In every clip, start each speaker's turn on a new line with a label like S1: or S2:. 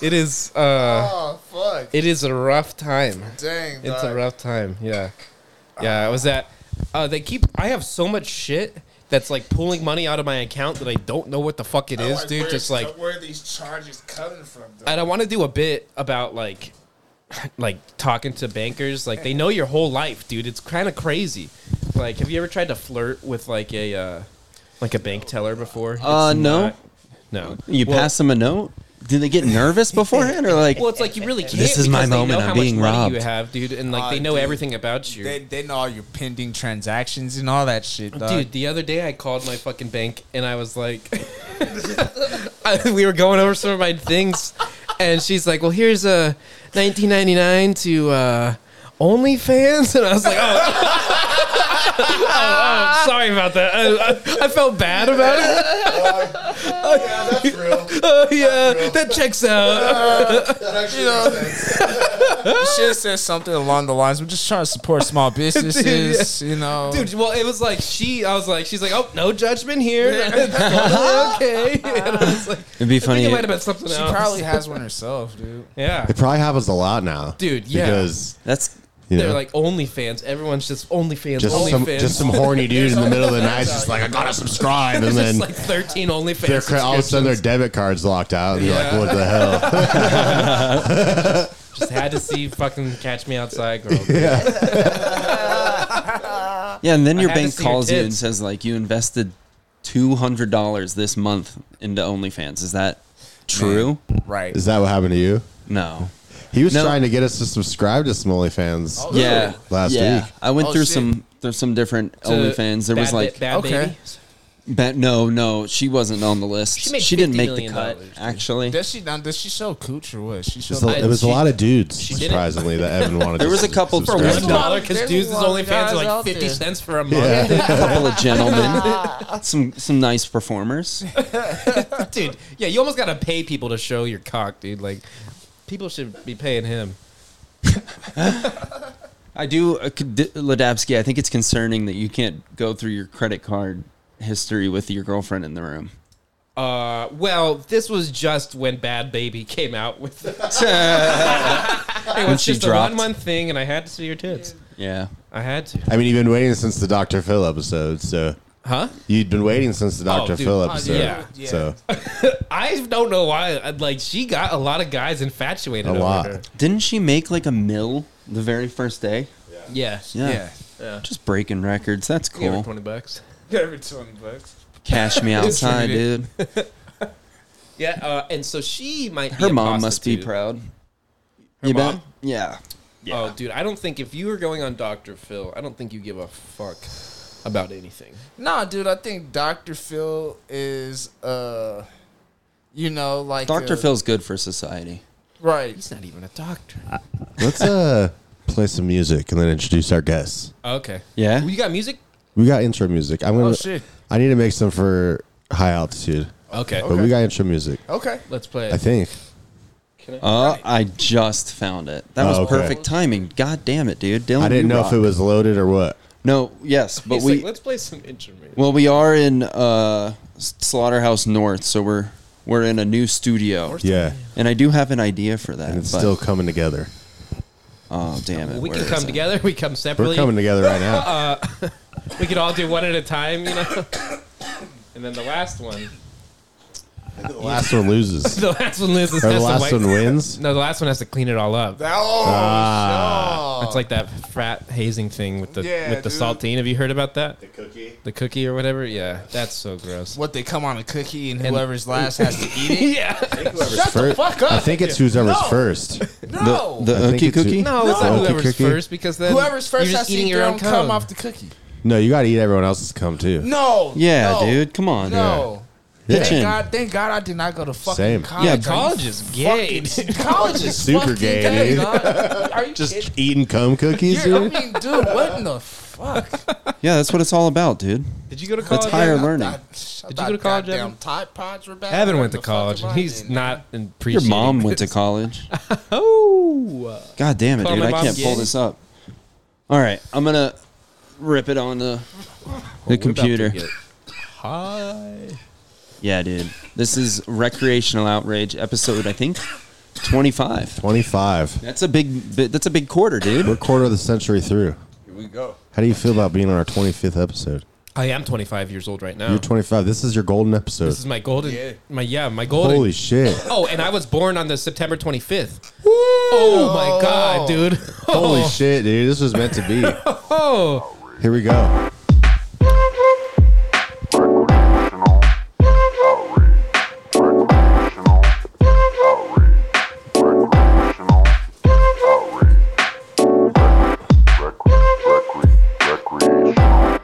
S1: It is uh
S2: Oh fuck!
S1: it is a rough time.
S2: Dang,
S1: It's a
S2: dog.
S1: rough time. Yeah. Yeah, I was at uh they keep I have so much shit that's like pulling money out of my account that I don't know what the fuck it
S2: I'm
S1: is,
S2: like,
S1: dude.
S2: where's
S1: Just
S2: the-
S1: like
S2: where are these charges coming from? Though?
S1: and I want to do a bit about like like talking to bankers like they know your whole life dude it's kind of crazy like have you ever tried to flirt with like a uh like a bank teller before
S3: Uh,
S1: It's
S3: no.
S1: not- no
S3: You
S1: Well-
S3: pass them a note? Did they get nervous beforehand or like
S1: well it's like you really can't
S3: This is my
S1: because they
S3: moment, Uh,
S1: know
S3: I'm
S1: how much
S3: being
S1: money you
S3: robbed.
S1: have dude and like
S4: Aw,
S1: they know
S4: Ah, dude.
S1: everything about you
S4: They, they know all your pending transactions and all that shit, dog.
S1: Dude, the other day I called my fucking bank and I was like, I, we were going over some of my things, and she's like, "Well, here's a 19.99 to uh, OnlyFans," and I was like, "Oh, oh, oh, sorry about that. I, I, I felt bad about it.
S2: yeah, that's real.
S1: Oh yeah, that checks out.
S2: That actually makes sense.
S4: you should have said something along the lines. We're just trying to support small businesses, you know.
S1: Dude, well, it was like she. I was like, she's like, "Oh, no judgment here. It's totally okay." And I was like,
S3: it'd be
S1: I think
S3: funny.
S1: it might have been something
S4: she
S1: else.
S4: probably has one herself, dude.
S1: yeah.
S5: It probably happens a lot now,
S1: Dude, yeah.
S5: Because
S3: That's
S5: you
S1: They're
S5: know,
S1: like OnlyFans. Everyone's just OnlyFans.
S5: just
S1: OnlyFans.
S5: some just some horny dude in the middle of the night, is just like I gotta subscribe, and
S1: There's
S5: then
S1: just like 13 OnlyFans.
S5: their cre- all of a sudden their
S1: subscriptions.
S5: debit card's locked out, and
S1: Yeah.
S5: you're like, what the hell?
S1: just had to see fucking Catch Me Outside, girl.
S3: yeah, and then your
S1: had to
S3: bank
S1: see your
S3: calls you and
S1: tits.
S3: says like you invested two hundred dollars this month into OnlyFans. Is that true?
S4: Right.
S5: Is that what happened to you?
S3: No.
S5: He was
S3: No.
S5: trying to get us to subscribe to some OnlyFans.
S1: Oh,
S3: Yeah.
S5: Last
S3: yeah.
S5: week.
S3: I went
S4: Oh,
S3: through
S4: shit.
S3: some through some different
S1: To
S3: OnlyFans. There was
S1: Bad Ba-
S3: like
S1: Bad
S4: okay.
S1: Baby.
S3: ba- no, no, she wasn't on the list.
S1: She
S3: She,
S1: made
S3: didn't
S1: $50
S3: make the
S1: million
S3: cut
S1: dude.
S3: actually.
S4: Does she now? Does she show cooch or what? She showed.
S5: Just a- it was a
S1: she-
S5: lot of dudes,
S1: did it.
S5: surprisingly, that Evan wanted.
S3: There
S5: to
S3: was a
S5: sub-
S3: couple for
S5: subscribe
S1: One
S5: to.
S3: There's a lot-
S1: dollar because
S4: there's
S1: dudes'
S4: a lot of
S1: OnlyFans
S4: guys
S1: are like
S4: out
S1: 50
S4: there.
S1: cents for a month.
S3: a couple of gentlemen, some some nice performers.
S1: dude, yeah, you almost got to pay people to show your cock, dude. Like, people should be paying him.
S3: I do, uh, could- d- Ladabsky. I think it's concerning that you can't go through your credit card history with your girlfriend in the room.
S1: Uh, well, this was just when Bad Baby came out with it
S3: When
S1: was
S3: she
S1: just a one
S3: dropped,
S1: month thing, and I had to see your tits.
S3: yeah,
S1: I had to.
S5: I mean, you've been waiting since the Dr. Phil episode, so
S1: Huh?
S5: you'd been waiting since the Dr.
S1: dude.
S5: Phil
S1: Oh,
S5: episode.
S1: yeah.
S4: Yeah.
S5: So
S1: I don't know why. I'd, Like she got a lot of guys infatuated.
S5: A
S1: over
S5: lot.
S1: Her.
S3: didn't she make like a mill the very first day?
S1: Yeah.
S3: Yeah,
S4: Yeah.
S3: just breaking records. That's
S1: Give her
S3: cool.
S1: twenty bucks.
S4: Every twenty bucks.
S3: Cash me outside,
S4: Distributed.
S3: dude.
S1: Yeah, uh, and so she might. be
S3: Her
S1: a
S3: mom must be
S1: prostitute.
S3: proud.
S1: Her
S3: you
S1: mom?
S3: bet. Yeah.
S1: Oh, dude, I don't think if you were going on Doctor Phil, I don't think you give a fuck about anything.
S4: Nah, dude. I think Doctor Phil is uh, you know, like
S3: Doctor
S4: uh,
S3: Phil's good for society.
S4: Right.
S1: He's not even a doctor.
S5: let's uh play some music and then introduce our guests.
S1: Oh, Okay.
S3: Yeah?
S1: You got music?
S5: We got intro music. I'm gonna.
S4: Oh shit.
S5: I need to make some for high altitude,
S1: Okay.
S5: but we got intro music.
S4: Okay.
S1: Let's play.
S5: I
S1: It.
S5: think.
S3: Oh, I just found it. That
S5: Oh,
S3: was
S5: okay.
S3: perfect timing. God damn it, dude. Dylan,
S5: I didn't
S3: you
S5: know
S3: rock.
S5: if it was loaded or what.
S3: No, yes, but
S1: He's
S3: we
S1: like, let's play some instrument.
S3: Well, we are in uh, Slaughterhouse North, so we're we're in a new studio,
S5: Yeah,
S3: and I do have an idea for that.
S5: and it's
S3: but-
S5: still coming together.
S3: oh damn it!
S1: we
S3: where
S1: can
S3: is
S1: come
S3: it?
S1: together. We come
S5: We're
S1: separately. Uh,
S5: coming together right now.
S1: We could all do one at a time, you know. and then the last one.
S5: The last one loses.
S1: The last one loses.
S5: Or
S1: has
S5: the
S1: to
S5: last
S1: wipe-
S5: one wins.
S1: No, the last one has to clean it all up.
S4: Oh.
S5: Ah.
S4: shit.
S1: It's like that frat hazing thing with the
S4: Yeah,
S1: with the
S4: dude.
S1: saltine. Have you heard about that?
S5: cookie.
S1: The cookie or whatever. Yeah, that's so gross.
S4: what they come on a cookie and whoever's last has to eat it.
S1: yeah.
S5: First,
S4: fuck up.
S5: I think it's who's ever first.
S4: No.
S3: The
S5: I think
S3: Ookie
S5: it's a-
S3: Cookie?
S1: No, it's
S5: No.
S1: not
S5: Cookie,
S1: whoever's
S5: cookie.
S1: first because then
S4: Whoever's first
S1: you're
S4: has
S1: just
S4: to eat
S1: eating
S4: their own
S1: cum.
S4: cum off the cookie.
S5: No, you got to eat everyone else's cum too.
S4: No.
S3: Yeah,
S4: no,
S3: dude, come on.
S4: No.
S5: Yeah.
S3: Kitchen.
S4: Thank God, thank God I did not go to fucking
S5: Same.
S4: college.
S3: Yeah,
S4: Are you
S1: College is gay.
S4: fucking- college is
S5: Super
S4: fucking
S5: gay,
S4: gay,
S5: dude.
S4: dog. Are you
S5: Just
S4: kidding?
S5: eating cum cookies,
S4: You're, I
S5: dude.
S4: mean, dude, what in the fuck?
S3: Yeah, that's what it's all about, dude.
S1: Did you go to college?
S3: That's higher
S4: I-
S3: learning.
S4: I, I
S1: you
S4: thought
S1: go to college,
S4: goddamn
S1: Evan?
S4: Tide Pods were back.
S1: Evan
S4: What
S1: went
S4: the
S1: to
S4: fuck
S1: college,
S4: am
S1: and
S4: I
S1: he's
S4: in?
S1: not in pre.
S3: Your mom went to college.
S1: Oh,
S3: God damn it,
S1: Call
S3: dude!
S1: my
S3: I
S1: mom
S3: can't pull
S1: gay.
S3: this up. All right, I'm gonna rip it on the the computer.
S1: Hi.
S3: Yeah, dude. This is recreational outrage episode, I think, Twenty five.
S5: 25.
S3: That's a big. bi- That's a big quarter, dude.
S5: We're quarter of the century through.
S3: Here we go.
S5: How do you feel about being on our 25th episode?
S1: I am 25 years old right now.
S5: You're 25. This is your golden episode.
S1: this is my golden.
S4: Yeah.
S1: My yeah, my golden.
S5: Holy shit.
S1: Oh, and I was born on the September 25th. Oh my god, dude.
S5: Holy shit, dude. This was meant to be.
S1: Oh,
S5: Here we go.
S6: Recreational outrage. Recreational outrage. Recreational outrage. Rec- recre- recreational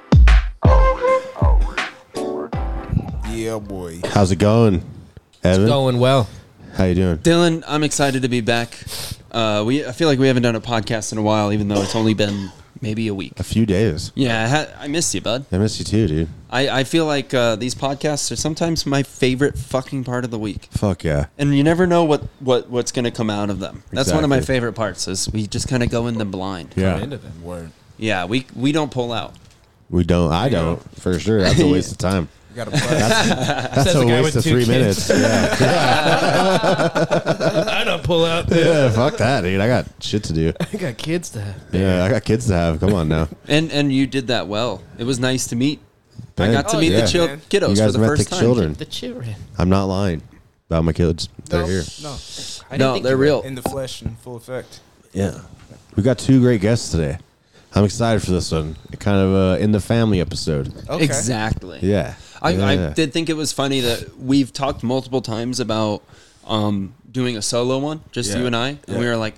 S6: outrage. Outrage. Recre-
S4: Yeah, boy.
S5: How's it going, Evan?
S1: going well.
S5: How you doing?
S3: Dylan, I'm excited to be back. Uh, we. I feel like we haven't done a podcast in a while, even though it's only been maybe a week.
S5: A few days.
S3: Yeah, I, ha- I miss you, bud.
S5: I miss you too, dude.
S3: I, I feel like uh, these podcasts are sometimes my favorite fucking part of the week.
S5: Fuck yeah.
S3: and you never know what, what what's going to come out of them. That's one of my
S5: Exactly.
S3: favorite parts is we just kind of go in them blind.
S1: I'm
S5: Yeah.
S1: into that.
S4: Word.
S3: Yeah, we we don't pull out.
S5: We don't. I don't, for sure. That's a waste of time.
S4: You got a buzz.
S5: That's
S1: Says
S5: a
S1: the guy
S5: waste
S1: with
S5: of
S1: two
S5: three minutes.
S1: kids.
S5: Yeah.
S1: I don't pull out.
S5: yeah. Fuck that, dude. I got shit to do.
S1: I got kids to have.
S5: Yeah. I got kids to have. Come on now.
S3: And and you did that well. It was nice to meet. I got to
S5: Oh,
S3: meet
S5: yeah.
S3: the chil-
S4: Man.
S3: kiddos
S5: You
S3: for
S5: guys
S3: the
S5: met the
S3: first time.
S5: children.
S1: The children.
S5: I'm not lying about my kids. They're
S4: no,
S5: here.
S4: no.
S1: I didn't
S3: No,
S1: think
S3: they're
S1: you were-
S3: real.
S4: In the flesh and full effect.
S5: Yeah. We got two great guests today. I'm excited for this one. Kind of a in the family episode.
S1: Oh.
S4: Okay.
S3: Exactly.
S5: Yeah.
S3: I,
S5: Yeah.
S3: I did think it was funny that we've talked multiple times about um, doing a solo one, just
S5: Yeah.
S3: you and I, and we
S5: Yeah.
S3: were like,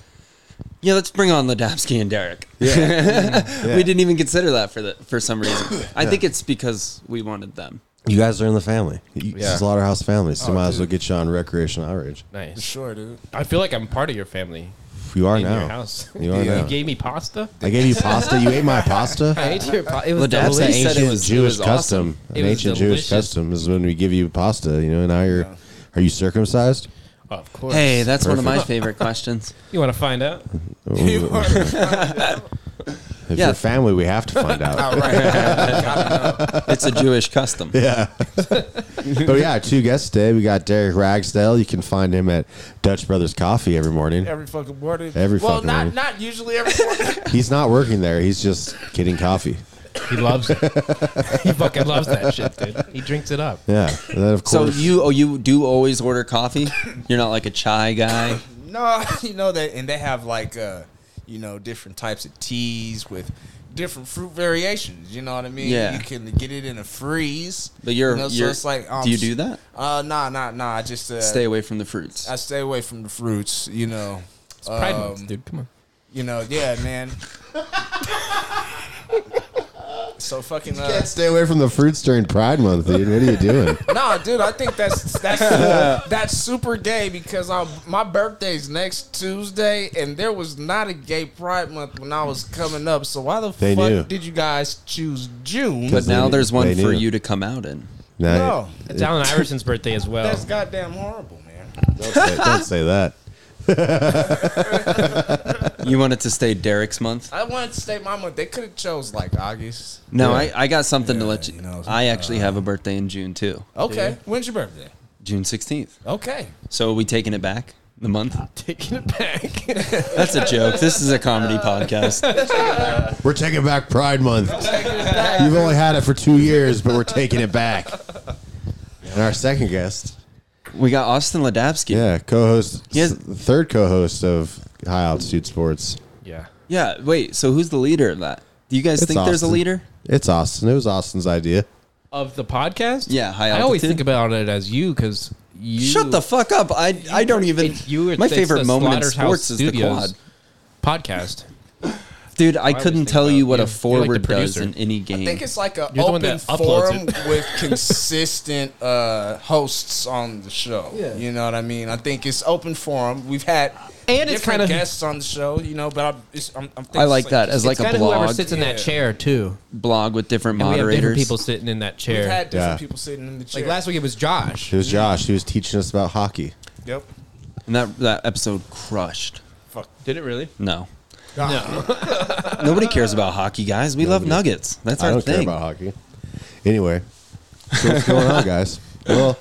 S3: "Yeah, let's bring on Ladabsky and Derek."
S5: Yeah.
S3: We didn't even consider that for the for some reason. I think it's because we wanted them.
S5: You guys are in the family. You,
S1: Yeah.
S5: Slaughterhouse family. So
S4: Oh,
S5: might as
S4: dude.
S5: well get you on recreational outrage.
S4: For
S1: Nice.
S4: sure, dude.
S1: I feel like I'm part of your family.
S5: You are
S1: in
S5: now.
S1: your house.
S5: You are
S4: Yeah.
S5: now.
S1: You gave me pasta.
S5: I gave you pasta. You ate my pasta.
S1: I ate your pasta. It was
S3: That's
S5: That's
S3: Well,
S5: an
S3: he said it
S1: delicious.
S5: ancient
S3: was- it
S5: Jewish
S3: was
S5: custom.
S3: awesome.
S1: It
S5: An
S1: was
S5: ancient
S1: delicious.
S5: Jewish custom is when we give you pasta. You know, and now you're, are you circumcised?
S1: Of course.
S3: Hey, that's one of my
S5: Perfect.
S3: favorite questions.
S1: you want to find out?
S4: You are
S5: If
S3: Yeah.
S5: you're family, we have to find out.
S4: all right.
S3: It's a Jewish custom.
S5: Yeah. but yeah, two guests today. We got Derek Ragsdale. You can find him at Dutch Brothers Coffee every morning.
S4: Every fucking morning.
S5: Every
S4: well,
S5: fucking
S4: not
S5: morning.
S4: not usually every morning.
S5: He's not working there. He's just getting coffee.
S1: He loves it. he fucking loves that shit, dude. He drinks it up.
S5: Yeah. And then of
S3: So
S5: course,
S3: you oh you do always order coffee? You're not like a chai guy.
S4: no, you know that, and they have like uh, you know, different types of teas with different fruit variations. You know what I mean?
S3: Yeah.
S4: You can get it in a freeze.
S3: But you're,
S4: you know,
S3: you're
S4: so it's like um,
S3: do you do that?
S4: Uh, nah, nah, nah. I just uh,
S3: Stay away from the fruits.
S4: I stay away from the fruits. You know.
S1: It's Pride Month,
S4: Um,
S1: dude. Come on.
S4: You know, yeah, man. so fucking. Uh,
S5: can't stay away from the fruits during Pride Month, dude. What are you doing?
S4: No, dude, I think that's that's that's super gay because i my birthday's next Tuesday, and there was not a gay Pride Month when I was coming up. So why the
S5: They
S4: fuck
S5: knew.
S4: did you guys choose June?
S3: but now
S5: They-
S3: there's one
S5: they
S3: for
S5: knew.
S3: you to come out in.
S5: Nah,
S4: No.
S1: It's Alan Iverson's birthday as well.
S4: that's goddamn horrible, man.
S5: Don't say, don't say that.
S3: You want it to stay Derek's month?
S4: I wanted to stay my month. They could have chose like August.
S3: No, I, I got something to let you.
S4: you know,
S3: I actually have a birthday in June too,
S4: Okay, when's your birthday?
S3: June 16th.
S4: Okay,
S3: So are we taking it back the month?
S1: Taking it back.
S3: That's a joke. This is a comedy podcast.
S5: We're taking back Pride Month. You've only had it for two years, but we're taking it back. And our second guest,
S3: We got Austin Ladabsky.
S5: yeah, co-host,
S3: He has-
S5: the third co-host of High Altitude Sports.
S1: yeah.
S3: Yeah, Wait. So who's the leader of that? Do you guys
S5: It's
S3: think there's a
S5: Austin.
S3: leader?
S5: It's Austin. It was Austin's idea.
S1: Of the podcast?
S3: Yeah, high
S1: I always
S3: altitude.
S1: think about it as you because you.
S3: Shut the fuck up! I I don't even.
S1: It's you. It's-
S3: my
S1: it's
S3: favorite
S1: the
S3: moment in
S1: Slaughterhouse
S3: sports is the quad.
S1: Studios Podcast.
S3: Dude, I
S1: always
S3: couldn't
S1: think
S3: tell
S1: about-
S3: you what
S1: yeah, you're like
S3: a
S1: the
S3: forward does
S1: producer.
S3: in any game.
S4: I think it's like an
S1: You're the one
S4: open
S1: that uploads
S4: forum with consistent uh, hosts on the show.
S1: Yeah.
S4: You know what I mean? I think it's open forum. We've had
S1: And it's
S4: different
S1: kinda-
S4: guests on the show, you know, but I'm, it's, I'm, I'm thinking
S3: I like
S4: it's
S3: that as like
S1: It's kind
S3: a
S1: of whoever
S3: blog
S1: sits in that
S4: Yeah.
S1: chair too.
S3: blog with different
S1: And we have
S3: moderators.
S1: different people sitting in that
S4: We've
S1: chair.
S4: had different
S5: Yeah.
S4: people sitting in the chair.
S1: like last week, it was Josh.
S5: It was Josh. He was teaching us about hockey.
S4: Yep.
S3: and that that episode crushed.
S1: Did it really?
S3: No,
S1: No.
S3: nobody cares about hockey, guys. We love Nuggets. That's
S5: I
S3: our
S5: don't
S3: thing.
S5: care about hockey. Anyway, so what's going on, guys? Well,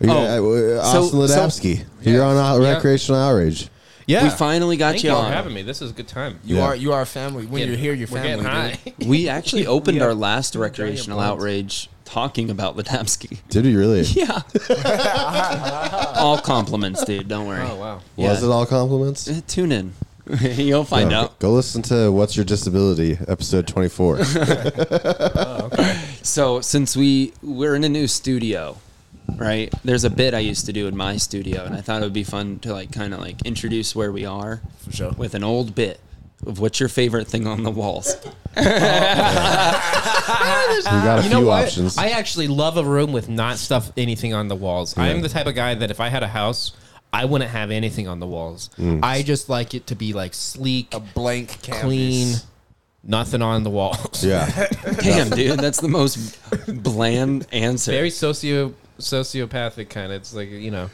S5: You're,
S3: Oh,
S5: uh,
S3: so-
S5: Austin
S3: so-
S5: Ladowski. You're on out-
S1: Yeah.
S5: recreational outrage.
S1: Yeah.
S3: We finally got
S1: Thank
S3: you
S1: you for
S3: on.
S1: having me. This is a good time.
S4: You
S5: Yeah.
S4: are you are family. When you're here, you're
S1: We're
S4: family.
S1: getting high.
S3: We actually opened
S1: Yeah.
S3: our last recreational
S1: Giant buns.
S3: outrage talking about Ladamski.
S5: Did he really?
S3: Yeah. all compliments, dude. Don't worry.
S1: Oh, wow.
S3: Yeah.
S5: Was it all compliments?
S3: Eh, Tune in. You'll find
S5: No,
S3: out.
S5: Go listen to What's Your Disability, episode 24.
S3: So since we we're in a new studio, right? There's a bit I used to do in my studio, and I thought it would be fun to like kind of like introduce where we are
S4: sure.
S3: with an old bit of what's your favorite thing on the walls.
S1: Oh,
S5: We got a
S1: You know
S5: few
S1: what?
S5: options.
S1: I actually love a room with not stuff anything on the walls. I'm the type of guy that if I had a house, I wouldn't have anything on the walls.
S3: Mm.
S1: I just like it to be like sleek,
S4: A blank canvas.
S1: clean, nothing on the walls.
S5: yeah.
S3: Damn, dude, that's the most bland answer.
S1: Very socio sociopathic kind of. It's like you know,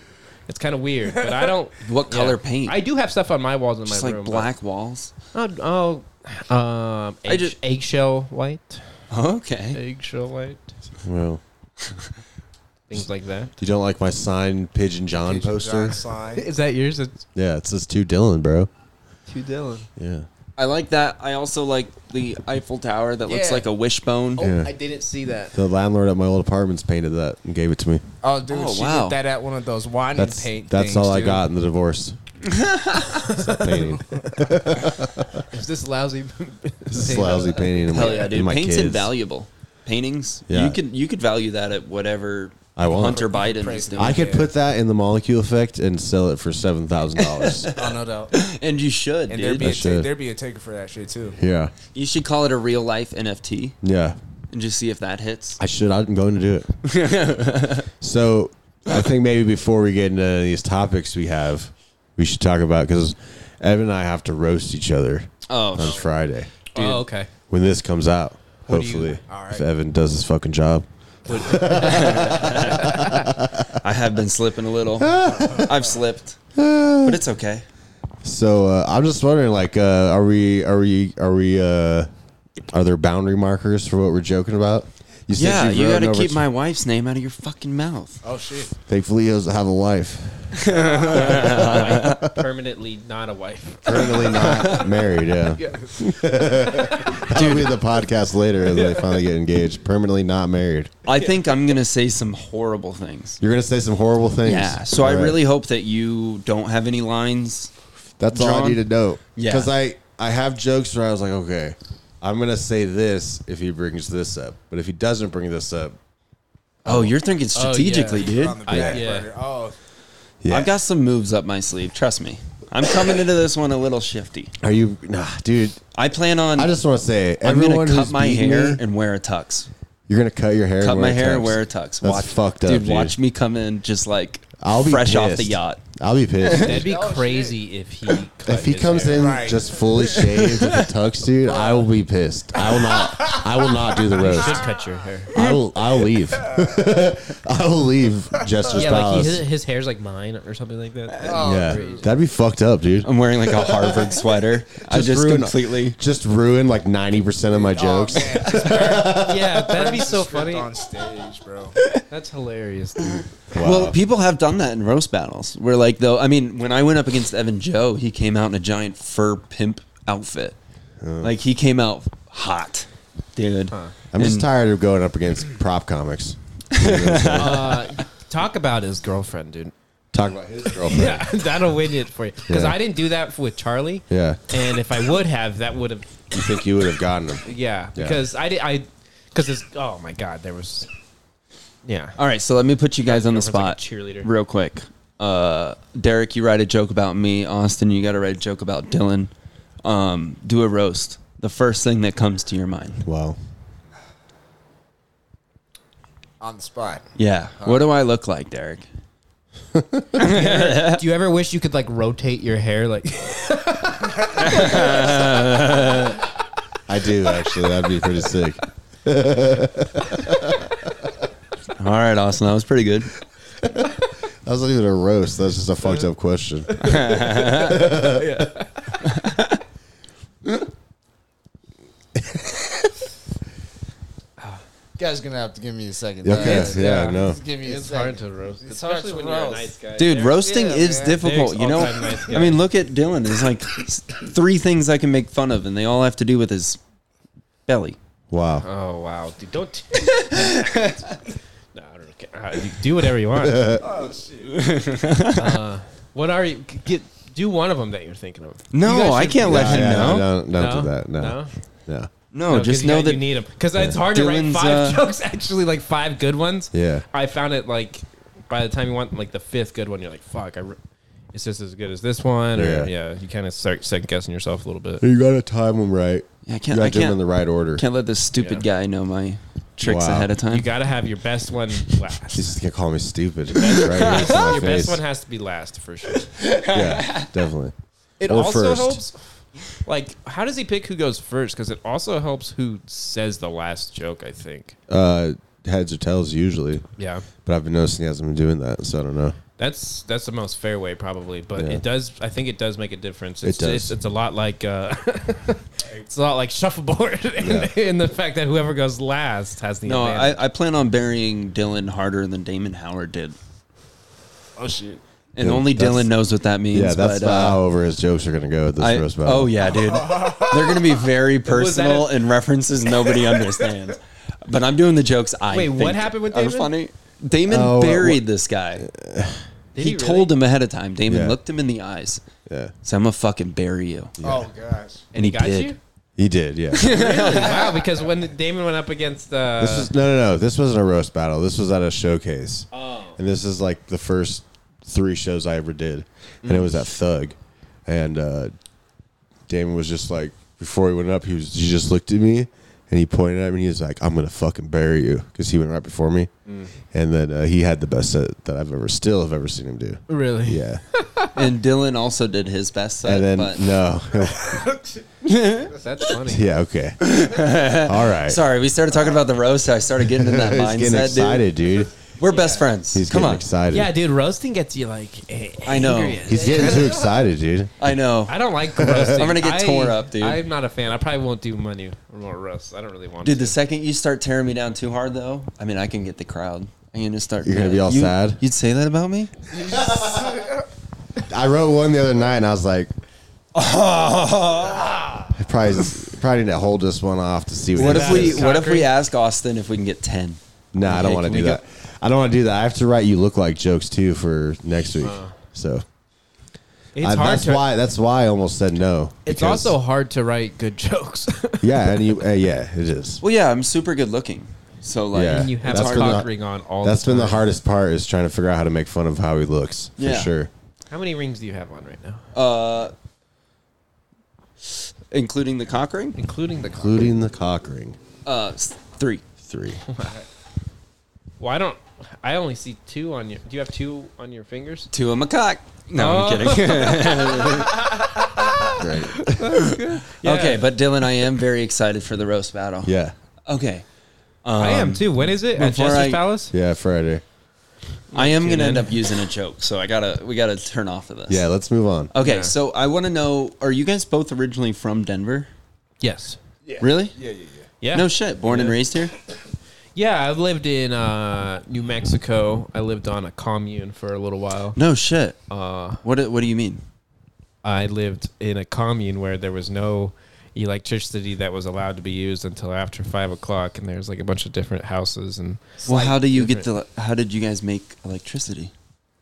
S1: it's kind of weird. But I don't.
S3: what color
S1: yeah.
S3: paint?
S1: I do have stuff on my walls in
S3: Just
S1: my
S3: like
S1: room.
S3: black walls.
S1: but- Oh, oh, um,
S3: I
S1: egg,
S3: just-
S1: eggshell white,
S3: Okay.
S1: eggshell white,
S5: Well,
S1: things like that.
S5: you don't like my sign Pigeon John
S4: Pigeon
S5: poster?
S4: John sign.
S1: Is that yours? It's
S5: Yeah, it says to Dylan, bro.
S1: too Dylan.
S5: Yeah.
S3: I like that. I also like the Eiffel Tower that looks
S4: Yeah.
S3: like a wishbone.
S5: Yeah.
S1: I didn't see that.
S5: The landlord at my old apartment's painted that and gave it to me.
S4: Oh, dude,
S3: Oh,
S4: she
S3: wow.
S4: did that at one of those wine
S5: That's
S4: and paint.
S5: that's
S4: things,
S5: all I
S4: dude.
S5: got in the divorce. It's a painting.
S1: Is this lousy?
S5: This is lousy painting. in my-
S3: Hell yeah,
S5: in
S3: dude!
S5: my
S3: Paint's
S5: kids.
S3: invaluable. Paintings.
S5: Yeah.
S3: You could you could value that at whatever
S5: I want.
S3: Hunter Biden
S4: Praise
S3: is doing.
S5: I could put that in the molecule effect and sell it for seven thousand dollars.
S4: Oh no doubt.
S3: and you should,
S4: And there'd
S3: dude.
S4: be a
S5: I should.
S4: ta- there'd be a taker for that shit too.
S5: yeah,
S3: you should call it a real life NFT
S5: yeah.
S3: and just see if that hits.
S5: I should. I'm going to do it. so I think maybe before we get into these topics we have, we should talk about because Evan and I have to roast each other
S3: Oh,
S5: on Friday
S1: Oh, okay.
S5: when this comes out.
S4: do you-
S5: Hopefully,
S4: all
S5: if
S4: right.
S5: Evan does his fucking job.
S3: I have been slipping a little. I've slipped, but it's okay.
S5: So uh, I'm just wondering, like, uh, are we, are we, are we, uh, are there boundary markers for what we're joking about? You said
S3: Yeah,
S5: you've
S3: you
S5: rode
S3: got to
S5: over
S3: keep
S5: t-
S3: my wife's name out of your fucking mouth.
S4: Oh shit.
S5: Thankfully, he doesn't have a wife.
S1: Permanently not a wife.
S5: Currently not married. Yeah, that'll be the podcast later as they finally get engaged. Permanently not married.
S3: I think I'm gonna say some horrible things.
S5: You're gonna say some horrible things.
S3: Yeah. So I
S5: All right.
S3: really hope that you don't have any lines.
S5: That's all I
S3: John?
S5: need to know.
S3: Yeah.
S5: Because I, I have jokes where I was like, okay, I'm going to say this if he brings this up. But if he doesn't bring this up,
S3: Oh, you're thinking
S1: yeah.
S3: strategically, dude.
S4: On the
S1: I-
S4: back
S1: yeah.
S4: burner. Oh,
S5: yeah.
S3: I've got some moves up my sleeve. Trust me. I'm coming into this one a little shifty.
S5: Are you, nah, dude,
S3: I plan on.
S5: I just want to say,
S3: I'm
S5: everyone
S3: gonna cut
S5: who's
S3: my
S5: beaten me-
S3: hair and wear a tux.
S5: You're gonna cut your hair.
S3: Cut
S5: and
S3: my
S5: wear
S3: hair
S5: tux.
S3: and wear a tux.
S5: That's fucked up,
S3: dude,
S5: dude.
S3: Watch me come in just like
S5: I'll be
S3: fresh off the
S5: pissed.
S3: yacht.
S5: I'll be pissed.
S1: That'd be
S4: Oh, shit.
S1: crazy if he. cut
S5: if he
S1: his
S5: comes
S1: hair.
S5: in
S4: Right.
S5: just fully shaved with a tux, dude, I will be pissed. I will not. I will not do the
S1: you should
S5: roast.
S1: cut your hair.
S5: I will. I'll leave. I will leave Jester's
S1: Yeah, like
S5: palace.
S1: he, his, his hair's like mine or something like that.
S4: oh
S5: yeah,
S4: dude.
S5: that'd be fucked up, dude.
S3: I'm wearing like a Harvard sweater. I
S5: Just
S3: just
S5: ruin-
S3: completely.
S5: Just ruin like ninety percent of my jokes.
S4: Oh, man, just
S1: yeah, that'd be so
S4: ripped
S1: funny.
S4: on stage, bro.
S1: That's hilarious, dude.
S5: Wow.
S3: Well, people have done that in roast battles. Where like though, I mean, when I went up against Evan Joe, he came out in a giant fur pimp outfit. Like he came out hot, dude.
S5: I'm just
S3: And-
S5: tired of going up against prop comics.
S1: uh, Talk about his girlfriend, dude.
S5: Talk about his girlfriend. Yeah.
S1: That'll win it for you. Because
S5: Yeah.
S1: I didn't do that with Charlie. And if I would have, that would have
S5: you think you would have gotten him?
S1: Yeah,
S5: Yeah.
S1: because I did. I because this. Oh my god, there was. Yeah.
S3: All right, so let me put you guys on the spot,
S1: Everyone's like a cheerleader.
S3: real quick. Uh, Derek, you write a joke about me. Austin, you got to write a joke about Dylan. Um, do a roast. The first thing that comes to your mind.
S5: Wow.
S4: On the spot.
S3: Yeah. What do I look like, Derek?
S1: Do you ever wish you could like rotate your hair? Like,
S5: I do actually. That'd be pretty sick.
S3: All right, Austin, that was pretty good.
S5: That was not even a roast. That's just a fucked up question.
S4: guys guys gonna have to give me a second.
S5: Okay,
S4: Just-
S5: yeah, no.
S4: just give me a
S1: It's
S4: second.
S1: hard to roast,
S4: It's hard
S1: especially
S4: to
S1: when you're a
S4: roast.
S1: nice guy.
S3: Dude,
S1: Derek's-
S3: roasting
S4: Yeah,
S3: is
S4: man.
S3: difficult.
S1: Derek's
S3: You know,
S1: all-time nice guy.
S3: I mean, look at Dylan. There's like three things I can make fun of, and they all have to do with his belly.
S5: Wow.
S1: Oh wow, dude, don't. no, I don't care. Uh, you do whatever you want. Uh, oh shit. Uh, what are you? g- Get do one of them that you're thinking of. You guys
S3: No, I
S1: should-
S3: can't let him
S5: Yeah,
S3: know. No,
S5: don't, don't do that. No. No.
S3: just
S1: 'cause you
S3: know
S1: got-
S3: that
S1: you need them because it's hard to write
S3: Dylan's,
S1: five
S3: uh,
S1: jokes. Actually, like five good ones.
S5: Yeah.
S1: I found it like by the time you want like the fifth good one, you're like, fuck, I. Re- it's just as good as this one, or yeah,
S5: Yeah.
S1: you kind of start second guessing yourself a little bit.
S5: You got to time them right.
S3: Yeah, I
S5: You
S3: can't. I
S5: got to them
S3: can't.
S5: in the right order.
S3: Can't let this stupid guy know my tricks
S5: Wow.
S3: ahead of time.
S1: You got to have your best one last.
S5: She's just gonna call me stupid. That's right here. It's in my
S1: your best
S5: face.
S1: one has to be last for sure.
S5: yeah, definitely.
S1: It
S5: Or
S1: also
S5: first.
S1: helps. Like, how does he pick who goes first? Because it also helps who says the last joke. I think.
S5: Uh, heads or tails usually,
S1: Yeah,
S5: but I've been noticing he hasn't been doing that, so I don't know.
S1: that's that's the most fair way probably. But
S5: Yeah.
S1: it does. I think it does make a difference. It's,
S5: does.
S1: It's, it's a lot like. Uh, it's a lot like shuffleboard in, in the fact that whoever goes last has the
S3: no,
S1: advantage.
S3: I, I plan on burying Dylan harder than Damon Howard did,
S4: Oh shit.
S5: Dude,
S3: and only
S5: that's-
S3: Dylan knows what that means.
S5: Yeah, that's
S3: but, uh,
S5: how over his jokes are gonna go at this
S3: I-
S5: roast battle.
S3: oh yeah, dude. They're gonna be very
S1: Was that
S3: personal and references nobody understands. But I'm doing the jokes. I
S1: Wait, what
S3: think
S1: happened with
S3: are
S1: Damon?
S3: funny. Damon
S5: Oh, uh,
S3: buried this guy.
S1: Did
S3: he
S1: really?
S3: told him ahead of time. Damon
S5: Yeah.
S3: looked him in the eyes.
S5: yeah,
S3: So I'm gonna fucking bury you,
S2: Oh gosh.
S3: and he,
S1: Got
S3: did.
S1: you?
S5: he did. Yeah, this
S1: wow, because when Damon went up against uh,
S5: was no, no, no. This wasn't a roast battle. This was at a showcase, and this is like the first three shows I ever did, and it was at Thug, and uh, Damon was just like before he went up, he was he just looked at me. And he pointed at me and he was like, I'm going to fucking bury you. Because he went right before me. And then uh, he had the best set that I've ever, still have ever seen him do.
S1: really.
S5: Yeah.
S3: And Dylan also did his best set.
S5: And then,
S3: but
S5: no.
S1: That's funny.
S5: Yeah. Okay. All right.
S3: sorry, we started talking about the roast. I started getting in that
S5: He's
S3: mindset,
S5: getting
S3: dude.
S5: excited, dude.
S3: We're best friends.
S5: He's
S3: Come
S5: getting
S3: on.
S5: excited.
S1: Yeah, dude, roasting gets you like. a-
S3: I know.
S1: angry.
S5: He's getting too excited, dude.
S3: I know,
S1: I don't like roasting.
S3: Oh. I'm gonna get
S1: I-
S3: tore up, dude.
S1: I'm not a fan. I probably won't do money or more roasts. I don't really want.
S3: dude.
S1: to.
S3: The second you start tearing me down too hard, though, I mean, I can get the crowd. I'm gonna start.
S5: You're gonna be all
S3: You-
S5: sad?
S3: You'd say that about me?
S5: I wrote one the other night, and I was like, I probably probably need to hold this one off to see what.
S3: What
S5: he
S3: if we
S5: says.
S3: What if we ask Austin if we can get ten?
S5: No, I don't
S3: Okay,
S5: want to
S3: can we
S5: do
S3: go-
S5: that. I don't want to do that. I have to write you look like jokes too for next week. So
S1: Uh, it's
S5: I-
S1: hard.
S5: that's
S1: to,
S5: why that's why I almost said no.
S1: it's
S5: because-
S1: also hard to write good jokes.
S5: yeah, and you, uh, yeah, it is.
S3: Well, yeah, I'm super good looking, so like,
S5: Yeah.
S1: and you have
S5: That's
S1: a
S5: been
S1: cock
S5: the-
S1: ring on all.
S5: That's
S1: the
S5: been
S1: time.
S5: the hardest part is trying to figure out how to make fun of how he looks for
S3: Yeah.
S5: sure.
S1: How many rings do you have on right now,
S3: uh, including the cock ring,
S1: including the? Cock.
S5: Including the cock ring.
S3: uh, s- three.
S5: Three.
S1: Oh Well, I don't. I only see two on your. Do you have two on your fingers?
S3: Two of my cock. No, I'm
S1: Oh.
S3: kidding.
S5: Right.
S3: Okay, but Dylan, I am very excited for the roast battle.
S5: Yeah.
S3: Okay. Um,
S1: I am too. When is it at
S3: before
S1: Justice
S3: I-
S1: Palace?
S5: Um, Yeah, Friday.
S3: I am gonna end
S1: in.
S3: up using a joke, so I gotta we gotta turn off of this.
S5: Yeah, let's move on.
S3: Okay,
S1: Yeah.
S3: so I want to know: Are you guys both originally from Denver?
S1: Yes.
S4: Yeah.
S3: Really?
S4: Yeah, yeah, yeah.
S1: Yeah.
S3: No shit. Born and raised here.
S1: yeah, I lived in uh, New Mexico. I lived on a commune for a little while.
S3: No shit.
S1: Uh,
S3: What do- What do you mean?
S1: I lived in a commune where there was no electricity that was allowed to be used until after five o'clock, and there's like a bunch of different houses and
S3: well, how do you get the? How did you guys make electricity?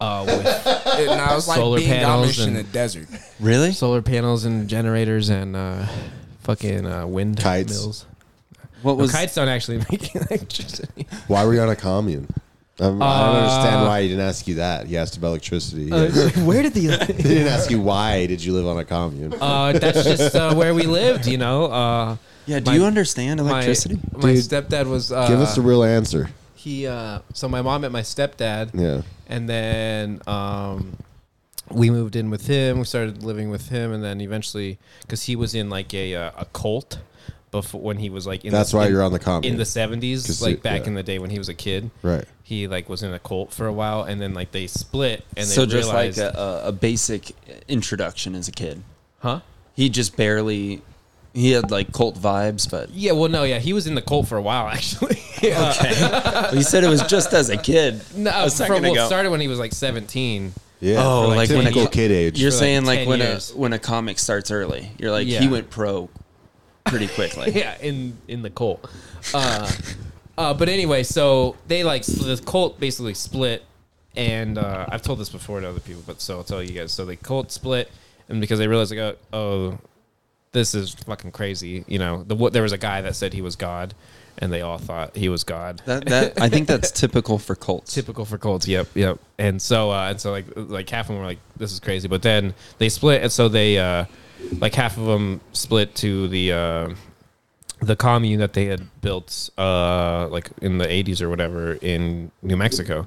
S1: uh, with
S4: It, no, it's like
S1: Solar
S4: being
S1: panels
S4: Amish in
S1: and-
S4: the desert.
S3: Really?
S1: solar panels and generators and uh, fucking uh, wind
S5: Kites.
S1: mills.
S3: What
S1: Well,
S3: was?
S1: kites don't actually make electricity.
S5: Why were you on a commune? Um, I don't
S1: Uh,
S5: understand why he didn't ask you that. He asked about electricity. He,
S1: where did the?
S5: he didn't ask you why did you live on a commune.
S1: Uh, that's just uh, where we lived, you know. Uh,
S3: yeah. Do
S1: my-
S3: you understand
S1: my-
S3: electricity?
S1: My,
S5: Dude,
S1: stepdad was. Uh,
S5: Give us a real answer.
S1: he. Uh, so my mom met my stepdad.
S5: Yeah.
S1: and then um, we moved in with him. We started living with him, and then eventually, because he was in like a uh, a cult before when he was like in
S5: That's
S1: the,
S5: why
S1: in,
S5: you're on the commune.
S1: in the seventies,
S5: 'Cause
S1: like
S5: it-
S1: back
S5: yeah.
S1: in the day when he was a kid.
S5: Right.
S1: He like was in a cult for a while, and then like they split, and they
S3: so just like uh,
S1: realized,
S3: a, a- a basic introduction as a kid,
S1: huh?
S3: he just barely He had like cult vibes, but
S1: Yeah, well, no, yeah, he was in the cult for a while, actually. Uh,
S3: he said it was just as a kid.
S1: no,
S3: a
S1: from,
S3: second
S1: well, it
S3: ago.
S1: started when he was like 17.
S5: Yeah.
S3: Oh,
S1: for, like,
S3: like, when a
S5: typical
S3: co-
S5: kid age.
S3: You're
S1: For, like,
S3: saying like,
S1: 10
S3: when
S1: years.
S3: a when a comic starts early, you're like
S1: Yeah.
S3: he went pro pretty quickly.
S1: Yeah, in in the cult. Uh, uh, but anyway, so they like so the cult basically split, and uh, I've told this before to other people, but so I'll tell you guys. So the cult split, and because they realized like, oh, oh this is fucking crazy. You know, the what there was a guy that said he was God, and they all thought he was God.
S3: That, that I think that's typical for cults.
S1: Typical for cults. Yep, yep. And so, uh, and so, like, like half of them were like, "This is crazy," but then they split, and so they, uh, like, half of them split to the uh, the commune that they had built, uh, like in the '80s or whatever in New Mexico,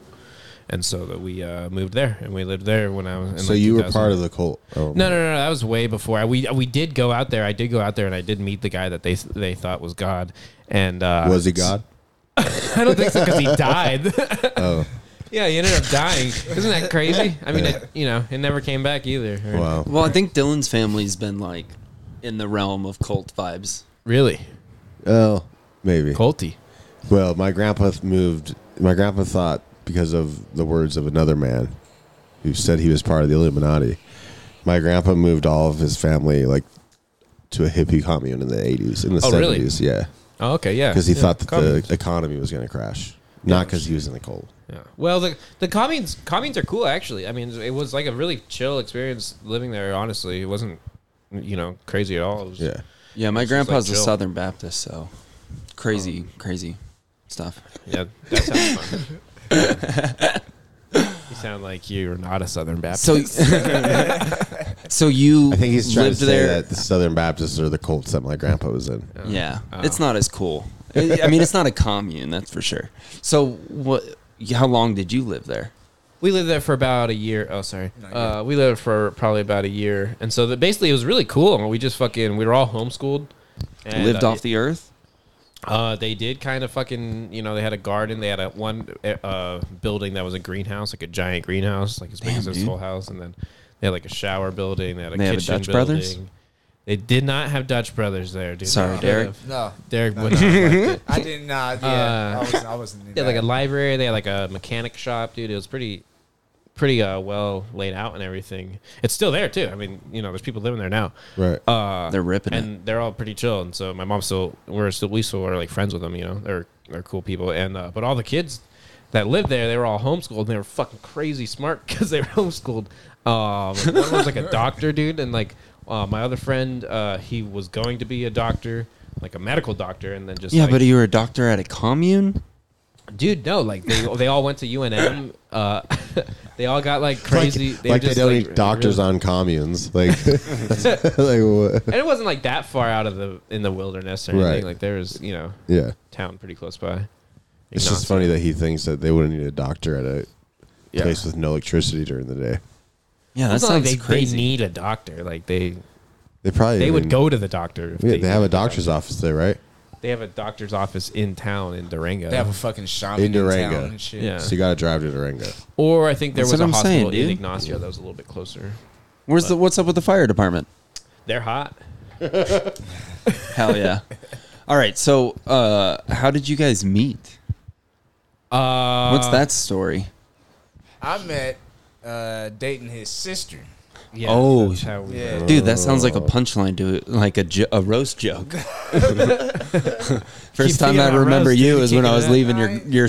S1: and so that we uh, moved there and we lived there when I was. Uh, In
S5: so
S1: like,
S5: you were
S1: 2000.
S5: part of the cult. Oh,
S1: No, no, no, no. That was way before. I, we we did go out there. I did go out there, and I did meet the guy that they they thought was God. And uh,
S5: Was he God?
S1: I don't think so because he died.
S5: Oh,
S1: Yeah, he ended up dying. Isn't that crazy? I mean, it, you know, it never came back either. Or-
S5: wow.
S3: Well, I think Dylan's family's been like in the realm of cult vibes.
S1: Really?
S5: Oh, maybe.
S1: Colty.
S5: Well, my grandpa th- moved. My grandpa thought because of the words of another man who said he was part of the Illuminati. My grandpa moved all of his family like to a hippie commune in the eighties, in the
S1: Oh, really?
S5: seventies. Yeah,
S1: Oh, okay, yeah.
S5: because he
S1: Yeah,
S5: thought that
S1: communes.
S5: the economy was going to crash, not because he was in the cold.
S1: Yeah. Well, the the communes communes are cool actually. I mean, it was like a really chill experience living there. Honestly, it wasn't, you know, crazy at all. It was,
S5: Yeah,
S3: Yeah, my
S1: like,
S3: grandpa's a
S1: chill.
S3: Southern Baptist, so crazy, crazy stuff.
S1: Yeah. That sounds fun. you sound like you're not a Southern Baptist.
S3: So, so you
S5: I think he's trying to
S3: lived
S5: say
S3: there.
S5: that the Southern Baptists are the cults that my grandpa was in.
S3: Yeah, it's not as cool. I I mean, it's not a commune, that's for sure. So, what? How long did you live there?
S1: We lived there for about a year. Oh, sorry. Uh, we lived for probably about a year, and so that basically it was really cool. And we just fucking we were all homeschooled. And,
S3: Lived
S1: uh,
S3: off the earth?
S1: Uh, they did kind of fucking, you know, they had a garden. They had a one uh, building that was a greenhouse, like a giant greenhouse, like as big
S3: Damn,
S1: as this
S3: dude.
S1: whole house. And then they had like a shower building. They had a
S3: They have a
S1: kitchen
S3: Dutch
S1: building.
S3: Brothers?
S1: They did not have Dutch Brothers there, dude.
S3: Sorry,
S1: They
S3: Derek.
S1: could've.
S4: No,
S1: Derek would not have liked it. Uh,
S4: I did not. Yeah, I, was, I wasn't. in
S1: They had like
S4: that.
S1: a library. They had like a mechanic shop, dude. It was pretty, pretty uh, well laid out and everything. It's still there too. I mean, you know, there's people living there now.
S5: Right.
S1: Uh,
S3: They're ripping it.
S1: and they're all pretty chill. And so my mom still we're still we still are like friends with them. You know, they're they're cool people. And uh, but all the kids that lived there, they were all homeschooled. and They were fucking crazy smart because they were homeschooled. Um, one was like a doctor dude, and like uh, my other friend, uh, he was going to be a doctor, like a medical doctor, and then just
S3: Yeah,
S1: like-
S3: but you were a doctor at a commune?
S1: dude, no, like they they all went to UNM. Uh, they all got like crazy.
S5: Like,
S1: were
S5: like they
S1: just,
S5: don't
S1: like,
S5: need doctors
S1: really-
S5: on communes. Like, like what?
S1: and it wasn't like that far out of the in the wilderness or
S5: Right.
S1: anything. Like there was, you know,
S5: Yeah.
S1: town pretty close by.
S5: It's just funny that he thinks that they wouldn't need a doctor at a
S3: Yeah.
S5: place with no electricity during the day.
S3: Yeah, that
S1: It's not like
S3: sounds
S1: they, they
S3: crazy.
S1: need a doctor. Like they
S5: They probably
S1: they would
S5: even-
S1: go to the doctor. If
S5: Yeah, they, have a doctor's office there, right?
S1: They have a doctor's office in town in Durango.
S4: They have a fucking shaman
S5: In
S4: in, town
S5: Durango.
S4: and shit.
S1: Yeah.
S5: So you got to drive to Durango.
S1: or I think there
S3: That's
S1: was a
S3: what I'm saying,
S1: hospital in
S3: dude.
S1: Ignacio that was a little bit closer.
S3: Where's the what's up with the fire department?
S1: They're hot.
S3: Hell yeah. All right, so uh how did you guys meet?
S1: Uh,
S3: What's that story?
S4: I met uh, dating his sister.
S1: Yeah,
S3: Oh.
S1: that's how we
S4: Yeah,
S3: Dude, that sounds like a punchline to like a, jo- a roast joke. First
S1: Keep
S3: time
S1: thinking
S3: I
S1: about
S3: remember
S1: roast,
S3: you
S1: dude.
S3: is when
S1: Keep
S3: I was
S1: it up.
S3: leaving your your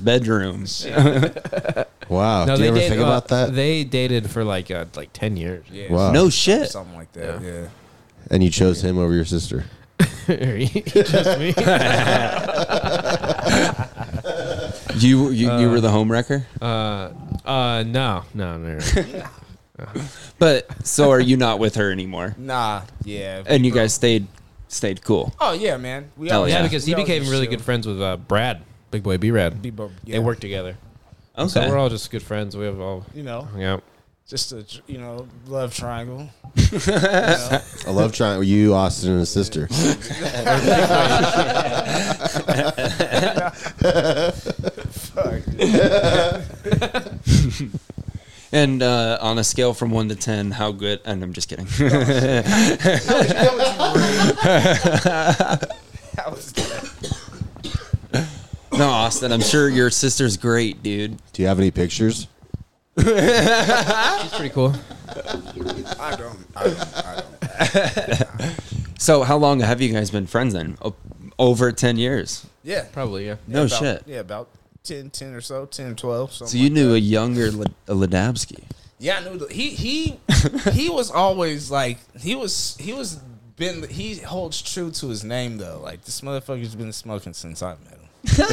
S3: bedroom.
S5: Wow.
S1: No,
S5: Do
S1: they
S5: you ever
S1: dated,
S5: think about
S1: uh,
S5: that?
S1: They dated for like uh, like ten years.
S4: Yeah,
S5: wow.
S3: No shit.
S4: something like that. Yeah.
S5: and you chose him over your sister.
S1: He chose me.
S3: You you, you were the homewrecker?
S1: Uh, uh, no, no, no. no.
S3: But so are you not with her anymore?
S4: Nah. Yeah.
S3: And you guys stayed stayed cool.
S4: oh yeah, man. We
S3: Hell
S4: always-
S1: yeah,
S3: Yeah.
S1: because he
S4: we always
S1: became
S4: just
S1: really
S4: chill.
S1: good friends with uh, Brad, Big Boy B Rad.
S4: Be bo- yeah.
S1: They work together,
S3: Okay.
S1: so we're all just good friends. We have all
S4: You know,
S1: hung out.
S4: just a tr- you know love triangle.
S5: I love trying you, Austin, and his sister.
S3: And uh, on a scale from one to ten, how good? And I'm just kidding.
S4: That was that.
S3: no, Austin, I'm sure your sister's great, dude.
S5: Do you have any pictures?
S1: She's pretty cool.
S4: I don't. I don't. I don't.
S3: So, how long have you guys been friends then? O- over ten years.
S4: Yeah.
S1: Probably, yeah.
S3: No
S4: about,
S3: shit.
S4: Yeah, about 10, 10 or so, 10, 12.
S3: So
S4: something
S3: you
S4: like
S3: knew
S4: that.
S3: a younger L- Ladabsky.
S4: Yeah, I knew the, he he he was always like he was he was been he holds true to his name though. Like this motherfucker's been smoking since I met him.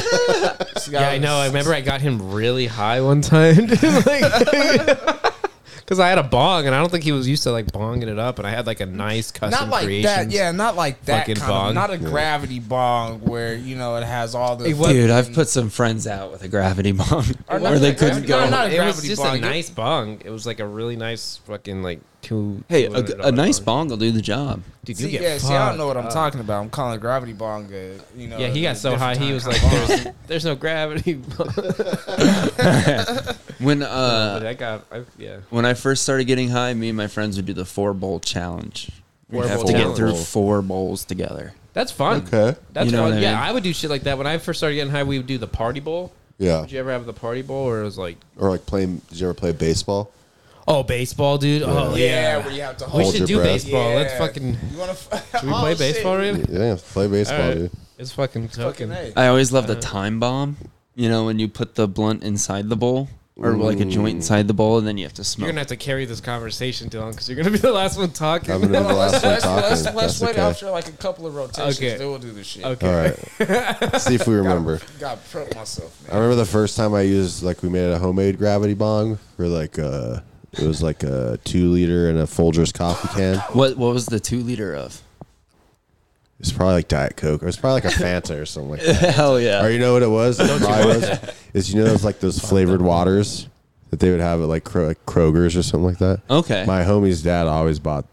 S4: This guy
S1: Yeah, I
S4: was-
S1: know. I remember I got him really high one time. Because I had a bong, and I don't think he was used to like bonging it up, and I had like a nice
S4: Not
S1: custom
S4: like
S1: creation.
S4: that, yeah. Not like that
S1: Fucking
S4: kind
S1: bong.
S4: of. Not a gravity bong where you know it has all the.
S1: It was-
S3: Dude, I've put some friends out with a gravity bomb,
S4: Or
S3: or,
S4: not
S3: they
S4: like
S3: couldn't
S4: gravity-
S3: go.
S4: no, not a
S1: It was
S4: gravity
S1: just
S4: bong.
S1: a nice bong. It was like a really nice fucking like two.
S3: hey, a,
S1: $200
S3: a nice bong will do the job.
S1: Dude, you
S4: See,
S1: get
S4: yeah, see, I
S1: fucked
S4: don't know what I'm
S1: up.
S4: talking about. I'm calling gravity bong. A, you know.
S1: Yeah, he
S4: a
S1: got so high
S4: different
S1: he
S4: kind
S1: was
S4: of
S1: like,
S4: bong.
S1: "There's, there's no gravity." but
S3: When uh,
S1: I got, I, yeah.
S3: When I first started getting high, me and my friends would do the four bowl challenge. We
S1: Four
S3: have
S1: bowl
S3: to get
S1: challenge.
S3: through four bowls together.
S1: That's fun.
S5: Okay.
S1: That's
S3: You know
S1: fun.
S3: what I
S1: yeah,
S3: mean?
S1: I would do shit like that when I first started getting high. We would do the party bowl.
S5: Yeah.
S1: Did you ever have the party bowl, or it was like,
S5: Or like playing? Did you ever play baseball?
S1: oh, baseball, dude. Oh
S4: yeah,
S1: yeah.
S4: where you have to
S1: We
S4: hold.
S5: Hold your
S1: should do
S5: breath.
S1: baseball.
S4: Yeah.
S1: Let's fucking.
S4: You want to?
S1: Should
S5: Oh,
S1: we play baseball, really?
S5: Yeah, play baseball,
S1: All right.
S5: dude.
S1: It's fucking fucking. Uh,
S3: I always love
S1: Uh-huh.
S3: the time bomb. You know, when you put the blunt inside the bowl or like a joint inside the bowl, and then you have to
S1: You're
S3: smoke.
S1: gonna have to carry this conversation, Dylan, because you're gonna be the last one talking.
S5: I'm gonna be the last one
S4: Let's,
S5: talking.
S4: let's, let's
S5: That's
S4: wait
S5: okay.
S4: after like a couple of rotations.
S1: Okay.
S4: Then we'll do this shit.
S1: okay.
S5: All right. See if we remember.
S4: Got prep myself,
S5: I
S4: man.
S5: remember the first time I used like we made a homemade gravity bong. We're like uh it was like a two liter and a Folgers coffee can.
S3: What What was the two liter of?
S5: It's probably like Diet Coke. Or it's probably like a Fanta or something like that.
S3: Hell
S5: Or
S3: yeah!
S5: you know what it was? It probably was is you know those like those flavored waters that they would have at like, Kro- like Kroger's or something like that.
S3: Okay.
S5: My homie's dad always bought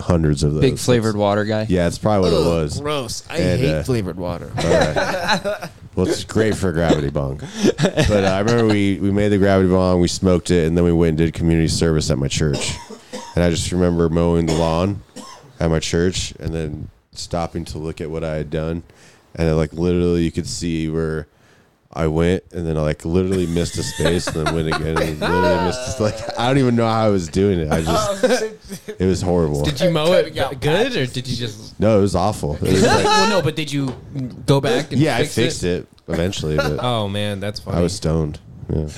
S5: hundreds of those.
S3: Big flavored water guy.
S5: Yeah, it's probably what it was.
S4: Gross. I
S5: And,
S4: hate
S5: uh,
S4: flavored water.
S5: Well, it's great for a gravity bong. But uh, I remember we, we made the gravity bong, we smoked it, and then we went and did community service at my church. And I just remember mowing the lawn at my church and then stopping to look at what I had done. And then, like, literally, you could see where I went, and then I, like, literally missed a space and then went again. And then literally missed, like, I don't even know how I was doing it. I just, it was horrible.
S1: Oh, Did you mow it
S4: Cutting out
S1: good, or did you just?
S5: no, it was awful. It was like-
S1: well, no, but did you go back and?
S5: yeah, I
S1: fix
S5: fixed
S1: it?
S5: it eventually, but
S1: Oh man, that's funny.
S5: I was stoned. Yeah.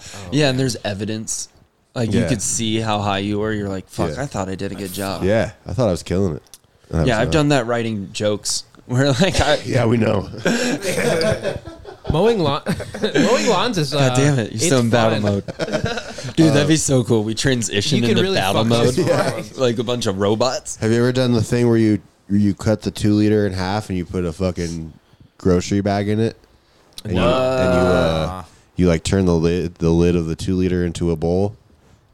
S3: Yeah, and there's evidence. Like you
S5: Yeah.
S3: could see how high you were. You're like, fuck,
S5: Yeah.
S3: I thought I did a good job.
S5: Yeah, I thought I was killing it. And I
S3: Yeah,
S5: was
S3: I've
S5: not.
S3: done that writing jokes. Where like, I,
S5: Yeah, we know.
S1: mowing lawn. mowing lawns is. Uh,
S3: God damn it, you're still
S1: it's
S3: in battle
S1: fun.
S3: mode. Dude, that'd be so cool. We
S1: you
S3: transition
S1: could
S3: into
S1: really
S3: battle
S1: fuck
S3: mode.
S1: this
S3: Like a bunch of robots.
S5: Have you ever done the thing where you where you cut the two liter in half and you put a fucking grocery bag in it? And you, and you, uh, you like turn the lid the lid of the two liter into a bowl,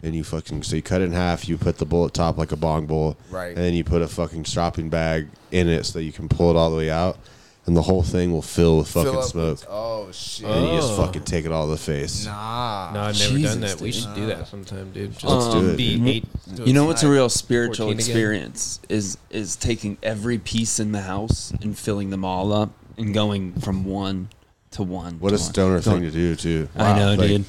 S5: and you fucking so you cut it in half. You put the bowl at top like a bong bowl,
S4: Right.
S5: And then you put a fucking shopping bag in it so that you can pull it all the way out, and the whole thing will fill with fucking
S4: Fill up
S5: smoke.
S4: with- Oh shit.
S5: And you just fucking take it all to the face.
S4: Nah.
S1: No, I've never done
S3: Jesus,
S1: that. We
S3: dude.
S1: should do that sometime, dude. Just
S3: Um,
S5: Let's do it, Mm-hmm.
S1: Be
S5: dude.
S1: eight.
S3: You know what's a real spiritual
S1: 14 again.
S3: experience is is taking every piece in the house and filling them all up and going from one to one.
S5: What
S3: to
S5: a
S3: one.
S5: stoner
S3: Going-
S5: thing to do too.
S3: I know,
S5: Like,
S3: dude.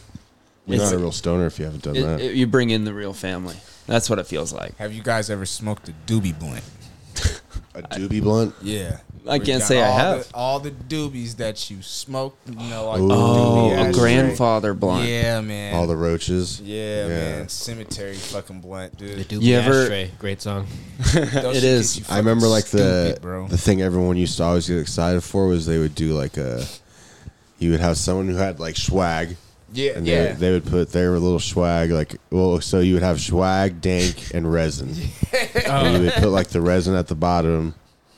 S5: You're
S3: It's-
S5: not a real stoner if you haven't done
S3: It-
S5: that.
S3: it- you bring in the real family. That's what it feels like.
S4: Have you guys ever smoked a doobie blunt?
S5: a doobie blunt.
S4: Yeah.
S3: I
S4: Where
S3: can't
S4: you
S3: say I
S4: got all
S3: have.
S4: The, all the doobies that you smoked, you know, like
S5: Ooh.
S3: Oh,
S4: Yeah,
S3: a
S4: that's
S3: grandfather blind.
S4: Yeah, man.
S5: All the roaches.
S4: yeah, man. Cemetery fucking blunt, dude.
S1: Do
S3: You ever-
S1: Ashtray. Great song.
S4: Those
S3: It
S4: shit
S3: is.
S4: gets you
S5: I remember
S4: fucking
S5: like the
S4: stupid, bro.
S5: the thing everyone used to always get excited for was they would do like a you would have someone who had like swag
S4: yeah,
S5: and
S4: yeah.
S5: they, they would put their little swag like well so you would have swag, dank and resin. And you would put like the resin at the bottom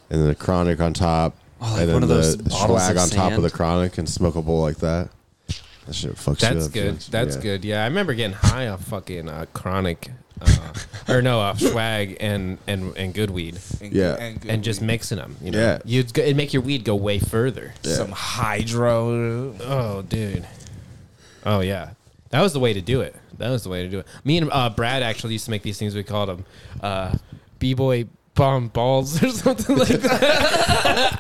S5: and then the chronic on top
S3: Oh, like
S5: and then
S3: one of those
S5: the
S3: bottles
S5: swag
S3: of
S5: on top of
S3: sand.
S5: the chronic and smoke a bowl like that. That shit fucks you
S1: That's
S5: up,
S1: good.
S5: dude.
S1: That's
S5: Yeah.
S1: good. Yeah, I remember getting high off fucking uh, chronic, uh, or no, off swag and and and good weed,
S4: And,
S5: Yeah.
S4: good
S1: and just
S4: weed.
S1: mixing them. You know?
S5: Yeah.
S1: you'd go, it'd make your weed go way further.
S4: some hydro.
S1: Oh, dude. Oh yeah, That was the way to do it. That was the way to do it. Me and uh, Brad actually used to make these things. We called them uh, b-boy bomb balls or something like that.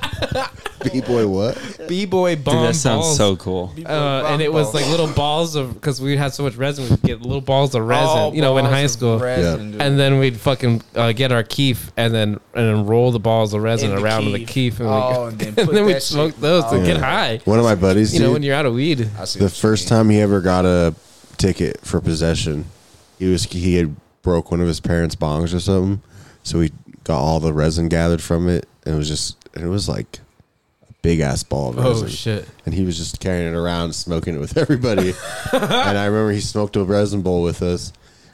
S5: B boy, what?
S1: b-boy bomb
S3: Dude, that sounds
S1: balls.
S3: so cool.
S1: Uh, and it was like little balls of because we had so much resin, we'd get little balls of resin.
S4: All
S1: you know, in
S4: Oh, balls
S1: high
S4: of
S1: school.
S4: resin, dude.
S1: And then we'd fucking uh, get our keef and then and then roll the balls of resin
S4: In the
S1: around the
S4: keef.
S1: keef, and,
S4: Oh,
S1: we,
S4: and then
S1: then,
S4: put
S1: we'd
S4: that
S1: smoke
S4: shit-
S1: those to
S4: Oh.
S1: get high.
S5: One of my buddies,
S1: You know,
S5: dude,
S1: when you're out of weed,
S4: I see
S5: the
S4: what you
S5: first
S4: mean.
S5: time he ever got a ticket for possession, he was he had broke one of his parents' bongs or something, so he got all the resin gathered from it, and it was just it was like a big ass ball of
S1: Oh,
S5: resin.
S1: shit.
S5: And he was just carrying it around, smoking it with everybody. and I remember he smoked a resin bowl with us,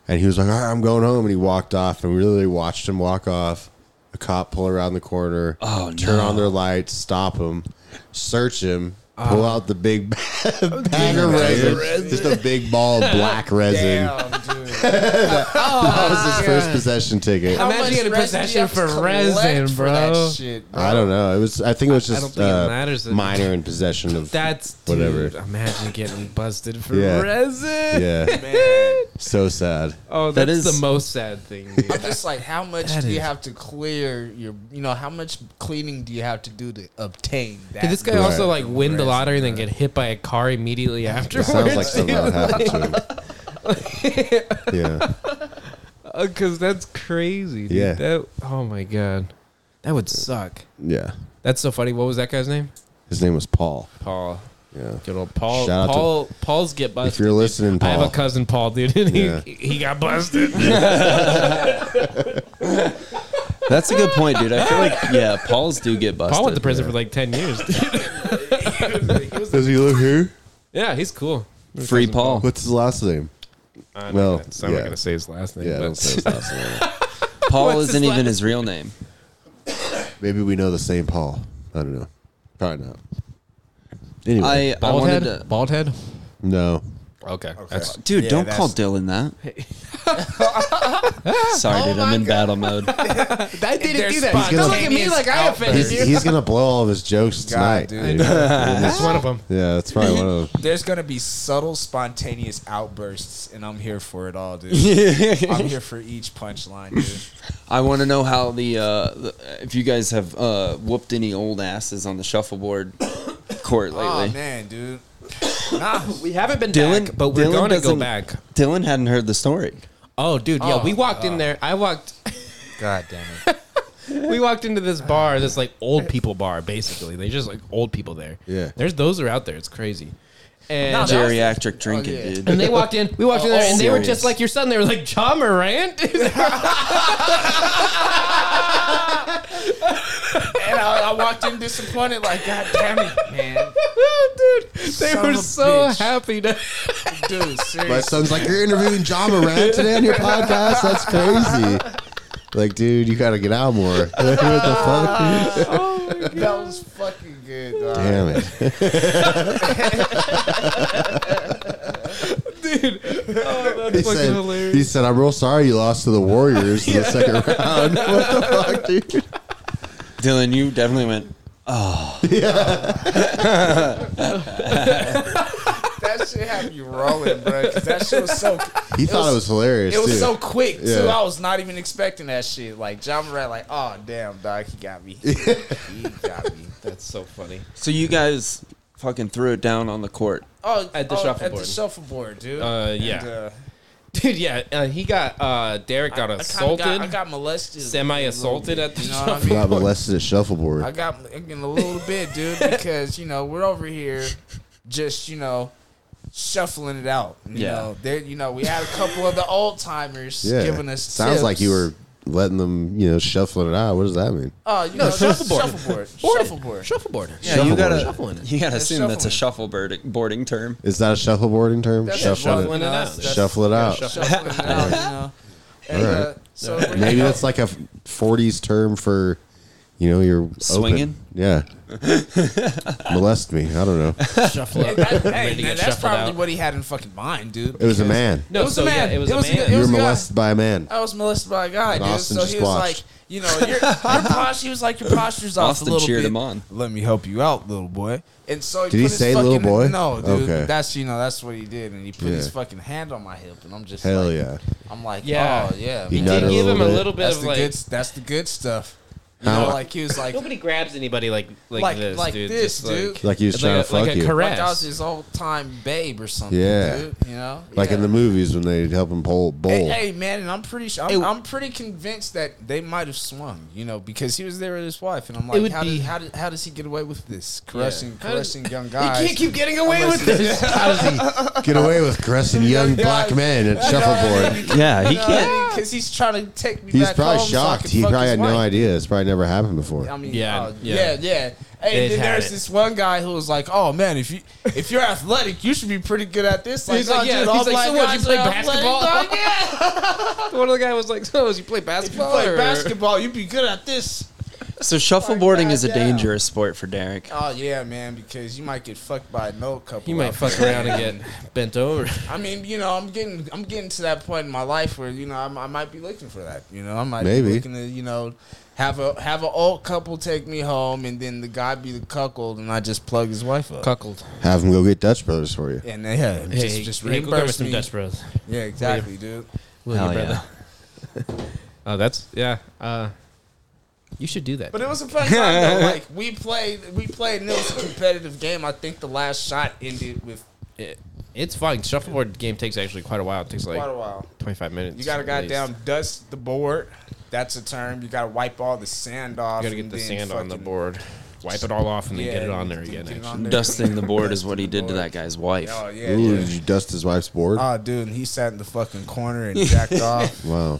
S5: and he was like, "All right, I'm going home," and he walked off, and we literally watched him walk off. A cop pull around the corner,
S3: Oh,
S5: turn
S3: no.
S5: on their lights, stop him, search him, pull out the big bag of resin. Just a big ball of black resin.
S4: Damn, dude.
S5: That was his first possession ticket.
S1: Oh, How Imagine
S4: Oh, much
S1: getting
S4: resin do you
S1: possession
S4: have to
S1: for
S4: collect
S1: resin,
S4: for that
S1: bro.
S4: shit, bro?
S5: I don't know. It was. I think it was
S1: I- I
S5: just
S1: don't think it
S5: uh,
S1: matters that-
S5: minor in possession of
S1: that's
S5: whatever.
S1: Dude, imagine getting busted for
S5: Yeah.
S1: resin.
S5: Yeah,
S4: Man,
S5: so sad.
S1: Oh,
S3: That
S1: that's
S3: is-
S1: the most sad thing. dude.
S4: I'm just like, how much
S1: That
S4: do you
S1: is-
S4: have to clear your, you know, how much cleaning do you have to do to obtain that?
S1: Did this guy
S5: Right.
S1: also like win the
S4: Resin,
S1: lottery and then get hit by a car immediately
S5: It sounds like
S1: afterwards?
S5: something that happened to him. Yeah,
S1: Because Uh, that's crazy. Dude.
S5: Yeah.
S1: That, oh my god, that would suck.
S5: yeah.
S1: That's so funny. What was that guy's name?
S5: His name was Paul.
S1: Paul.
S5: Yeah.
S1: Good old Paul.
S5: Shout out to-
S1: Paul. Paul's get busted.
S5: If you're
S1: dude.
S5: listening, Paul,
S1: I have a cousin, Paul, dude, and he
S5: Yeah.
S1: he got busted.
S3: That's a good point, dude. I feel like yeah, Pauls do get busted.
S1: Paul went to prison for like ten years. dude.
S5: does he live here?
S1: yeah, he's cool.
S3: Free Paul.
S5: What's his last name?
S1: I'm
S5: Well,
S1: not gonna, I'm
S5: yeah.
S1: not gonna say his last name.
S5: Yeah,
S1: but
S5: don't say his last name.
S3: Paul
S1: What's his
S3: isn't even
S1: last-
S3: his real name.
S5: Maybe we know the same Paul. I don't know. Probably not. Anyway,
S3: I, I
S1: bald
S3: wanted
S1: head.
S3: to.
S1: Bald head.
S5: no.
S1: Okay. That's-
S3: Dude,
S4: Yeah,
S3: don't call
S4: that's-
S3: Dylan that. Sorry, dude.
S1: Oh
S3: I'm in battle mode.
S1: I didn't do that.
S5: He's
S1: Don't look
S5: gonna-
S1: at me like I offended
S5: He's,
S1: you.
S5: he's gonna blow all of his jokes
S4: God,
S5: tonight.
S4: dude.
S1: That's one of them.
S5: Yeah, that's probably one of them.
S4: There's gonna be subtle, spontaneous outbursts, and I'm here for it all, dude. I'm here for each punchline, dude.
S3: I want to know how the, uh, the- if you guys have uh, whooped any old asses on the shuffleboard court
S4: Oh
S3: lately.
S4: man, dude. Nah,
S1: We haven't been
S3: Dylan-
S1: back, but we're
S3: Dylan
S1: gonna go
S3: doesn't-
S1: back.
S3: Dylan hadn't heard the story.
S1: Oh, dude, yeah,
S4: Oh,
S1: we walked in there. I walked.
S4: god damn it.
S1: We walked into this bar, this like old people bar, basically. They just like old people there.
S5: Yeah.
S1: There's those are out there. It's crazy. And
S4: No, that- Oh,
S3: Geriatric drinking,
S4: yeah.
S3: dude. Oh,
S1: and they walked in. We walked in there, and they were
S3: serious.
S1: just like your son. They were like John Morant.
S4: And I, I walked in disappointed, like, god damn it, man.
S1: dude, they
S4: Son
S1: were
S4: of a
S1: so
S4: bitch.
S1: happy to.
S4: Dude,
S5: My
S4: seriously.
S5: son's like, you're interviewing John Moran today on your podcast. That's crazy. Like, dude, you gotta get out more. what the fuck?
S4: That was fucking good, dog.
S5: Damn it.
S1: Oh,
S5: He
S1: that's fucking
S5: said,
S1: hilarious.
S5: he said, I'm real sorry you lost to the Warriors in the second round. What the fuck, dude?
S3: Dylan, you definitely went. "Ah." Oh.
S4: That shit had me rolling, bro. 'cause that shit was so
S5: He thought it was hilarious.
S4: it was
S5: too.
S4: so quick too.
S5: Yeah.
S4: I was not even expecting that shit. Like John Moran, like, oh damn, dog, he got me. he got me.
S1: That's so funny.
S3: So you guys fucking threw it down on the court.
S4: Oh,
S1: At the
S4: oh, At the
S1: shuffleboard.
S4: shuffleboard, dude.
S1: Uh, yeah.
S4: And, uh,
S1: Dude, yeah, uh, he got uh, Derek got
S4: I- I kinda
S1: assaulted.
S4: Got, I got molested.
S1: Semi-assaulted at the
S4: You know what I
S1: shuffleboard.
S4: mean?
S5: Got molested at shuffleboard.
S4: I got in a little bit, dude, because you know we're over here, just you know, shuffling it out. You
S3: Yeah.
S4: know, there. You know, we had a couple of the old timers
S5: yeah.
S4: giving us.
S5: Sounds like you
S4: tips.
S5: were letting them, you know, shuffling it out. What does that mean?
S4: Oh, you
S1: No,
S4: know,
S1: shuffleboard.
S4: shuffleboard, shuffleboard,
S1: Board.
S4: shuffleboard.
S1: Shuffleboard.
S3: Yeah, you gotta
S1: Shuffling it.
S3: you gotta
S4: It's
S3: assume that's a shuffleboard boarding term.
S5: Is that a shuffleboarding term?
S4: That's
S5: Shuffle
S1: shuffling
S5: it.
S1: it out.
S4: That's-
S5: Shuffle it out.
S4: shuffling it out, you know.
S5: All
S4: And,
S5: right.
S4: uh, so we're-
S5: Maybe that's like a 40s term for You know, you're open.
S3: Swinging?
S5: Yeah. Molest me. I don't know.
S1: Shuffle
S4: Hey,
S1: up.
S4: that- hey,
S1: Ready to
S4: man,
S1: get
S4: that's
S1: shuffled
S4: probably
S1: out.
S4: what he had in fucking mind, dude.
S5: It was a man.
S1: No,
S4: It was
S1: so
S4: a man.
S1: yeah, it was a
S4: a
S1: man.
S4: good- it
S5: You were
S4: was a guy.
S5: molested by a man.
S4: I was molested by a guy,
S5: And
S4: dude.
S5: Austin
S4: so
S5: just
S4: he was
S5: watched.
S4: like, you know, your, your pos- he was like, your posture's off
S3: Austin
S4: a little
S3: cheered
S4: bit.
S3: him on.
S4: Let me help you out, little boy. And so he
S5: Did
S4: put
S5: he
S4: his
S5: say
S4: fucking,
S5: little boy?
S4: No, dude.
S5: Okay.
S4: That's you know that's what he did, and he put his
S5: Yeah.
S4: fucking hand on my hip, and I'm just
S5: Hell
S4: like,
S5: yeah.
S4: I'm like,
S1: Yeah.
S4: oh yeah,
S5: You
S1: He
S5: nutted
S4: man.
S1: did give
S5: a
S1: him a
S5: little
S1: little bit
S4: that's
S1: of
S4: the
S1: like.
S4: good. That's the good stuff. You
S5: How-
S4: know, like he was like,
S1: Nobody grabs anybody like like,
S4: Like-
S1: this,
S4: like
S1: dude.
S4: this,
S1: Just, like-
S4: dude.
S5: Like he was trying
S1: like
S5: to
S1: a, like
S5: fuck
S1: a
S5: you.
S1: caress.
S4: like I was his old time babe or something.
S5: Yeah.
S4: dude, you know,
S5: Like
S4: Yeah.
S5: in the movies when they help him pull bowl.
S4: Hey, hey, man, and I'm pretty sure I'm, I'm pretty convinced that they might have swung, you know, because he was there with his wife, and I'm like,
S1: would
S4: how,
S1: be-
S4: did, how, did, how does he get away with this? Caressing,
S1: How did-
S4: caressing young guys.
S1: You can't keep getting away with
S4: Unless-
S1: this. How does he?
S5: Get away with caressing young black men at shuffleboard.
S3: Yeah, he can't.
S4: because he's trying to take me.
S5: He's
S4: back
S5: probably
S4: home so I
S5: shocked.
S4: can
S5: he
S4: fuck
S5: probably
S4: his
S5: had no
S4: wife.
S5: idea. It's probably never happened before.
S4: I mean, yeah,
S1: Yeah,
S4: oh,
S1: yeah.
S4: yeah, yeah, Hey,
S1: They'd
S4: then
S1: had
S4: there's
S1: it.
S4: this one guy who was like, "Oh man, if you if you're athletic, you should be pretty good at this." Like,
S1: He's like,
S4: "Oh,
S1: yeah.
S4: dude, all
S1: He's like,
S4: black
S1: so what? You
S4: guys
S1: play
S4: are athletic."
S1: basketball?
S4: Like, yeah,
S1: One of the guys was like, so you play
S4: if you
S1: basketball?
S4: play
S1: or-
S4: basketball, you'd be good at this.
S3: So shuffleboarding is a
S4: goddamn.
S3: dangerous sport for Derek.
S4: Oh yeah, man, because you might get fucked by an old couple.
S1: You might
S4: out
S1: fuck
S4: there.
S1: around and get bent over.
S4: I mean, you know, I'm getting, I'm getting to that point in my life where you know I'm, I might be looking for that. You know, I might
S5: Maybe.
S4: be looking to, you know, have a have an old couple take me home, and then the guy be the cuckold, and I just plug his wife up.
S1: Cuckold.
S5: Have him go get Dutch Brothers for you.
S4: and they yeah,
S1: Hey,
S4: just, just
S1: hey, go grab
S4: reimburse
S1: us some
S4: me.
S1: Dutch Bros.
S4: yeah, exactly, dude.
S1: William,
S3: Hell yeah.
S1: brother. Oh, that's yeah. Uh, you should do that.
S4: But it was a fun time. Though. Like we played, we played, and it was a competitive game. I think the last shot ended with
S1: It- it's fun. Shuffleboard game takes actually quite a while. It takes like
S4: quite a while.
S1: twenty five minutes.
S4: You gotta
S1: at least.
S4: goddamn dust the board. That's a term. You gotta wipe all the sand off.
S1: You gotta get
S4: and
S1: the
S4: then
S1: sand on the
S4: fucking-
S1: board. Wipe it all off and then
S4: Yeah,
S1: get it on there
S4: get
S1: again.
S4: it
S1: Actually.
S4: on there.
S3: Dusting the board is what he did to
S4: Dusting the
S3: that guy's wife.
S4: Oh yeah.
S5: Ooh,
S4: yeah.
S5: did you dust his wife's board?
S4: Oh dude, and he sat in the fucking corner and jacked off
S5: wow.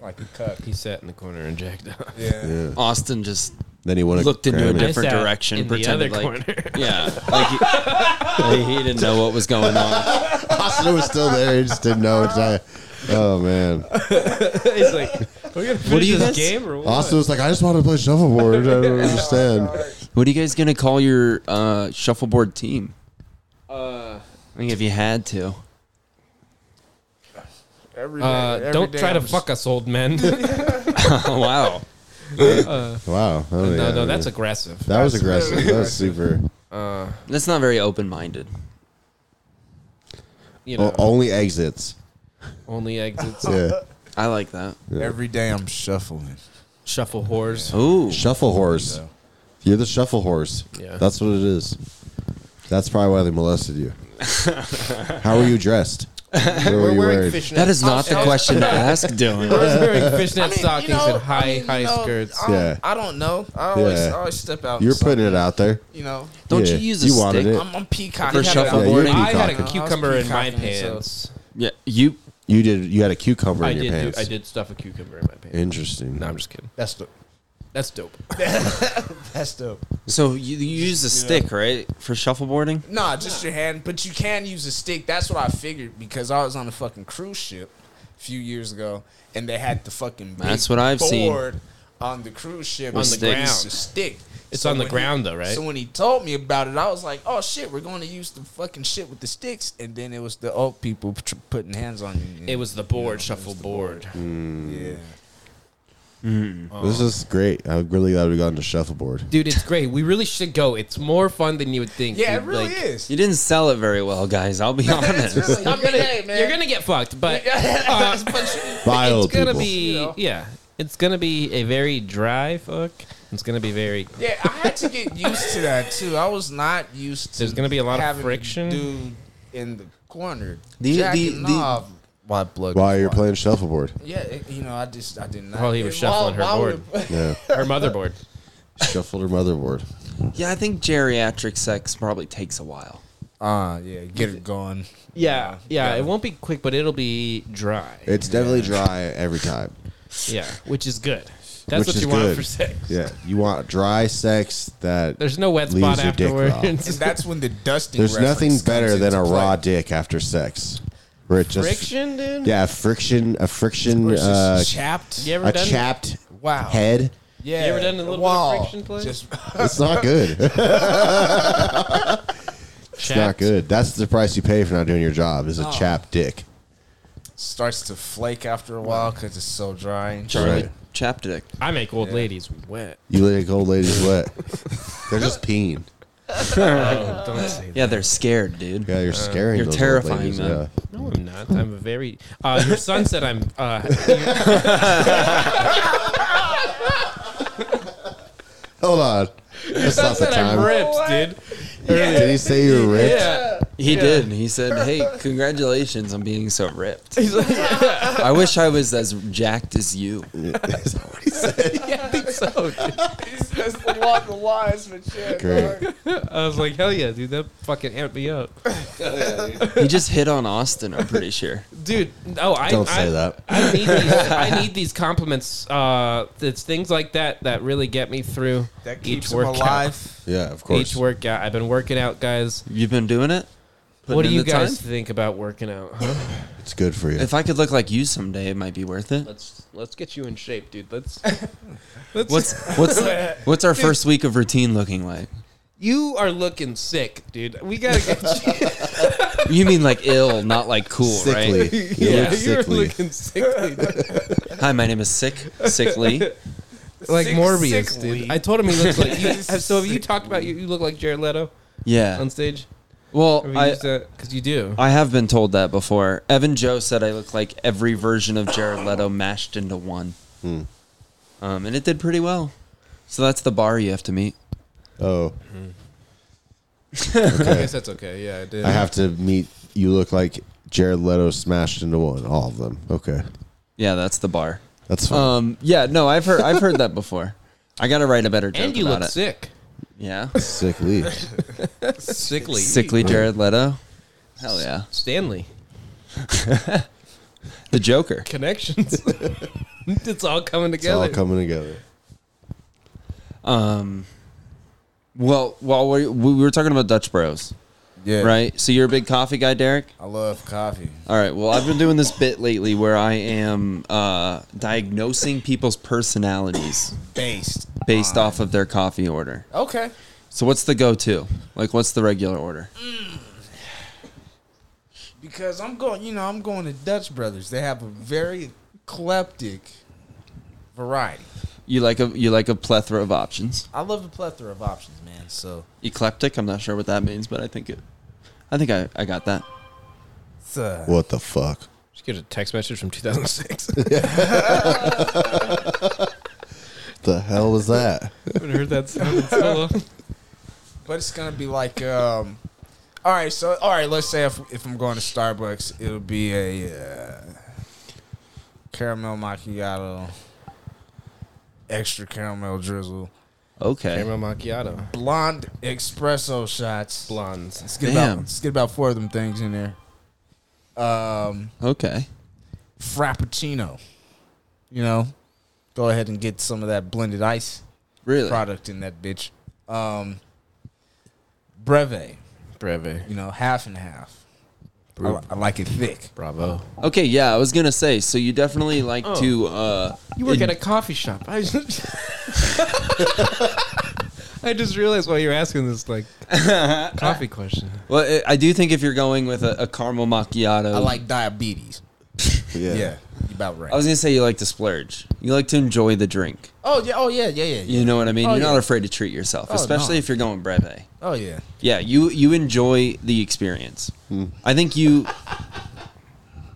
S4: like a cuck.
S1: He sat in the corner and jacked up.
S4: Yeah.
S5: Yeah.
S3: Austin just
S5: Then he won a
S3: looked into
S5: Grammy.
S3: a
S1: diff-
S3: different
S1: sat
S3: direction,
S1: in the
S3: pretended
S1: other
S3: like
S1: corner.
S3: yeah, like he, like he didn't know what was going on.
S5: Austin was still there. He just didn't know what time. Oh man,
S1: He's like, "We're gonna finish
S3: do you
S1: this
S3: guys-
S1: game or what?"
S5: Austin was like, I just want to play shuffleboard. I don't understand.
S3: What are you guys gonna call your uh, shuffleboard team? Uh, I think if you had to,
S4: Every day,
S1: Uh,
S4: every
S1: don't
S4: day
S1: try to
S4: I'm
S1: fuck us, old men.
S3: oh wow,
S5: Wow. Oh, yeah,
S1: no, no,
S5: I
S1: that's
S5: mean,
S1: aggressive.
S5: that was
S4: that's
S5: aggressive.
S4: really
S5: That was super.
S3: that's not very open-minded.
S1: You know,
S5: O- only exits.
S1: only exits.
S5: Yeah.
S3: I like that.
S4: Every day I'm shuffling.
S1: Shuffle whores.
S3: Ooh,
S5: Shuffle horse. You're the shuffle horse.
S1: Yeah.
S5: That's what it is. That's probably why they molested you. How were you dressed? What were, you wearing?
S3: that is not the question to ask,
S1: I
S3: Dylan.
S1: was wearing fishnet
S4: I mean, you
S1: stockings
S4: know,
S1: and high
S4: I mean, you
S1: high
S4: know,
S1: skirts.
S4: I don't,
S5: Yeah.
S4: I don't know. I always,
S5: Yeah.
S4: I always step out.
S5: You're
S4: and stuff,
S5: putting it out there.
S4: You know,
S3: Don't
S5: Yeah,
S3: you use a
S5: you
S3: stick?
S5: wanted it.
S4: I'm, I'm peacocking.
S3: For
S4: I had a-
S5: shuffleboard?
S1: I had a
S4: peacocking.
S1: cucumber in
S4: I
S1: my
S4: was peacocking, so-
S1: pants.
S3: Yeah, you.
S5: You did. You had a cucumber
S1: I
S5: in your
S1: did.
S5: pants.
S1: Do, I did stuff a cucumber in my pants.
S5: Interesting.
S1: no, I'm just kidding.
S4: That's dope.
S1: That's dope.
S4: That's dope.
S5: Oh.
S3: So you, you use a stick, right, for shuffleboarding?
S4: Nah, just your hand, but you can use a stick. That's what I figured because I was on a fucking cruise ship a few years ago, and they had the fucking big
S3: That's what I've seen.
S4: board on the cruise ship
S1: On
S4: and
S1: the
S4: they used
S1: ground.
S4: to stick.
S1: It's on the
S4: when
S1: ground
S4: he,
S1: though, right?
S4: So when he told me about it, I was like, "Oh shit, we're going to use the fucking shit with the sticks." And then it was the old people tr- putting hands on you.
S1: It was the board shuffle board.
S4: yeah.
S3: Mm-hmm.
S5: This is great. I'm really glad we got into shuffleboard.
S1: Dude, it's great. We really should go. It's more fun than you would think.
S4: Yeah, it
S1: dude.
S4: really
S1: Like,
S4: is.
S3: You didn't sell it very well, guys. I'll be honest.
S4: Really, I mean, hey, man.
S1: You're gonna get fucked, but uh,
S4: But you-
S5: Vile
S1: it's gonna
S5: people.
S1: be
S4: You know.
S1: yeah. It's gonna be a very dry fuck. It's gonna be very
S4: Yeah, I had to get used to that too. I was not used to.
S1: There's gonna be a lot of
S4: having
S1: friction.
S4: Dude, in the corner,
S3: The- the-
S4: jacking
S3: the-
S4: off my blood.
S5: While you're
S4: was
S5: playing shuffleboard.
S4: wild. Yeah, it- you know, I just I did not.
S1: While he was shuffling her
S4: while we-
S5: Yeah.
S1: her motherboard.
S5: Shuffled or motherboard.
S3: yeah, I think geriatric sex probably takes a while.
S4: Ah, yeah, get it going.
S1: Yeah, yeah, It won't be quick, but it'll be dry.
S5: It's definitely dry every time.
S1: yeah, which is good. That's
S5: Which
S1: what
S5: is
S1: you want
S5: good.
S1: for sex.
S5: Yeah. You want dry sex that
S1: There's no wet
S5: Leaves
S1: spot
S5: your dick raw.
S4: And
S1: afterwards.
S4: that's when the dusting.
S5: there's nothing
S4: reference
S5: better
S4: comes
S5: than a
S4: into
S5: raw
S4: play.
S5: dick after sex. Where it just
S1: Friction, dude.
S5: Yeah, a friction a friction
S4: Versus
S5: uh,
S4: chapped.
S1: You ever
S5: a
S1: done
S5: chapped
S4: Wow.
S5: head
S4: Yeah,
S1: ever done a little bit of
S4: wall.
S1: friction play?
S4: Just
S5: It's not good. it's not good. That's the price you pay for not doing your job. Is a
S4: Oh.
S5: chap dick.
S4: starts to flake after a while because it's so dry.
S3: Charlie
S5: Right.
S3: Chapdick.
S1: I make old ladies wet.
S5: You let old ladies wet. They're just peeing.
S1: Don't say that.
S3: Yeah, they're scared, dude.
S5: Yeah, you're scaring.
S3: You're
S5: those old
S3: terrifying
S5: ladies,
S3: them.
S5: yeah.
S1: No, I'm not. I'm a very. Uh, your son said I'm. Uh,
S5: Hold on. That's
S1: your son
S5: not the
S1: said
S5: time.
S1: I'm ripped, dude.
S5: Did he say you're ripped?
S1: Yeah.
S3: He did. He said, "Hey, congratulations on being so ripped." I wish I was as jacked as you.
S5: Is that what he said?
S1: Yeah, I think so. dude.
S4: the walk the lines, but shit.
S5: Great.
S1: I was like, hell yeah, dude. That fucking amped me up,
S3: He just hit on Austin. I'm pretty sure.
S1: dude. No, I
S5: Don't
S1: I-
S5: say that.
S1: I need these. I need these compliments. Uh, it's things like that that really get me through
S4: That
S1: each
S4: keeps him
S1: workout.
S4: alive.
S5: Yeah, of course.
S1: Each workout. I've been working out, guys.
S3: You've been doing it. Putting
S1: what do
S3: in
S1: you
S3: the
S1: guys
S3: time?
S1: think about working out? Huh?
S5: It's good for you.
S3: If I could look like you someday, it might be worth it.
S1: Let's let's get you in shape, dude. Let's. let's
S3: What's what's what's our first week of routine looking like?
S1: you are looking sick, dude. We gotta get you.
S3: You mean like ill, not like cool,
S5: sickly.
S3: right?
S5: You
S1: yeah,
S5: look
S1: you're
S5: sickly.
S1: looking sickly, dude.
S3: Hi, my name is Sick Sickly.
S1: like
S4: Sick-
S1: Morbius,
S4: sickly.
S1: dude. I told him he looks like. You, so have you talked about you? You look like Jared Leto
S3: Yeah.
S1: on stage.
S3: Well,
S1: Have you
S3: I
S1: used that? Because you do.
S3: I have been told that before. Evan Joe said I look like every version of Jared Leto mashed into one.
S5: Hmm.
S3: Um, and it did pretty well. So that's the bar you have to meet.
S5: oh,
S1: I guess that's okay. Yeah, I did.
S5: I have to meet. You look like Jared Leto smashed into one. All of them. Okay,
S3: Yeah, that's the bar.
S5: that's fine.
S3: Um, yeah, no, I've heard I've heard that before. I gotta write a better joke
S1: and you
S3: about
S1: look
S3: it.
S1: sick.
S3: Yeah,
S5: sickly.
S1: Sickly.
S3: sickly Jared Leto. Hell yeah,
S1: Stanley.
S3: the Joker.
S1: Connections. it's all coming
S5: It's all
S1: together.
S5: coming together.
S3: Um, well, while we we were talking about Dutch Bros,
S4: Yeah,
S3: right? So you're a big coffee guy, Derek.
S4: I love coffee.
S3: All right. Well, I've been doing this bit lately where I am uh, diagnosing people's personalities
S4: Based.
S3: based off of their coffee order.
S4: Okay.
S3: So what's the go-to? Like, what's the regular order?
S4: Mm. Because I'm going, you know, I'm going to Dutch Brothers. They have a very eclectic variety.
S3: You like a you like a plethora of options.
S4: I love a plethora of options, man. So
S3: Eclectic. I'm not sure what that means, but I think it. I think I, I got that.
S4: it's uh,
S5: What the fuck?
S1: Just get a text message from 2006.
S5: The hell was that?
S1: haven't heard that sound in so long.
S4: but it's gonna be like, um, all right. So all right, let's say if if I'm going to Starbucks, it'll be a uh, caramel macchiato, extra caramel drizzle,
S3: Okay.
S1: Caramel macchiato.
S4: blonde espresso shots.
S1: Blondes.
S4: Let's get
S3: Damn.
S4: about let's get about four of them things in there. Um,
S3: Okay.
S4: frappuccino. You know, go ahead and get some of that blended ice
S3: Really.
S4: product in that bitch. Um, breve,
S1: Breve.
S4: you know, half and half. I, li- I like it thick.
S1: Bravo.
S3: Okay. Yeah, I was gonna say. So you definitely like
S1: Oh.
S3: to. Uh,
S1: You work
S3: in-
S1: at a coffee shop. I just, I just realized while you're asking this like coffee question.
S3: Well, I- I do think if you're going with a, a caramel macchiato,
S4: I like diabetes.
S5: Yeah.
S4: Yeah, you about right.
S3: I was gonna say you like to splurge. You like to enjoy the drink.
S4: oh yeah, oh yeah, yeah, yeah, yeah.
S3: You know what I mean.
S4: Oh,
S3: you're not
S4: yeah.
S3: afraid to treat yourself,
S4: Oh,
S3: especially
S4: no.
S3: if you're going breve.
S4: Oh yeah.
S3: Yeah, you you enjoy the experience.
S5: Hmm.
S3: I think you,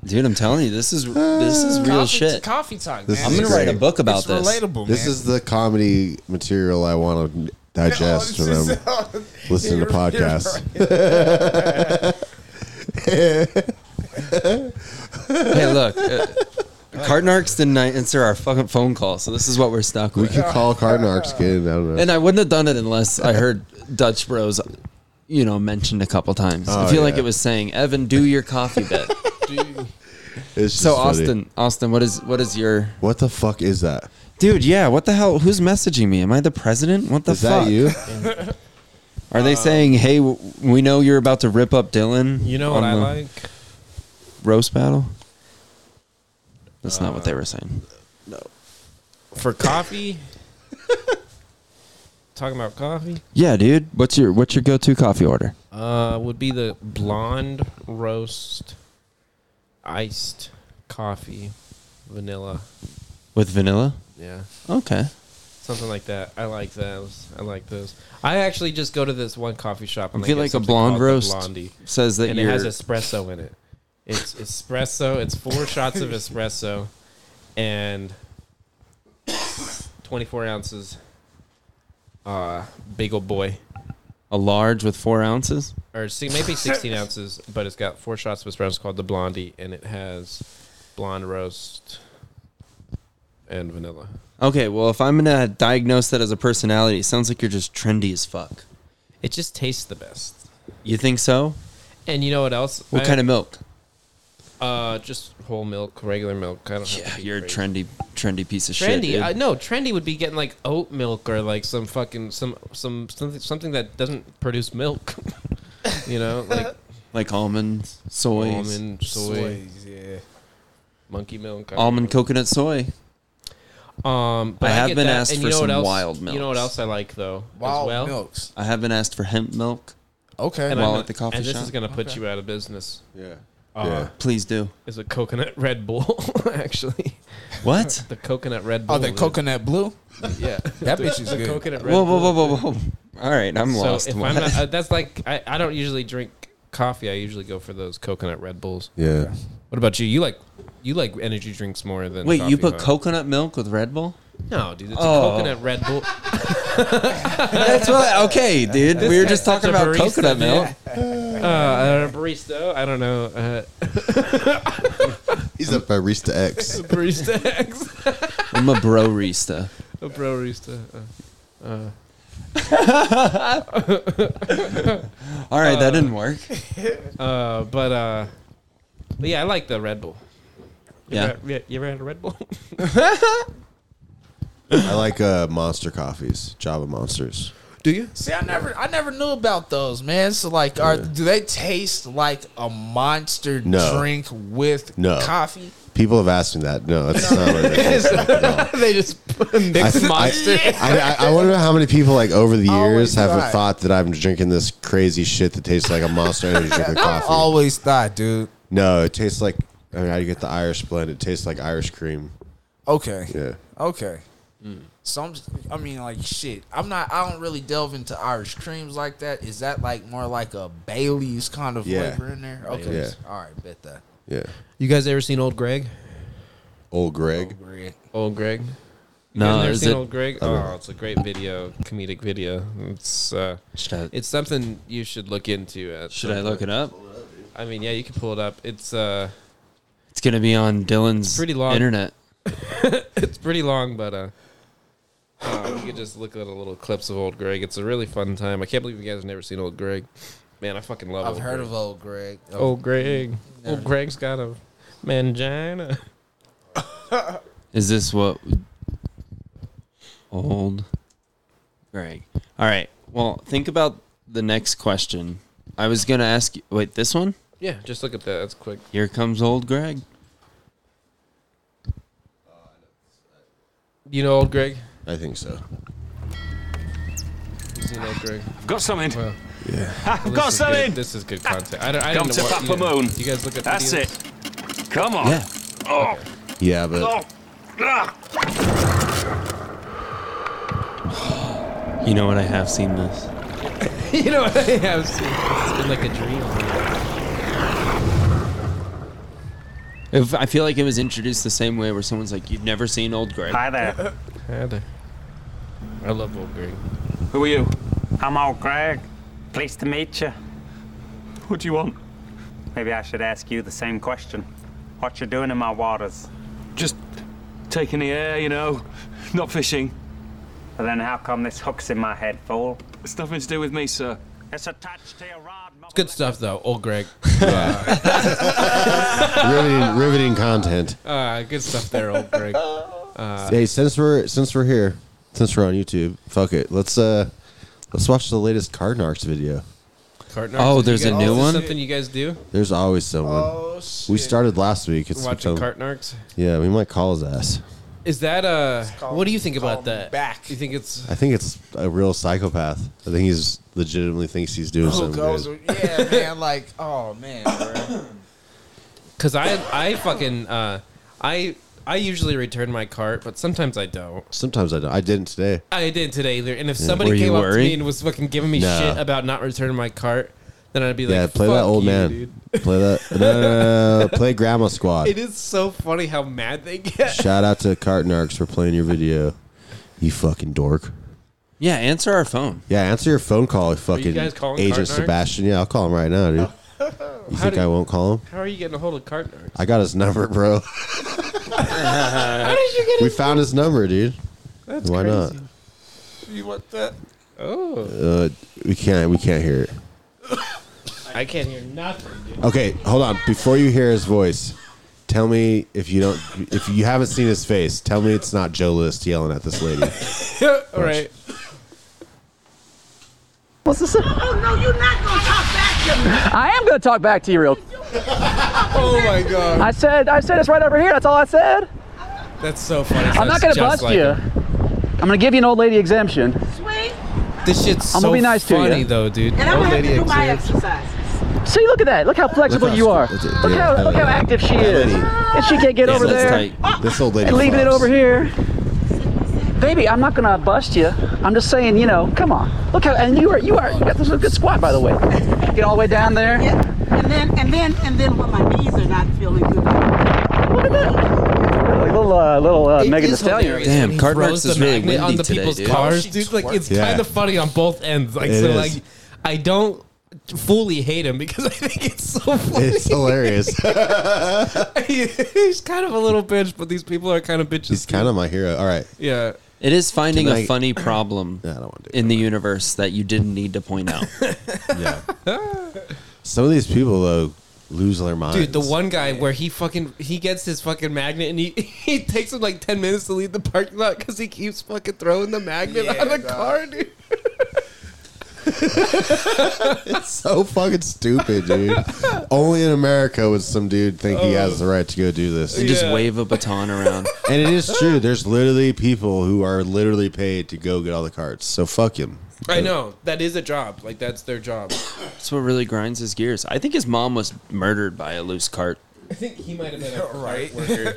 S3: dude. I'm telling you, this is this is real
S4: coffee,
S3: shit.
S4: Coffee talk.
S5: This
S4: Man.
S5: is
S3: I'm gonna write a
S5: great.
S3: book about
S4: it's
S3: this.
S4: Relatable.
S5: This
S4: man.
S5: is the comedy material I want to digest when I'm listening to podcasts.
S3: Hey, look, uh, Cardnarks didn't answer our fucking phone call, so this is what we're stuck
S5: We
S3: with.
S5: could call Cardinarks kid. I don't know.
S3: And I wouldn't have done it unless I heard Dutch Bros, you know, mentioned a couple times. I
S5: Oh,
S3: feel like
S5: yeah.
S3: it was saying, "Evan, do your coffee bit."
S5: It's just
S3: so
S5: funny.
S3: Austin, Austin, what is what is your
S5: what the fuck is that?
S3: dude? Yeah, what the hell? Who's messaging me? Am I the president? What the
S5: Is
S3: fuck?
S5: that you?
S3: Are they saying, "Hey, w- we know you're about to rip up Dylan"?
S1: Um, You know what
S3: on
S1: I
S3: the
S1: like?
S3: Roast battle.
S1: Uh,
S3: That's not what they were saying.
S1: For coffee, talking about coffee,
S3: Yeah, dude. What's your what's your go to coffee order?
S1: uh, would be the blonde roast iced coffee, vanilla.
S3: With vanilla?
S1: Yeah.
S3: Okay.
S1: Something like that. I like those. I like those. I actually just go to this one coffee shop and
S3: I
S1: they
S3: feel
S1: get
S3: like a
S1: something
S3: blonde
S1: called the
S3: roast
S1: blondie,
S3: says that
S1: and it
S3: you're
S1: has espresso in it. It's espresso. It's four shots of espresso, and twenty-four ounces. Uh, big ol' boy,
S3: a large with four ounces.
S1: or see, maybe sixteen ounces, but it's got four shots of espresso called the blondie, and it has blonde roast and vanilla.
S3: Okay, well, if I'm gonna diagnose that as a personality, it sounds like you're just trendy as fuck.
S1: It just tastes the best.
S3: You think so?
S1: And you know what else?
S3: What
S1: I-
S3: kind of milk?
S1: Uh, just whole milk, regular milk. I don't. have
S3: Yeah,
S1: to be
S3: you're a
S1: crazy.
S3: trendy, trendy piece of shit.
S1: Trendy,
S3: dude.
S1: uh, no, trendy would be getting like oat milk or like some fucking some some something something that doesn't produce milk. you know, like
S3: like almonds, soy, almond,
S1: almond, soy,
S4: Soys, yeah.
S1: monkey milk, I
S3: coconut, soy.
S1: don't know. Um, but
S3: Um, I
S1: I,
S3: have
S1: get
S3: been
S1: that.
S3: asked
S1: and
S3: for
S1: you know what
S3: some
S1: else?
S3: wild
S1: You know what
S3: milks.
S1: else I like though? as
S4: Wild
S1: well?
S4: milks.
S3: I have been asked for hemp milk.
S4: Okay.
S1: And,
S3: While
S1: I'm-
S3: at the coffee
S1: and this
S3: shop?
S1: is gonna put you out of business.
S5: Yeah.
S1: Uh,
S3: Please do.
S1: Is a coconut Red Bull actually
S3: What?
S1: the coconut Red Bull?
S4: oh, the
S1: is-
S4: coconut blue?
S1: Yeah,
S4: That bitch is
S1: the
S4: good.
S1: coconut Red
S3: whoa,
S1: Bull.
S3: whoa, whoa, whoa, whoa! All right, I'm lost.
S1: So if
S3: What?
S1: I'm not, uh, that's like I, I don't usually drink coffee. I usually go for those coconut Red Bulls.
S5: Yeah.
S1: What about you? You like you like energy drinks more than
S3: Wait, you
S1: coffee,
S3: put
S1: huh?
S3: coconut milk with Red Bull?
S1: No, dude, it's
S3: Oh.
S1: a coconut Red Bull.
S3: That's what. Okay, dude. we were just talking
S1: such a
S3: about
S1: barista,
S3: coconut milk.
S1: Uh, a barista. I don't know. Uh,
S5: He's a barista X.
S1: barista X.
S3: I'm a broista.
S1: a barista. Uh, uh,
S3: All right, that didn't work.
S1: uh, but uh, but yeah, I like the Red Bull. You
S3: Yeah.
S1: ever, you ever had a Red Bull?
S5: I like uh, monster coffees, Java monsters.
S1: Do you?
S4: See, I never, I never knew about those, man. So, like, are do they taste like a monster
S5: No.
S4: drink with
S5: No.
S4: coffee?
S5: People have asked me that. No, that's not what it is.
S1: they just mix
S5: I-
S1: monster.
S5: I, I, I wonder how many people like over the years
S4: Always
S5: have
S4: right.
S5: thought that I'm drinking this crazy shit that tastes like a monster energy drink with
S4: I
S5: coffee.
S4: always thought, dude.
S5: No, it tastes like. I mean, how do you get the Irish blend? It tastes like Irish cream.
S4: Okay.
S5: Yeah.
S4: Okay. So I'm just, I mean, like, shit. I'm not, I don't really delve into Irish creams like that. Is that like more like a Bailey's kind of
S5: Yeah.
S4: flavor in there? Okay.
S5: Baileys.
S4: All right, bet that.
S5: Yeah.
S1: You guys ever seen Old Greg?
S5: Old Greg.
S4: Great.
S1: Old Greg.
S3: No,
S1: Have you
S3: is
S1: seen
S3: it?
S1: Old Greg? Oh, it's a great video, comedic video. It's uh,
S3: Should I,
S1: it's something you should look into. At
S3: should I
S1: some
S3: look
S1: point.
S3: it up?
S1: I mean, yeah, you can pull it up. It's uh,
S3: It's gonna be on Dylan's
S1: Pretty long.
S3: internet.
S1: it's pretty long, but uh, uh, you can just look at a little clips of Old Greg. It's a really fun time. I can't believe you guys have never seen Old Greg. Man, I fucking love.
S4: I've
S1: Old
S4: heard
S1: Greg. Oh.
S4: of old Greg.
S1: Old Greg. Old Greg's got a mangina.
S3: Is this what old Greg? All right. Well, think about the next question. I was gonna ask you. Wait, this one?
S1: Yeah, just look at that. That's quick.
S3: Here comes old Greg.
S1: You know Old Greg?
S5: I think so.
S1: You seen Old Greg?
S7: Got something.
S1: Well,
S7: I've
S1: this
S7: got
S1: is good-
S7: something.
S1: This is good content. I don't. I
S7: Come
S1: didn't
S7: to
S1: know what-
S7: Papa Moon.
S1: You guys look at
S7: That's
S1: videos?
S7: it. Come on.
S3: Yeah.
S7: Oh.
S5: Yeah, but
S7: Oh. Ah.
S3: You know what? I have seen this.
S1: you know what I have seen? It's been like a dream.
S3: If, I feel like it was introduced the same way, where someone's like, "You've never seen old Greg."
S7: Hi there.
S1: I love old Greg.
S7: Who are you?
S8: I'm old Greg. Pleased to meet you.
S7: What do you want?
S8: Maybe I should ask you the same question. What you doing in my waters?
S7: Just taking the air, you know. Not fishing.
S8: And then how come this hook's in my head, fool?
S7: It's nothing to do with me, sir.
S8: It's attached to your rod. mother-
S1: Good stuff though, old Greg.
S5: riveting, riveting content.
S1: Uh, good stuff there, old Greg. Uh,
S5: hey, since we're since we're here, since we're on YouTube, fuck it. Let's uh, let's watch the latest Cardnarks video.
S1: Cartner.
S3: Oh,
S1: you
S3: there's
S1: guys-
S3: a
S1: is
S3: new
S1: this
S3: one?
S1: Something you guys do?
S5: There's always someone.
S4: Oh, shit.
S5: we started last week. It's
S1: Watching
S5: become-
S1: Cartnarks.
S5: yeah, we might call his ass.
S1: Is that uh?
S4: called-
S1: what do you think
S4: call
S1: about
S4: me
S1: that?
S4: back.
S1: You think it's
S5: I think it's a real psychopath. I think he's legitimately thinks he's doing
S1: Oh,
S4: Who
S5: something
S4: goes?
S5: good.
S4: Yeah, man. Like, oh man, bro.
S1: because I I fucking uh I I usually return my cart, but sometimes I don't.
S5: Sometimes I don't. I didn't today.
S1: I didn't today either. And if somebody
S3: Were you
S1: came up to
S3: worried?
S1: me and was fucking giving me
S5: No.
S1: shit about not returning my cart, then I'd be like,
S5: yeah, play that
S1: "Fuck
S5: old
S1: you,
S5: man.
S1: dude."
S5: Play that. No, no, no, no, no. Play Grandma Squad.
S1: It is so funny how mad they get.
S5: Shout out to Cartnarks for playing your video. You fucking dork.
S3: Yeah, answer our phone.
S5: Yeah, answer your phone call, fucking
S1: you guys calling
S5: Agent
S1: Cartnarks?
S5: Sebastian. Yeah, I'll call him right now, dude. You think
S1: do
S5: I
S1: you-
S5: won't call him?
S1: How are you getting a hold of cart nerds?
S5: I got his number, bro.
S1: Uh, How did you get
S5: We found his number, dude.
S1: That's
S5: Why not?
S1: crazy.
S4: you want that?
S1: Oh,
S5: Uh, we can't. We can't hear it.
S1: I can't hear nothing. Dude.
S5: Okay, hold on. Before you hear his voice, tell me if you don't, if you haven't seen his face, tell me it's not Joe List yelling at this lady.
S1: All right.
S9: Oh no, you're not gonna talk back to me.
S10: I am gonna talk back to you real.
S1: Oh my god,
S10: I said, I said it's right over here. That's all I said.
S1: that's so funny.
S10: I'm not gonna bust you. I'm gonna give you an old lady exemption.
S9: Sweet.
S1: This shit's so
S10: I'm gonna be nice to
S1: funny
S10: ya.
S1: though, dude.
S9: And I'm
S1: Old
S9: gonna have
S1: lady
S9: to do my
S1: exhibits.
S9: exercises.
S10: See, look at that. Look how flexible
S5: how
S10: you are.
S5: strict- that's it.
S10: Look
S5: Yeah,
S10: how
S5: that
S10: look how
S5: lady.
S10: active she
S5: That
S10: is.
S5: lady.
S10: And she can't get over
S3: that's
S10: there. Ah,
S3: tight.
S5: This old lady.
S10: And leaving it
S5: fucks.
S10: over here. Baby, I'm not gonna bust you. I'm just saying, you know, come on. Look how and you are you are you got this is a good squat by the way. Get all the way down there.
S9: Yeah. And then and then and then when my knees are not feeling good.
S10: Look at that. Like little uh, little uh,
S1: It
S10: Megan Thee
S1: is
S10: Stallion.
S1: hilarious when
S3: Damn,
S1: he
S3: Card
S1: throws
S3: Marks
S1: the
S3: is really
S1: magnet on
S3: windy
S1: the
S3: today,
S1: people's
S3: dude.
S1: cars,
S4: Oh, she
S1: dude. Like it's
S5: twerked. Yeah.
S1: kind of funny on both ends. Like
S5: It
S1: so,
S5: is.
S1: like I don't fully hate him because I think it's so funny.
S5: It's hilarious.
S1: He's kind of a little bitch, but these people are kind of bitches.
S5: He's kind of my hero. All right.
S1: yeah.
S3: It is finding
S5: Can
S3: a
S5: I-
S3: funny problem
S5: No, I don't want to. Do
S3: in the universe that you didn't need to point out.
S5: Yeah. Some of these people though lose their minds.
S1: Dude, the one guy where he fucking he gets his fucking magnet and he it takes him like ten minutes to leave the parking lot because he keeps fucking throwing the magnet
S4: Yeah,
S1: on the
S4: dog.
S1: car, dude.
S5: so fucking stupid, dude. Only in America would some dude think he has the right to go do this.
S3: You just
S1: Yeah.
S3: wave a baton around.
S5: And it is true. There's literally people who are literally paid to go get all the carts. So fuck him.
S1: I know that is a job. Like that's their job.
S3: That's what really grinds his gears. I think his mom was murdered by a loose cart.
S1: I think he might have been a cart
S4: Right.
S1: worker.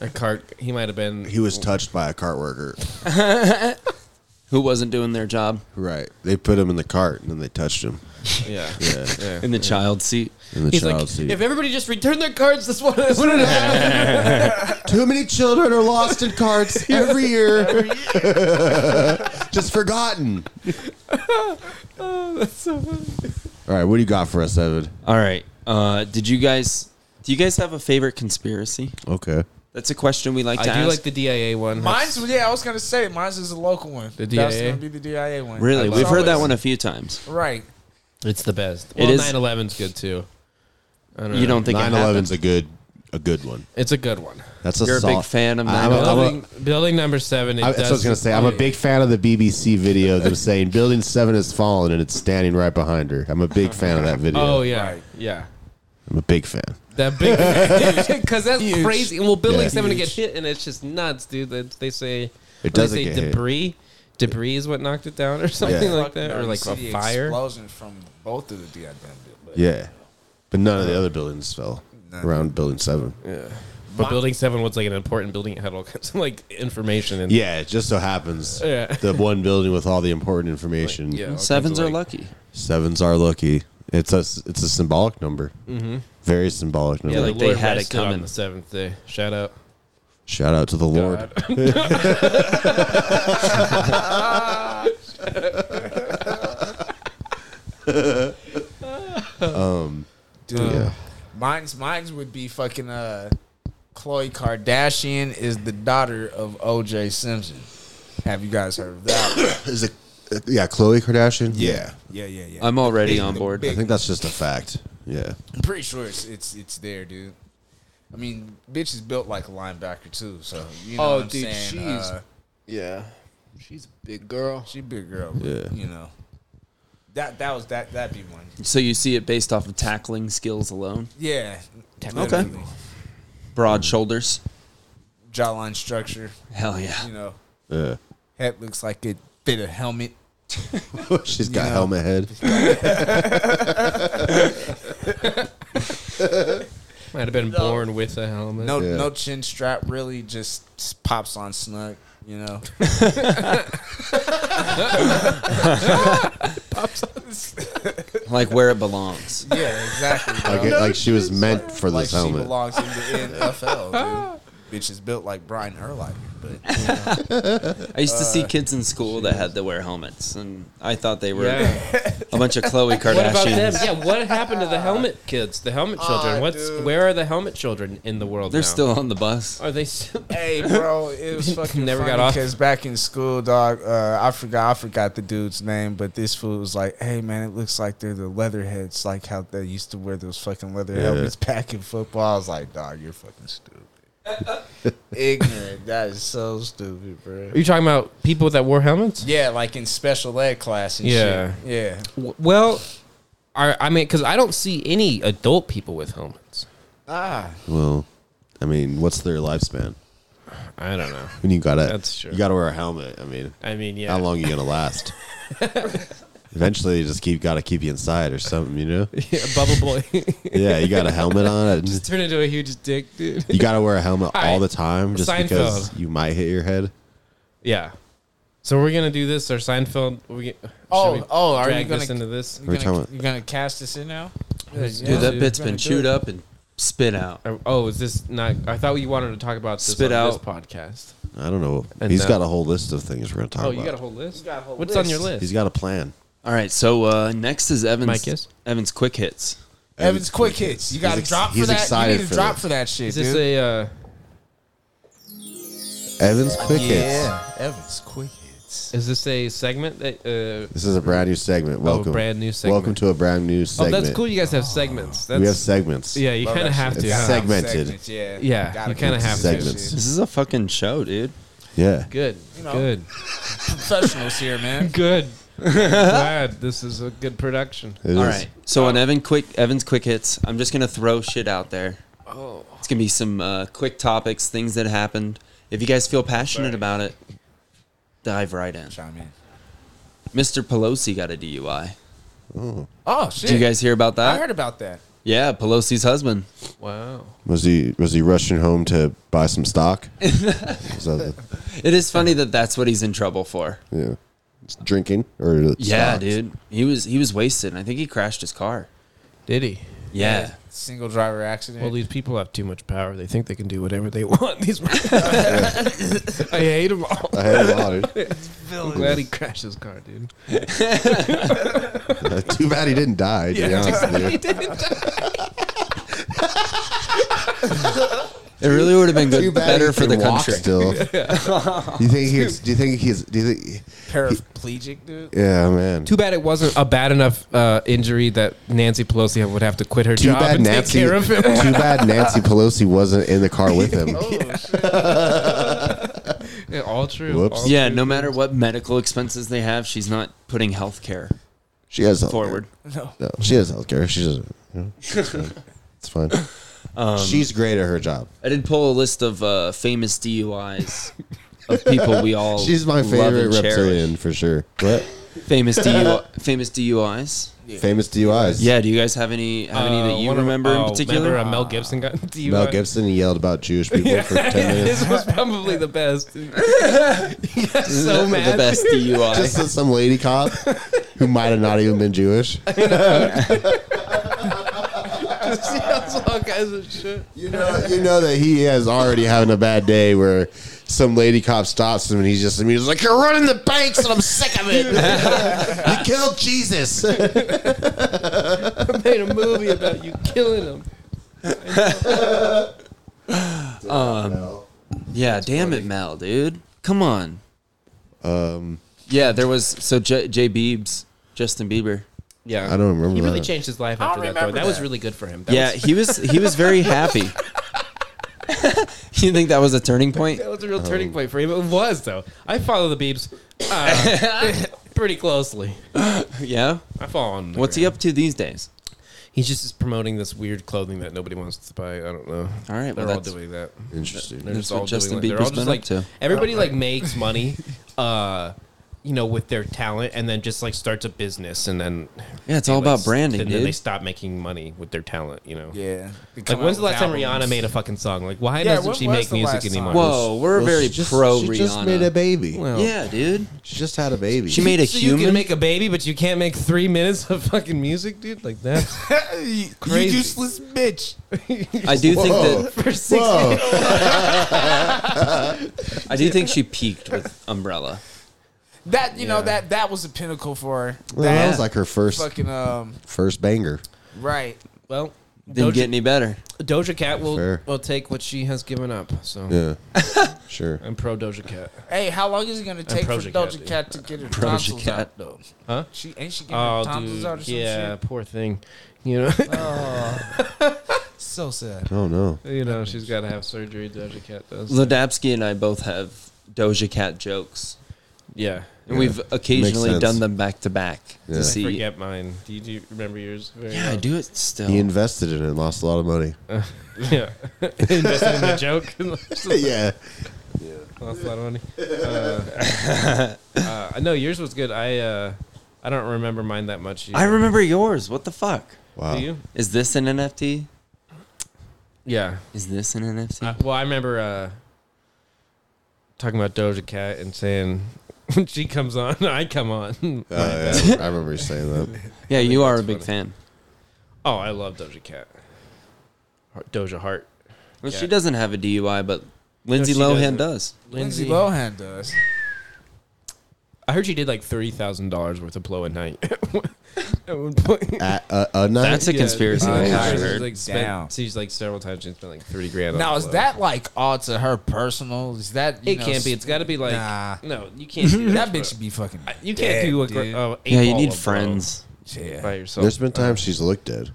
S1: A cart. He might have been.
S5: He was touched by a cart worker.
S3: Who wasn't doing their job
S5: Right. They put him in the cart and then they touched him
S1: Yeah.
S3: in the child seat.
S5: in the
S1: He's
S5: child
S1: like,
S5: seat.
S1: if everybody just returned their cards, this one this wouldn't have happened.
S5: Too many children are lost in carts every year. Just forgotten.
S1: That's so funny.
S5: All right, what do you got for us, Evan?
S3: All right. Uh, did you guys? Do you guys have a favorite conspiracy?
S5: Okay.
S3: That's a question we like
S1: I
S3: to
S1: do
S3: ask.
S1: like the DIA one.
S4: Mine's yeah. I was gonna say mine's is a local one.
S1: The
S4: That's
S1: DIA?
S4: gonna be the DIA one.
S3: really,
S4: As
S3: we've heard that
S4: always.
S3: one a few times.
S4: Right.
S1: it's the best.
S3: It
S1: Well,
S3: is-
S1: 9/11's good too. I
S3: You
S1: know.
S3: don't think
S5: 9/11's
S3: 9/11's
S5: a good a good one.
S1: It's a good one.
S5: That's a
S3: You're a
S5: sol-
S3: big fan of
S5: I'm a- I'm a-
S3: 9/11?
S1: Building, building number seven. It
S5: I, that's what I was
S1: does-
S5: gonna say. I'm a big fan of the BBC video of them saying Building Seven has fallen and it's standing right behind her. I'm a big fan of that video.
S1: Oh yeah,
S4: Right.
S1: yeah.
S5: I'm a big fan.
S1: That big because that's crazy. And well, building
S5: Yeah.
S1: seven to get hit, and it's just nuts, dude. They, they say
S5: It
S1: they
S5: doesn't
S1: say
S5: get hit.
S1: debris. Debris is what knocked it down, or something
S5: Yeah.
S1: like that,
S4: No,
S1: or
S4: you
S1: like
S4: see
S1: a
S4: the
S1: fire.
S4: explosion from both of the DIA. But
S5: Yeah, but none of the other buildings fell around Building Seven.
S1: But building seven was like an important building. It had all kinds of like information and
S5: Yeah, it just so happens
S1: Yeah.
S5: the one building with all the important information.
S1: Like, yeah. all kinds
S3: Sevens
S1: of,
S3: are
S1: like-
S3: lucky.
S5: Sevens are lucky. It's a it's a symbolic number. Very symbolic number.
S1: Mm-hmm. Yeah,
S3: like
S1: the
S3: they
S1: Lord
S3: had it
S1: rested on
S3: coming.
S1: The seventh day. Shout out.
S5: Shout out to the Lord. Um,
S4: dude,
S5: Yeah.
S4: mine's mine's would be fucking uh, Khloe Kardashian is the daughter of O.J. Simpson. Have you guys heard of that?
S5: Is it? Yeah, Chloe Kardashian. Yeah,
S4: yeah, yeah, yeah.
S3: I'm already
S4: Big-
S3: on
S4: the
S5: I
S3: board.
S4: big-
S5: think that's just a fact. Yeah.
S4: I'm pretty sure it's it's it's there, dude. I mean, bitch is built like a linebacker too, so you know
S1: Oh,
S4: what I'm
S1: dude,
S4: saying.
S1: she's-
S4: uh,
S1: Yeah, she's a big girl.
S4: she big girl, but,
S5: Yeah.
S4: you know. That that was that that'd be one.
S3: So you see it based off of tackling skills alone,
S4: Yeah.
S3: broad shoulders.
S4: jawline structure.
S3: Hell yeah.
S4: You know,
S5: Uh,
S4: head looks like it fit a helmet.
S5: she's got
S4: You know.
S5: helmet head.
S1: Might have been
S4: No.
S1: born with a helmet.
S4: No,
S5: Yeah.
S4: no chin strap. Really, just pops on snug. You know,
S3: Like where it belongs.
S4: yeah, exactly. bro.
S5: Like, it, like she was meant for
S4: like
S5: this
S4: she
S5: helmet.
S4: belongs in the NFL. Dude. Bitch is built like Brian Urlacher, but you know, Uh,
S3: I used to see kids in school that had to wear helmets, and I thought they were
S1: Yeah.
S3: a bunch of Chloe
S1: What about them?
S3: Kardashians.
S1: Yeah, what happened to the helmet kids, the helmet children?
S4: Ah,
S1: What's
S4: dude.
S1: where are the helmet children in the world?
S3: They're
S1: now?
S3: still on the bus.
S1: Are they still?
S4: hey, bro, it was fucking
S1: Never
S4: never
S1: got
S4: funny
S1: off.
S4: because back in school, dog, uh, I forgot I forgot the dude's name, but this fool was like, "Hey, man, it looks like they're the leatherheads, like how they used to wear those fucking leather
S5: Yeah.
S4: helmets back in football." I was like, "Dog, you're fucking stupid." Ignorant. That is so stupid, bro.
S1: Are you talking about people that wore helmets?
S4: Yeah, like in special ed class and
S1: Yeah.
S4: shit. Yeah.
S1: W- Well, are, I mean, because I don't see any adult people with helmets.
S4: Ah.
S5: Well, I mean, what's their lifespan?
S1: I don't know.
S5: When you gotta,
S1: That's true.
S5: You gotta wear a helmet. I mean,
S1: I mean, yeah.
S5: how long you gonna last? Eventually, you just keep gotta keep you inside or something, you know?
S1: Yeah, bubble boy.
S5: Yeah, you got a helmet on. and
S1: Turn into a huge dick, dude.
S5: you gotta wear a helmet
S1: All right.
S5: all the time just because
S1: Seinfeld.
S5: you might hit your head.
S1: Yeah. So we're gonna do this or Seinfeld. We,
S4: Oh,
S1: should we
S4: oh, are you
S1: drag this
S4: gonna-
S1: into this?
S5: We're talking about-
S4: you gonna cast this in now?
S3: Dude, that
S1: Yeah.
S3: bit's been chewed up and spit out.
S1: Or- Oh, is this not? I thought you wanted to talk about this
S3: Spit
S1: on
S3: out.
S1: this podcast.
S5: I don't know.
S1: And
S5: He's
S1: now-
S5: got a whole list of things we're gonna talk
S1: Oh,
S5: about.
S1: you got a whole list.
S4: got a whole
S1: What's on your
S4: list.
S1: list?
S5: He's got a plan.
S3: All right, so uh, next is Evan's
S1: Mike is?
S3: Evan's quick hits.
S4: Evan's quick hits. You got to
S5: ex-
S4: drop for
S5: he's
S4: that. You
S5: excited
S4: need to
S5: for
S4: drop
S5: this.
S4: for that shit,
S1: Is this
S4: dude.
S1: a? Uh,
S5: Evan's quick hits.
S4: yeah, Evan's quick hits.
S1: is this a segment that? Uh,
S5: This is a brand new segment. Welcome.
S1: Oh, brand new segment.
S5: Welcome to a brand new
S1: oh,
S5: segment.
S1: that's cool. You guys have segments. That's
S5: we have segments.
S1: yeah. You
S4: Love
S1: kind of
S4: that
S1: have
S4: shit.
S1: to.
S5: It's
S1: huh?
S5: segment. segmented.
S4: Segments, yeah,
S1: Yeah,
S4: Gotta
S1: you kinda
S4: keep
S1: have
S4: the
S1: to.
S4: segments.
S5: Segments.
S3: This is a fucking show, dude.
S5: Yeah.
S1: Good.
S4: know.
S1: Good.
S4: Professionals here, man.
S1: Good. I'm glad this is a good production.
S5: It
S3: All
S5: is.
S3: right, so on Evan quick Evan's quick hits, I'm just gonna throw shit out there. Oh, it's gonna be some uh, quick topics, things that happened. If you guys feel passionate about it, dive right in.
S4: Chime in.
S3: Mr. Pelosi got a DUI.
S4: Oh shit!
S3: Did you guys hear about that?
S4: I heard about that.
S3: yeah, Pelosi's husband.
S1: Wow.
S5: Was he was he rushing home to buy some stock? Is that the-
S3: It is funny that that's what he's in trouble for.
S5: yeah. It's drinking or it's
S3: Yeah,
S5: stocks?
S3: dude. He was he was wasted. and I think he crashed his car.
S1: Did he?
S3: Yeah.
S4: Single driver accident.
S1: Well, these people have too much power. They think they can do whatever they want. These. I hate them all.
S5: I had a lot. dude.
S1: I'm glad he crashed his car, dude.
S5: Too bad he didn't die. To be honest with you.
S3: It really would have been
S5: Too
S3: good,
S5: bad
S3: better
S5: he
S3: for the
S5: can walk
S3: country.
S5: Still, do you think he's? Do you think he's? Do you think?
S4: Paraplegic, dude.
S5: Yeah, man.
S1: Too bad it wasn't a bad enough uh, injury that Nancy Pelosi would have to quit her
S5: Too
S1: job
S5: bad
S1: and
S5: Nancy.
S1: take care of him.
S5: Too bad Nancy Pelosi wasn't in the car with him.
S1: Yeah, all true.
S5: Whoops.
S1: All
S3: Yeah,
S1: true.
S3: no matter what medical expenses they have, she's not putting health care
S5: She has healthcare.
S3: forward.
S5: No, she has healthcare. She doesn't. You know, it's fine. It's fine.
S3: Um,
S5: She's great at her job.
S3: I did pull a list of uh, famous DUIs of people we all
S5: She's my
S3: love
S5: favorite
S3: and cherish.
S5: reptilian for sure. What
S3: Famous DUI, famous DUIs.
S5: famous DUIs?
S3: Yeah, do you guys have any have any
S1: Uh,
S3: that you
S1: one of-
S3: remember
S1: oh,
S3: in particular?
S1: Remember, uh, Mel Gibson got do you,
S5: Mel
S1: uh,
S5: Gibson yelled about Jewish people for ten minutes.
S1: This was probably the best. dude. He got so
S3: the
S1: mad.
S3: best DUI.
S5: Just to some lady cop who might have not even been Jewish.
S1: He yells all kinds of shit.
S5: You know, you know that he is already having a bad day where some lady cop stops him and he's just immediately like, "You're running the banks and I'm sick of it. you killed Jesus."
S1: I made a movie about you killing him.
S3: Um, yeah, damn it, Mel, dude. Come on. Um.
S5: Um,
S3: Yeah, there was so J, J Biebs, Justin Bieber.
S1: Yeah,
S5: I don't remember
S1: He really
S5: that.
S1: changed his life after that. Though. That, was really good for him. That
S3: yeah,
S1: was,
S3: he was he was very happy. you think that was a turning point? Um,
S1: that was a real turning point for him. It was though. I follow the Beebs uh, pretty closely.
S3: Yeah.
S1: I follow him.
S3: What's he up to these days?
S1: He just is promoting this weird clothing that nobody wants to buy. I don't know.
S3: All right,
S1: they're
S3: well,
S1: all
S3: that's-
S1: doing that.
S5: Interesting.
S1: They're
S3: That's
S1: just
S3: what
S1: all
S3: Justin
S1: doing, like, they're
S3: Bieber's
S1: all just
S3: been
S1: like
S3: up to. Oh,
S1: everybody like makes money, uh, you know, with their talent, and then just like starts a business, and then
S3: Yeah, it's
S1: they,
S3: all
S1: like,
S3: about
S1: s-
S3: branding,
S1: And then they
S3: dude.
S1: stop making money with their talent, you know.
S4: Yeah.
S1: Like, when's the last time Rihanna made a fucking song? Like, why
S4: Yeah,
S1: doesn't
S4: when
S1: she
S4: was
S1: make
S4: the last
S1: music
S4: time?
S1: anymore?
S3: Whoa, we're
S5: Well,
S3: very
S5: she just-
S3: pro
S5: She
S3: Rihanna.
S5: just made a baby.
S3: yeah, dude.
S5: She just had a baby.
S3: She made a
S1: So you
S3: human.
S1: can make a baby, but you can't make three minutes of fucking music, dude. Like that's
S4: you,
S1: Crazy.
S4: useless bitch.
S3: I do
S5: Oh. Whoa.
S3: think that
S1: for six.
S5: Whoa.
S3: I do think she peaked with Umbrella.
S4: That you know that that was a pinnacle for her.
S5: Well, that
S3: Yeah.
S5: was like her first
S4: Fucking um
S5: first banger.
S4: right.
S1: Well,
S3: Didn't
S1: Doja,
S3: get any better.
S1: Doja Cat will
S5: Fair.
S1: will take what she has given up. So
S5: Yeah, sure.
S1: I'm pro Doja Cat.
S4: Hey, how long is it gonna take for
S1: Project Cat,
S4: Doja
S1: dude.
S4: Cat to get her
S3: Project
S4: tonsils
S3: Cat.
S4: out though?
S1: Huh?
S4: She ain't she getting her
S1: Oh,
S4: tonsils
S1: dude,
S4: out or some
S1: yeah,
S4: shit?
S1: poor thing. You know,
S4: Oh. So sad.
S5: Oh no.
S1: you know, she's got to have surgery. Doja Cat does.
S3: Ladabsky and I both have Doja Cat jokes,
S1: yeah,
S3: and we've occasionally
S5: sense.
S3: done them back to back
S5: Yeah. I
S3: to see.
S1: I forget mine. Do you, do you remember yours? Very
S3: Yeah, I
S1: well?
S3: do it still.
S5: He invested in it, and lost a lot of money.
S1: Yeah, invested in the joke.
S5: yeah.
S1: Lost a lot of money. Uh, uh, no, yours was good. I uh, I don't remember mine that much.
S3: I remember yours. What the fuck?
S5: Wow.
S1: Do you?
S3: Is this an NFT?
S1: Yeah.
S3: Is this an NFT?
S1: Uh, well, I remember uh, talking about Doja Cat and saying when she comes on, I come on.
S5: Uh, yeah, I remember you saying that.
S3: yeah, you are a big
S1: funny.
S3: fan.
S1: oh, I love Doja Cat. Heart- Doja Heart.
S3: Well,
S1: Yeah.
S3: she doesn't have a DUI, but Lindsay
S1: she
S3: Lohan
S1: doesn't.
S3: does.
S4: Lindsay Lohan does.
S1: I heard she did like three thousand dollars worth of blow a night. At one point.
S5: At, uh, a night.
S3: That's a conspiracy.
S1: Yeah,
S3: theory
S1: she's
S3: I
S1: like
S3: heard.
S1: spent-
S4: Damn.
S1: she's like several times she spent like thirty grand. on
S4: Now is
S1: blow.
S4: that like all to her personal? Is that you
S1: It
S4: know,
S1: can't be. It's got to be like
S4: Nah.
S1: no, you can't. Do
S4: that
S1: bro.
S4: bitch should be fucking.
S1: You can't do a, gr-
S4: dude.
S1: uh, eight
S3: Yeah, you
S1: ball
S3: need
S1: of blow
S3: friends.
S4: Yeah.
S1: by yourself.
S5: There's been times she's looked dead.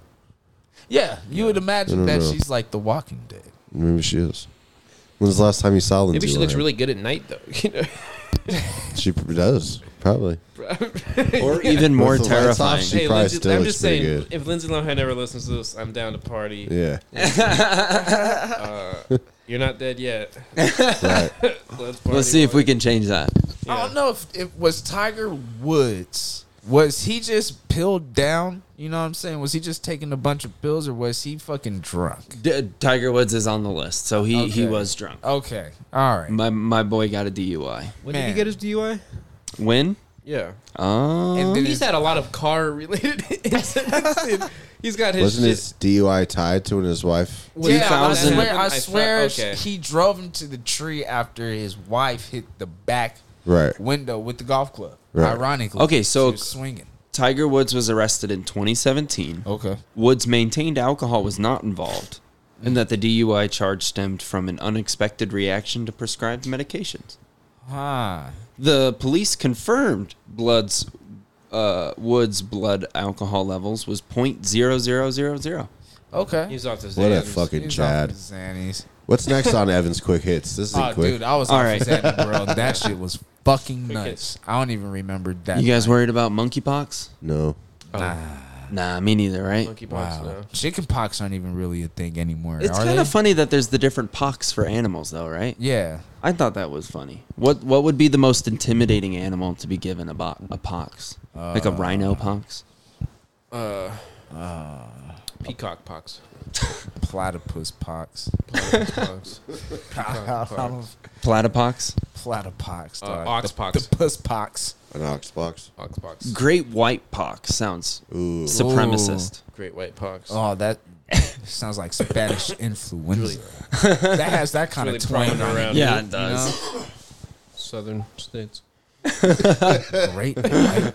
S4: Yeah, you would imagine
S5: don't
S4: that
S5: know.
S4: she's like the Walking Dead.
S5: Maybe she is. When's the last time you saw Lindsay?
S1: Maybe she looks
S5: Lohan?
S1: really good at night though. You know.
S5: She p- does probably.
S3: Or even more
S5: With the lights off,
S3: terrifying.
S5: she- probably still
S1: I'm
S5: looks
S1: just
S5: pretty
S1: saying,
S5: good.
S1: if Lindsay Lohan ever listens to this, I'm down to party. Uh,
S5: Yeah.
S1: You're not dead yet.
S5: Right.
S1: Let's party.
S3: Let's see if we can change that.
S4: I don't know if it was Tiger Woods. Was he just pilled down? You know what I'm saying? Was he just taking a bunch of pills or was he fucking drunk?
S3: D- Tiger Woods is on the list, so he, he
S4: Okay.
S3: was drunk.
S4: Okay. All right.
S3: My my boy got a DUI.
S1: When
S4: Man.
S1: did he get his DUI?
S3: When?
S1: Yeah.
S3: Oh,
S4: And then
S1: He's
S4: his-
S1: had a lot of car related incidents. dude. He's got his
S5: Wasn't
S1: shit.
S5: his DUI tied to when his wife?
S1: When
S4: yeah, I
S3: 2000
S4: swear,
S1: happened,
S4: I
S1: thought-
S4: swear
S1: okay.
S4: he drove him to the tree after his wife hit the back
S5: Right.
S4: window with the golf club.
S5: Right.
S4: Ironically.
S3: Okay, so-
S4: she was swinging.
S3: Tiger Woods was arrested in 2017.
S4: Okay.
S3: Woods maintained alcohol was not involved, and that the DUI charge stemmed from an unexpected reaction to prescribed medications.
S4: Huh.
S3: The police confirmed Blood's uh, Woods' blood alcohol levels was 0.0000.
S4: Okay.
S1: He's off his
S5: What a
S1: Xans.
S5: fucking
S4: He's off
S5: Chad.
S4: his Xannies.
S5: What's next on Evan's quick hits? This
S4: Oh,
S5: isn't quick.
S4: dude, I was
S3: All
S4: off
S3: right.
S4: his head, bro. That shit was fucking nuts.
S1: hits.
S4: I don't even remember that.
S3: You guys worried about monkeypox?
S5: No.
S3: Nah, me neither, right?
S1: monkey box
S4: Wow. Chicken pox aren't even really a thing anymore.
S3: It's
S4: are
S3: kind
S4: they?
S3: of funny that there's the different pox for animals, though, right?
S4: Yeah.
S3: I thought that was funny. What What would be the most intimidating animal to be given a, bo- a pox? like a
S4: Uh.
S3: rhino pox?
S1: now. Uh, peacock pox.
S4: Platypus pox.
S1: Pox.
S3: Platypox?
S4: Platypox.
S1: Uh,
S4: dog.
S1: ox
S4: the,
S1: pox.
S4: The puss pox.
S5: An ox box.
S1: Ox pox.
S3: Great white pox sounds
S5: Ooh.
S3: supremacist.
S1: Great white pox.
S4: Oh, that sounds like Spanish influenza. that has that kind
S1: really
S4: of twang
S1: prowling
S4: on it.
S1: around
S3: Yeah,
S1: yeah.
S3: it does.
S1: southern states.
S4: Great. white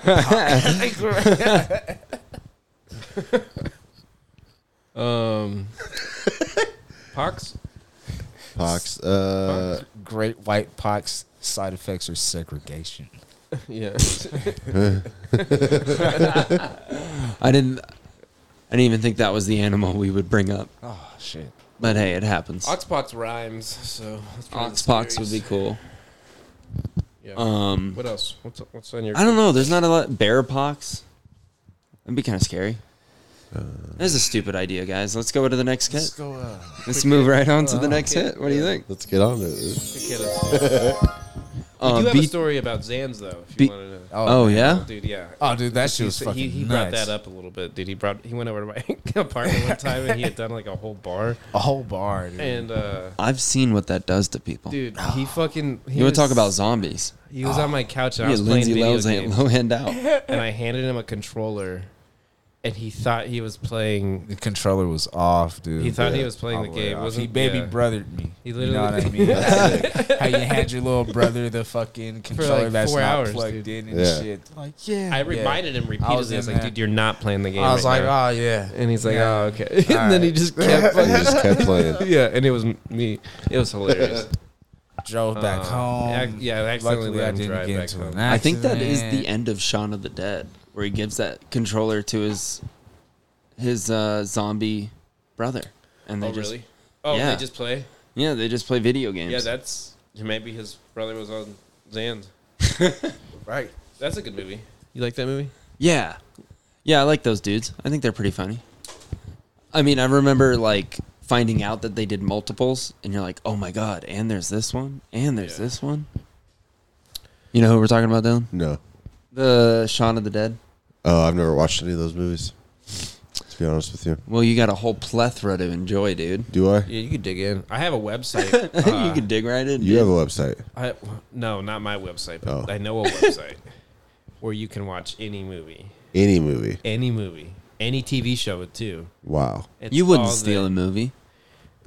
S4: pox.
S1: Um, pox.
S5: Pox. Uh,
S4: Great white pox side effects are segregation.
S1: Yeah.
S3: I didn't. I didn't even think that was the animal we would bring up.
S4: Oh, shit.
S3: But hey, it happens.
S1: Oxpox rhymes, so that's part of the
S3: Oxpox would be
S1: series.
S3: cool.
S1: Yeah.
S3: Um,
S1: what else? What's what's on your?
S3: I don't know. There's not a lot. Bear pox. That'd be kind of scary.
S1: Uh,
S3: That's a stupid idea, guys. Let's go to the next hit.
S4: Let's go. Uh,
S3: Let's move right on
S1: Uh,
S3: to the next hit. What do you think?
S5: Let's get on to it.
S1: Kick it up. we do
S3: Um,
S1: have a
S3: beat-
S1: story about Zans though, if you
S3: beat-
S1: want to know.
S3: oh yeah,
S1: Dude, yeah.
S4: Oh, dude, that shit was
S1: He-
S4: fucking
S1: he, he brought that up a little bit, dude. He brought he went over to my apartment one time and he had done like a whole bar
S4: A whole bar, dude.
S1: and uh
S3: I've seen what what that does to people.
S1: dude he fucking he
S3: Oh. you want
S1: was,
S3: to talk about zombies? Ah.
S1: he was on my couch and I
S3: Yeah,
S1: was playing
S3: Lindsay
S1: video
S3: Lohan,
S1: games
S3: Lohan out.
S1: and I handed him a controller and he thought he was playing
S4: the controller was off, dude.
S1: He thought he
S4: Yeah.
S1: was playing the
S4: All way
S1: game.
S4: off.
S1: Wasn't-
S4: he baby
S1: yeah.
S4: brothered me.
S1: He
S4: you know what
S1: literally-
S4: I mean? That's like how you had your little brother the fucking controller
S1: like
S4: that's
S1: four
S4: not
S1: hours,
S4: plugged
S1: dude.
S4: in and
S5: Yeah.
S4: shit. Like yeah,
S1: I
S4: yeah.
S1: reminded him repeatedly. I was,
S4: in
S1: like,
S4: that.
S1: dude, you're not playing the game.
S4: I was
S1: right
S4: like,
S1: now."
S4: oh yeah,
S1: and he's like,
S4: yeah.
S1: oh okay. and then he just kept
S5: I
S1: fucking,
S5: just kept playing.
S1: yeah, and it was me. It was hilarious.
S4: drove back
S1: Uh,
S4: home.
S1: ac- yeah, I accidentally
S4: Luckily,
S1: let
S4: I
S1: him
S4: didn't
S1: drive
S4: get
S1: back
S4: into
S1: home.
S4: an
S3: I think that is
S4: accident.
S3: the end of Shaun of the Dead, where he gives that controller to his his uh, zombie brother, and they
S1: oh
S3: just
S1: really? Oh,
S3: Yeah.
S1: they just play.
S3: yeah they just play video games.
S1: Yeah, that's maybe his brother was on Zand.
S4: right.
S1: That's a good movie. You like that movie?
S3: Yeah. Yeah, I like those dudes. I think they're pretty funny. I mean, I remember like finding out that they did multiples and you're like, "Oh my god, and there's this one, and there's
S1: Yeah.
S3: this one." You know who we're talking about, Dylan?
S5: No.
S3: The Shaun of the Dead.
S5: Oh, I've never watched any of those movies. To be honest with you,
S3: Well, you got a whole plethora to enjoy, dude.
S5: do I?
S1: Yeah, you could dig in. I have a website. uh,
S3: you can dig right in.
S5: You
S3: dude.
S5: have a website.
S1: I, no, not my website, but
S5: Oh.
S1: I know a website where you can watch any movie,
S5: Any movie?
S1: any movie, any TV show too.
S5: Wow.
S1: It's
S3: you wouldn't
S1: all
S3: steal
S1: there.
S3: a movie.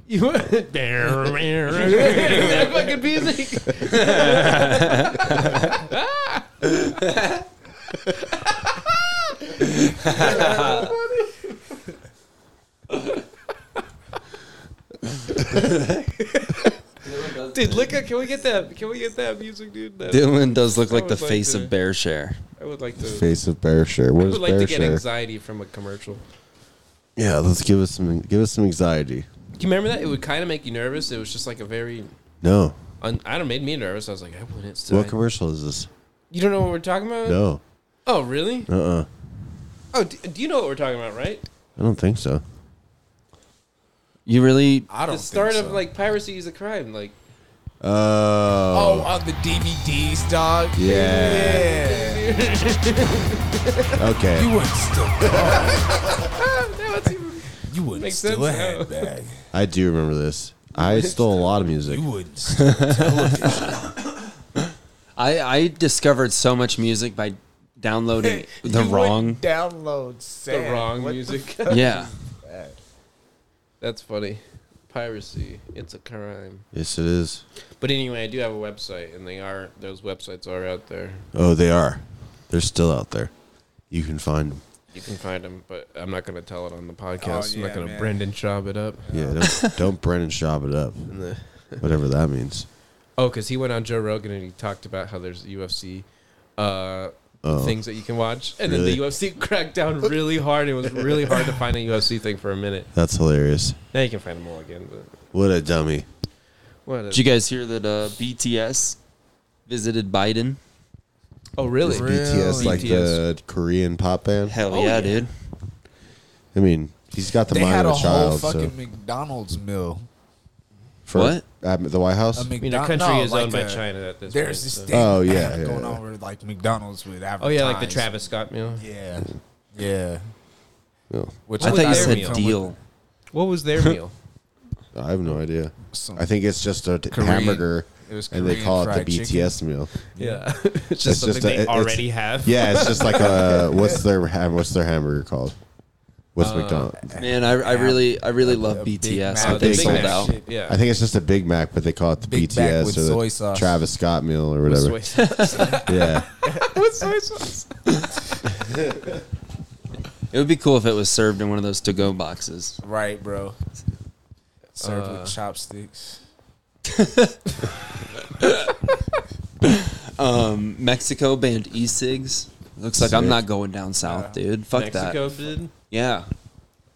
S1: You would. that fucking music. Dude, look at. Can we get that? Can we get that music, dude? That-
S3: Dylan does look like the
S1: would like
S3: face
S1: to-
S3: of Bear Share.
S1: I would like to.
S5: Face of Bear Share.
S1: I
S5: What is
S1: would like
S5: Bear
S1: to get
S5: Share?
S1: anxiety from a commercial.
S5: yeah, let's give us some. Give us some anxiety.
S1: Do you remember that? It would kind of make you nervous. It was just like a very.
S5: No.
S1: Un, I don't made me nervous. I was like, I wouldn't. Still,
S5: What commercial is this?
S1: you don't know what we're talking about?
S5: No.
S1: Uh, Oh, really?
S5: Uh. uh
S1: Oh, do, do you know what we're talking about, right?
S5: I don't think so.
S3: You really
S4: I don't.
S1: The start
S4: think
S1: of
S4: so.
S1: like piracy is a crime. Like,
S4: Oh,
S5: Oh.
S4: on the DVDs, dog.
S5: Yeah.
S4: Yeah.
S5: Okay.
S4: You wouldn't still.
S1: now it's Ah, even.
S4: You wouldn't
S1: Makes
S4: steal a
S1: sense now.
S4: handbag.
S5: I do remember this. I stole a lot of music.
S4: You wouldn't steal television.
S3: I I discovered so much music by downloading the
S4: You
S3: wrong
S4: wouldn't download
S1: The
S4: sand.
S1: wrong
S4: What the
S1: music.
S3: Yeah.
S1: That's funny. Piracy, it's a crime.
S5: Yes, it is.
S1: But anyway, I do have a website, and they are those websites are out there.
S5: Oh, they are. They're still out there. You can find them.
S1: You can find them, but I'm not going to tell it on the podcast. I'm
S4: Oh, yeah,
S1: not going to
S4: man.
S1: Brendan Schaub it up.
S5: Yeah. Don't, don't Brendan shop it up. Whatever that means.
S1: Oh, because he went on Joe Rogan and he talked about how there's UFC uh,
S5: Oh.
S1: things that you can watch, and
S5: Really?
S1: then the UFC cracked down really hard. It was really hard to find a UFC thing for a minute.
S5: That's hilarious.
S1: Now you can find them all again. But
S5: What a dummy.
S1: what?
S3: Did you guys hear that uh, BTS visited Biden?
S1: oh, really?
S5: Is BTS like the Korean pop band?
S3: Hell
S1: Oh,
S3: yeah,
S1: yeah.
S3: dude.
S5: I mean, he's got the
S4: They
S5: mind
S4: had a,
S5: of a,
S4: whole
S5: child.
S4: fucking
S5: So
S4: McDonald's meal.
S5: for
S3: What?
S5: at the White
S4: A
S5: House.
S1: I mean, the
S4: McDonald's.
S1: country
S4: no,
S1: is
S4: like
S1: owned by
S4: a-
S1: China at this point.
S4: There's this
S1: so-
S4: thing
S5: Oh, yeah, yeah,
S4: going
S5: yeah.
S4: on with like McDonald's with
S1: Oh yeah, like the
S4: advertising.
S1: Travis Scott meal.
S4: Yeah, yeah.
S5: No,
S4: Which
S3: I thought you
S1: was their meal?
S3: said deal.
S1: What was their meal?
S5: I have no idea. I think it's just a t-
S4: Korean-
S5: hamburger,
S4: it was
S5: and they
S4: Korean
S5: call it
S4: fried
S5: the
S4: chicken.
S5: BTS meal.
S1: yeah, it's just
S5: It's
S1: something
S5: just a-
S1: they
S5: it's-
S1: already have.
S5: Yeah, it's just like a what's their ham- what's their hamburger called? What's
S3: Uh,
S5: McDonald's?
S3: Man, I, I really I really love
S4: Uh, a Big
S3: BTS.
S4: Mac.
S3: but they
S5: Big
S3: sold
S5: Mac
S3: out.
S1: shit, Yeah,
S5: I think it's just a Big Mac, but they call it the
S4: Big Mac
S5: BTS
S4: with
S5: or the
S4: soy sauce.
S5: Travis Scott meal or
S1: With
S5: whatever.
S1: soy sauce.
S5: Yeah,
S1: With soy sauce.
S3: It would be cool if it was served in one of those to go boxes.
S4: Right, bro. Served
S1: Uh.
S4: with chopsticks.
S3: Um, Mexico banned e cigs. Looks like I'm
S5: Sick.
S3: not going down south, dude. Fuck
S1: Mexico
S3: that.
S1: did.
S3: Yeah.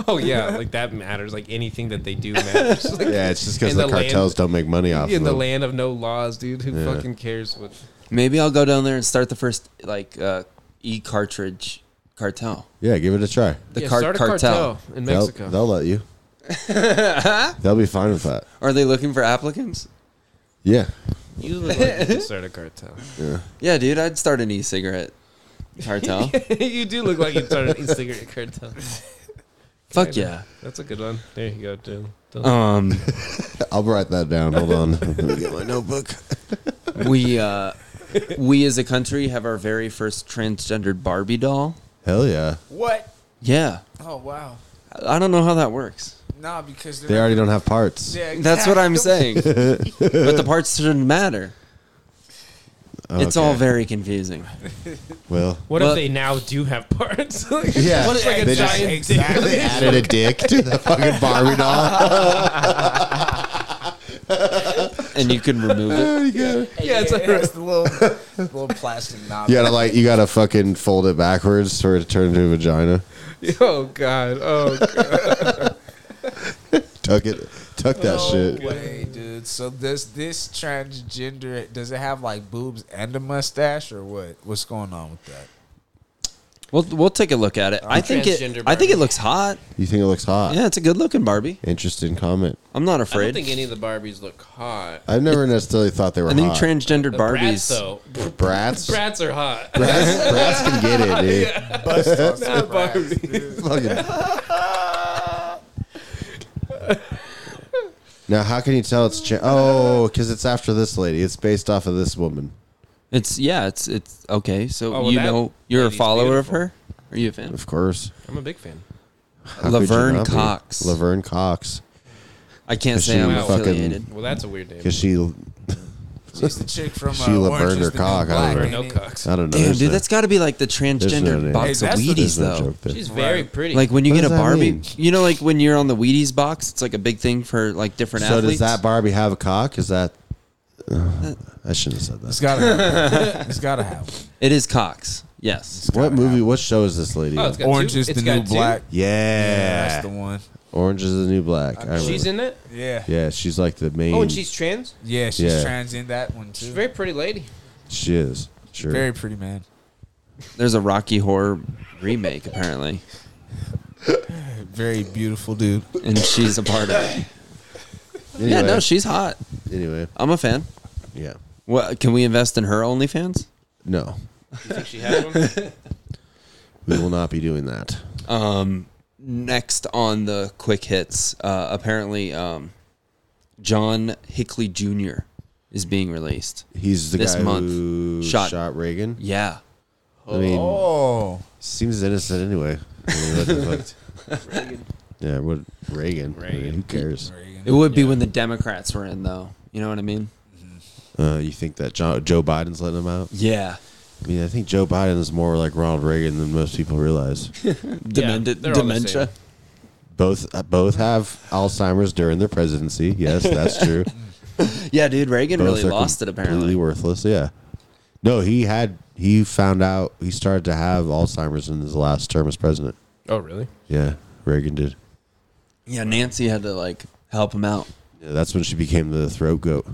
S1: Oh yeah, like that matters. Like anything that they do matters. Like,
S5: yeah. It's just because
S1: In
S5: the,
S1: the land-
S5: cartels don't make money off
S1: in
S5: of
S1: the
S5: them.
S1: land of no laws, dude. Who
S5: Yeah.
S1: fucking cares what?
S3: Maybe I'll go down there and start the first like uh, e cartridge cartel.
S5: Yeah, give it a try.
S3: The
S1: Yeah,
S3: car-
S1: start a
S3: cartel.
S1: cartel in
S5: They'll-
S1: Mexico.
S5: They'll, let you. they'll be fine with that.
S3: Are they looking for applicants?
S5: Yeah.
S1: You look like you could start a cartel.
S3: Yeah, dude, I'd start an e-cigarette cartel.
S1: you do look like you started an e-cigarette cartel.
S3: Fuck yeah.
S1: That's a good one. There you go, Jim.
S3: Um,
S5: I'll write that down. Hold on. Let me get my notebook.
S3: we uh, we as a country have our very first transgendered Barbie doll.
S5: Hell yeah.
S4: What?
S3: Yeah,
S4: Oh wow.
S3: I- I don't know how that works.
S4: Nah, because they're
S5: They already don't have parts.
S4: Yeah,
S3: That's what I'm saying. but the parts shouldn't matter. It's all
S5: Oh, Okay.
S3: very confusing.
S5: Well,
S1: What
S3: Well-
S1: if they now do have parts?
S5: yeah.
S1: It's like a
S5: they just
S1: giant
S4: Exactly.
S5: added a dick to the fucking Barbie doll.
S3: And you can remove it.
S1: Yeah, it's
S4: it's
S1: like-
S4: like the little, little plastic knob.
S5: You gotta like, you gotta fucking fold it backwards for it to turn into a vagina.
S1: Oh god. Oh god.
S5: Tuck it, tuck that
S1: Oh,
S5: shit.
S4: Way, Oh, dude. So does this transgender does it have like boobs and a mustache or what? What's going on with that?
S3: We'll we'll take a look at it. I think
S1: Transgender
S3: it. I think
S1: Barbie.
S3: it looks hot.
S5: You think it looks hot?
S3: Yeah, it's a good looking Barbie.
S5: Interesting comment.
S3: I'm not
S1: I don't
S3: afraid.
S1: think any of the Barbies look hot.
S5: I've never necessarily thought they were
S3: I think
S5: hot.
S3: transgendered
S1: The brats
S3: Barbies.
S1: though.
S5: brats, brats,
S1: Brats are hot.
S5: brats can get it, dude.
S1: Not Barbies.
S5: Fucking. now, how can you tell it's cha- oh because it's after this lady? It's based off of this woman.
S3: It's yeah. It's it's okay. So
S1: Oh, well,
S3: you
S1: that
S3: know you're a
S1: lady's
S3: follower of
S1: beautiful.
S3: her. Are you a fan?
S5: Of course,
S1: I'm a big fan.
S5: How could you
S3: Laverne
S5: not be?
S3: Cox.
S5: Laverne Cox,
S3: I can't
S5: Is
S3: say
S5: she
S3: I'm
S5: fucking-
S3: affiliated.
S1: Well, that's a weird name.
S5: because she
S4: She's the chick from uh,
S5: Sheila
S4: Orange
S5: burned
S4: is
S5: her
S4: the New
S5: cock, I don't
S4: Black,
S5: know.
S1: Or
S4: ain't
S1: no
S4: it?
S1: cocks.
S5: I don't know.
S3: Damn,
S5: There's
S3: dude,
S5: no-
S3: that's got to be like the
S5: there's no
S3: transgendered
S5: name.
S3: box
S4: Hey,
S3: of
S4: that's the-
S3: Wheaties,
S5: There's no
S3: though.
S5: joke there.
S1: She's very pretty.
S3: Like when you
S5: What
S3: get a
S5: does that
S3: Barbie,
S5: mean?
S3: you know, like when you're on the Wheaties box, it's like a big thing for like different
S5: So
S3: athletes.
S5: does that Barbie have a cock? Is that?
S3: Uh,
S5: Ugh, I shouldn't have said
S4: It's
S5: that.
S4: gotta have one. It's gotta have one.
S3: it is Cox. Yes.
S5: What movie? What show is this lady?
S1: Oh,
S5: in?
S1: it's got
S4: Orange
S1: two-
S4: is
S1: it's
S4: the
S1: got
S4: new
S1: two?
S4: black.
S5: yeah.
S4: That's the one.
S5: Orange is the New Black. I
S1: She's
S5: remember.
S1: in it.
S4: Yeah.
S5: Yeah, she's like the main.
S1: Oh, and she's trans.
S4: Yeah, she's
S5: Yeah.
S4: trans in that one too.
S1: She's a very pretty lady.
S5: she is sure.
S4: Very pretty man.
S3: There's a Rocky Horror remake apparently,
S4: Very beautiful dude.
S3: and she's a part of it.
S5: anyway,
S3: Yeah, no, she's hot.
S5: anyway,
S3: I'm a fan.
S5: yeah,
S3: What can we invest in her OnlyFans?
S5: no,
S1: You think she has one?
S5: we will not be doing that.
S3: Um, next on the quick hits, uh, apparently, um, John Hickley Jr. is being released.
S5: He's the
S3: This
S5: guy
S3: month.
S5: who
S3: Shot.
S5: shot, Reagan.
S3: Yeah,
S5: I mean,
S4: Oh.
S5: seems innocent anyway. I mean, what the fuck? Yeah, what Reagan? I mean, who cares?
S3: it would be when the Democrats were in, though. You know what I mean?
S5: Uh, you think that Joe, Joe Biden's letting him out?
S3: Yeah,
S5: I mean, I think Joe Biden is more like Ronald Reagan than most people realize.
S3: Demented,
S1: they're all the
S3: dementia.
S5: Both uh, both have Alzheimer's during their presidency. Yes, that's true.
S3: Yeah, dude, Reagan
S5: Both
S3: really
S5: are
S3: lost it. Apparently,
S5: completely worthless. Yeah. No, he had he found out he started to have Alzheimer's in his last term as president.
S1: Oh, really?
S5: Yeah, Reagan did.
S3: yeah, Nancy had to like help him out.
S5: Yeah, that's when she became the throat goat.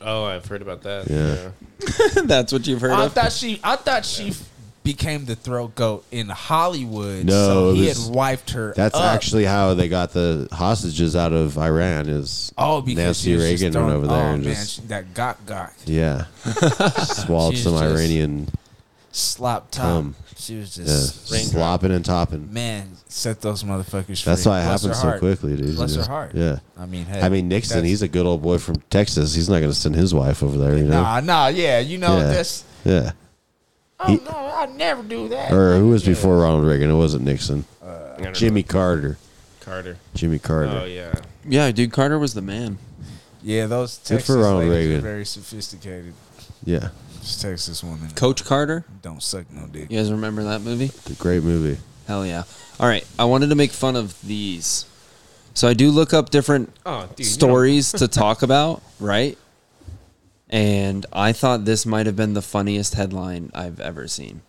S1: Oh, I've heard about that.
S5: Yeah.
S3: That's what you've heard
S4: I
S3: of.
S4: thought she I thought she f- became the throat goat in Hollywood.
S5: No,
S4: so he
S5: it was-
S4: had wiped her
S5: That's
S4: up.
S5: actually how they got the hostages out of Iran. Is
S4: Oh, because
S5: Nancy
S4: she was just
S5: Reagan
S4: throwing-
S5: went over there
S4: oh,
S5: and
S4: man,
S5: just
S4: she- that got got
S5: yeah, swallowed
S4: She's
S5: some
S4: just-
S5: Iranian
S4: slop top.
S5: Um,
S4: she was
S5: yeah,
S4: just
S5: slopping and topping.
S4: man set those motherfuckers.
S5: That's
S4: free.
S5: why it
S4: Bless
S5: happened
S4: her
S5: so
S4: heart.
S5: quickly, dude.
S4: Bless
S5: Yeah.
S4: her heart.
S5: Yeah.
S4: I mean, hey,
S5: I mean Nixon,
S4: that's-
S5: he's a good old boy from Texas. He's not going to send his wife over there, you know.
S4: nah, nah, yeah, you know
S5: Yeah.
S4: that's
S5: Yeah.
S4: Oh no, I never do that.
S5: Or who was before Ronald Reagan? It wasn't Nixon.
S1: Uh,
S5: Jimmy Carter.
S1: Carter.
S5: Jimmy Carter.
S1: Oh yeah.
S3: yeah, dude, Carter was the man.
S4: yeah, those
S5: Good
S4: Texas
S5: for Ronald
S4: ladies
S5: Reagan.
S4: are very sophisticated.
S5: yeah.
S4: Just Texas women
S3: Coach Carter.
S4: don't suck no dick.
S3: You guys remember that movie?
S5: The great movie.
S3: Hell yeah! All right, I wanted to make fun of these, so I do look up different
S1: Oh, dude. you
S3: stories to talk about, right? And I thought this might have been the funniest headline I've ever seen.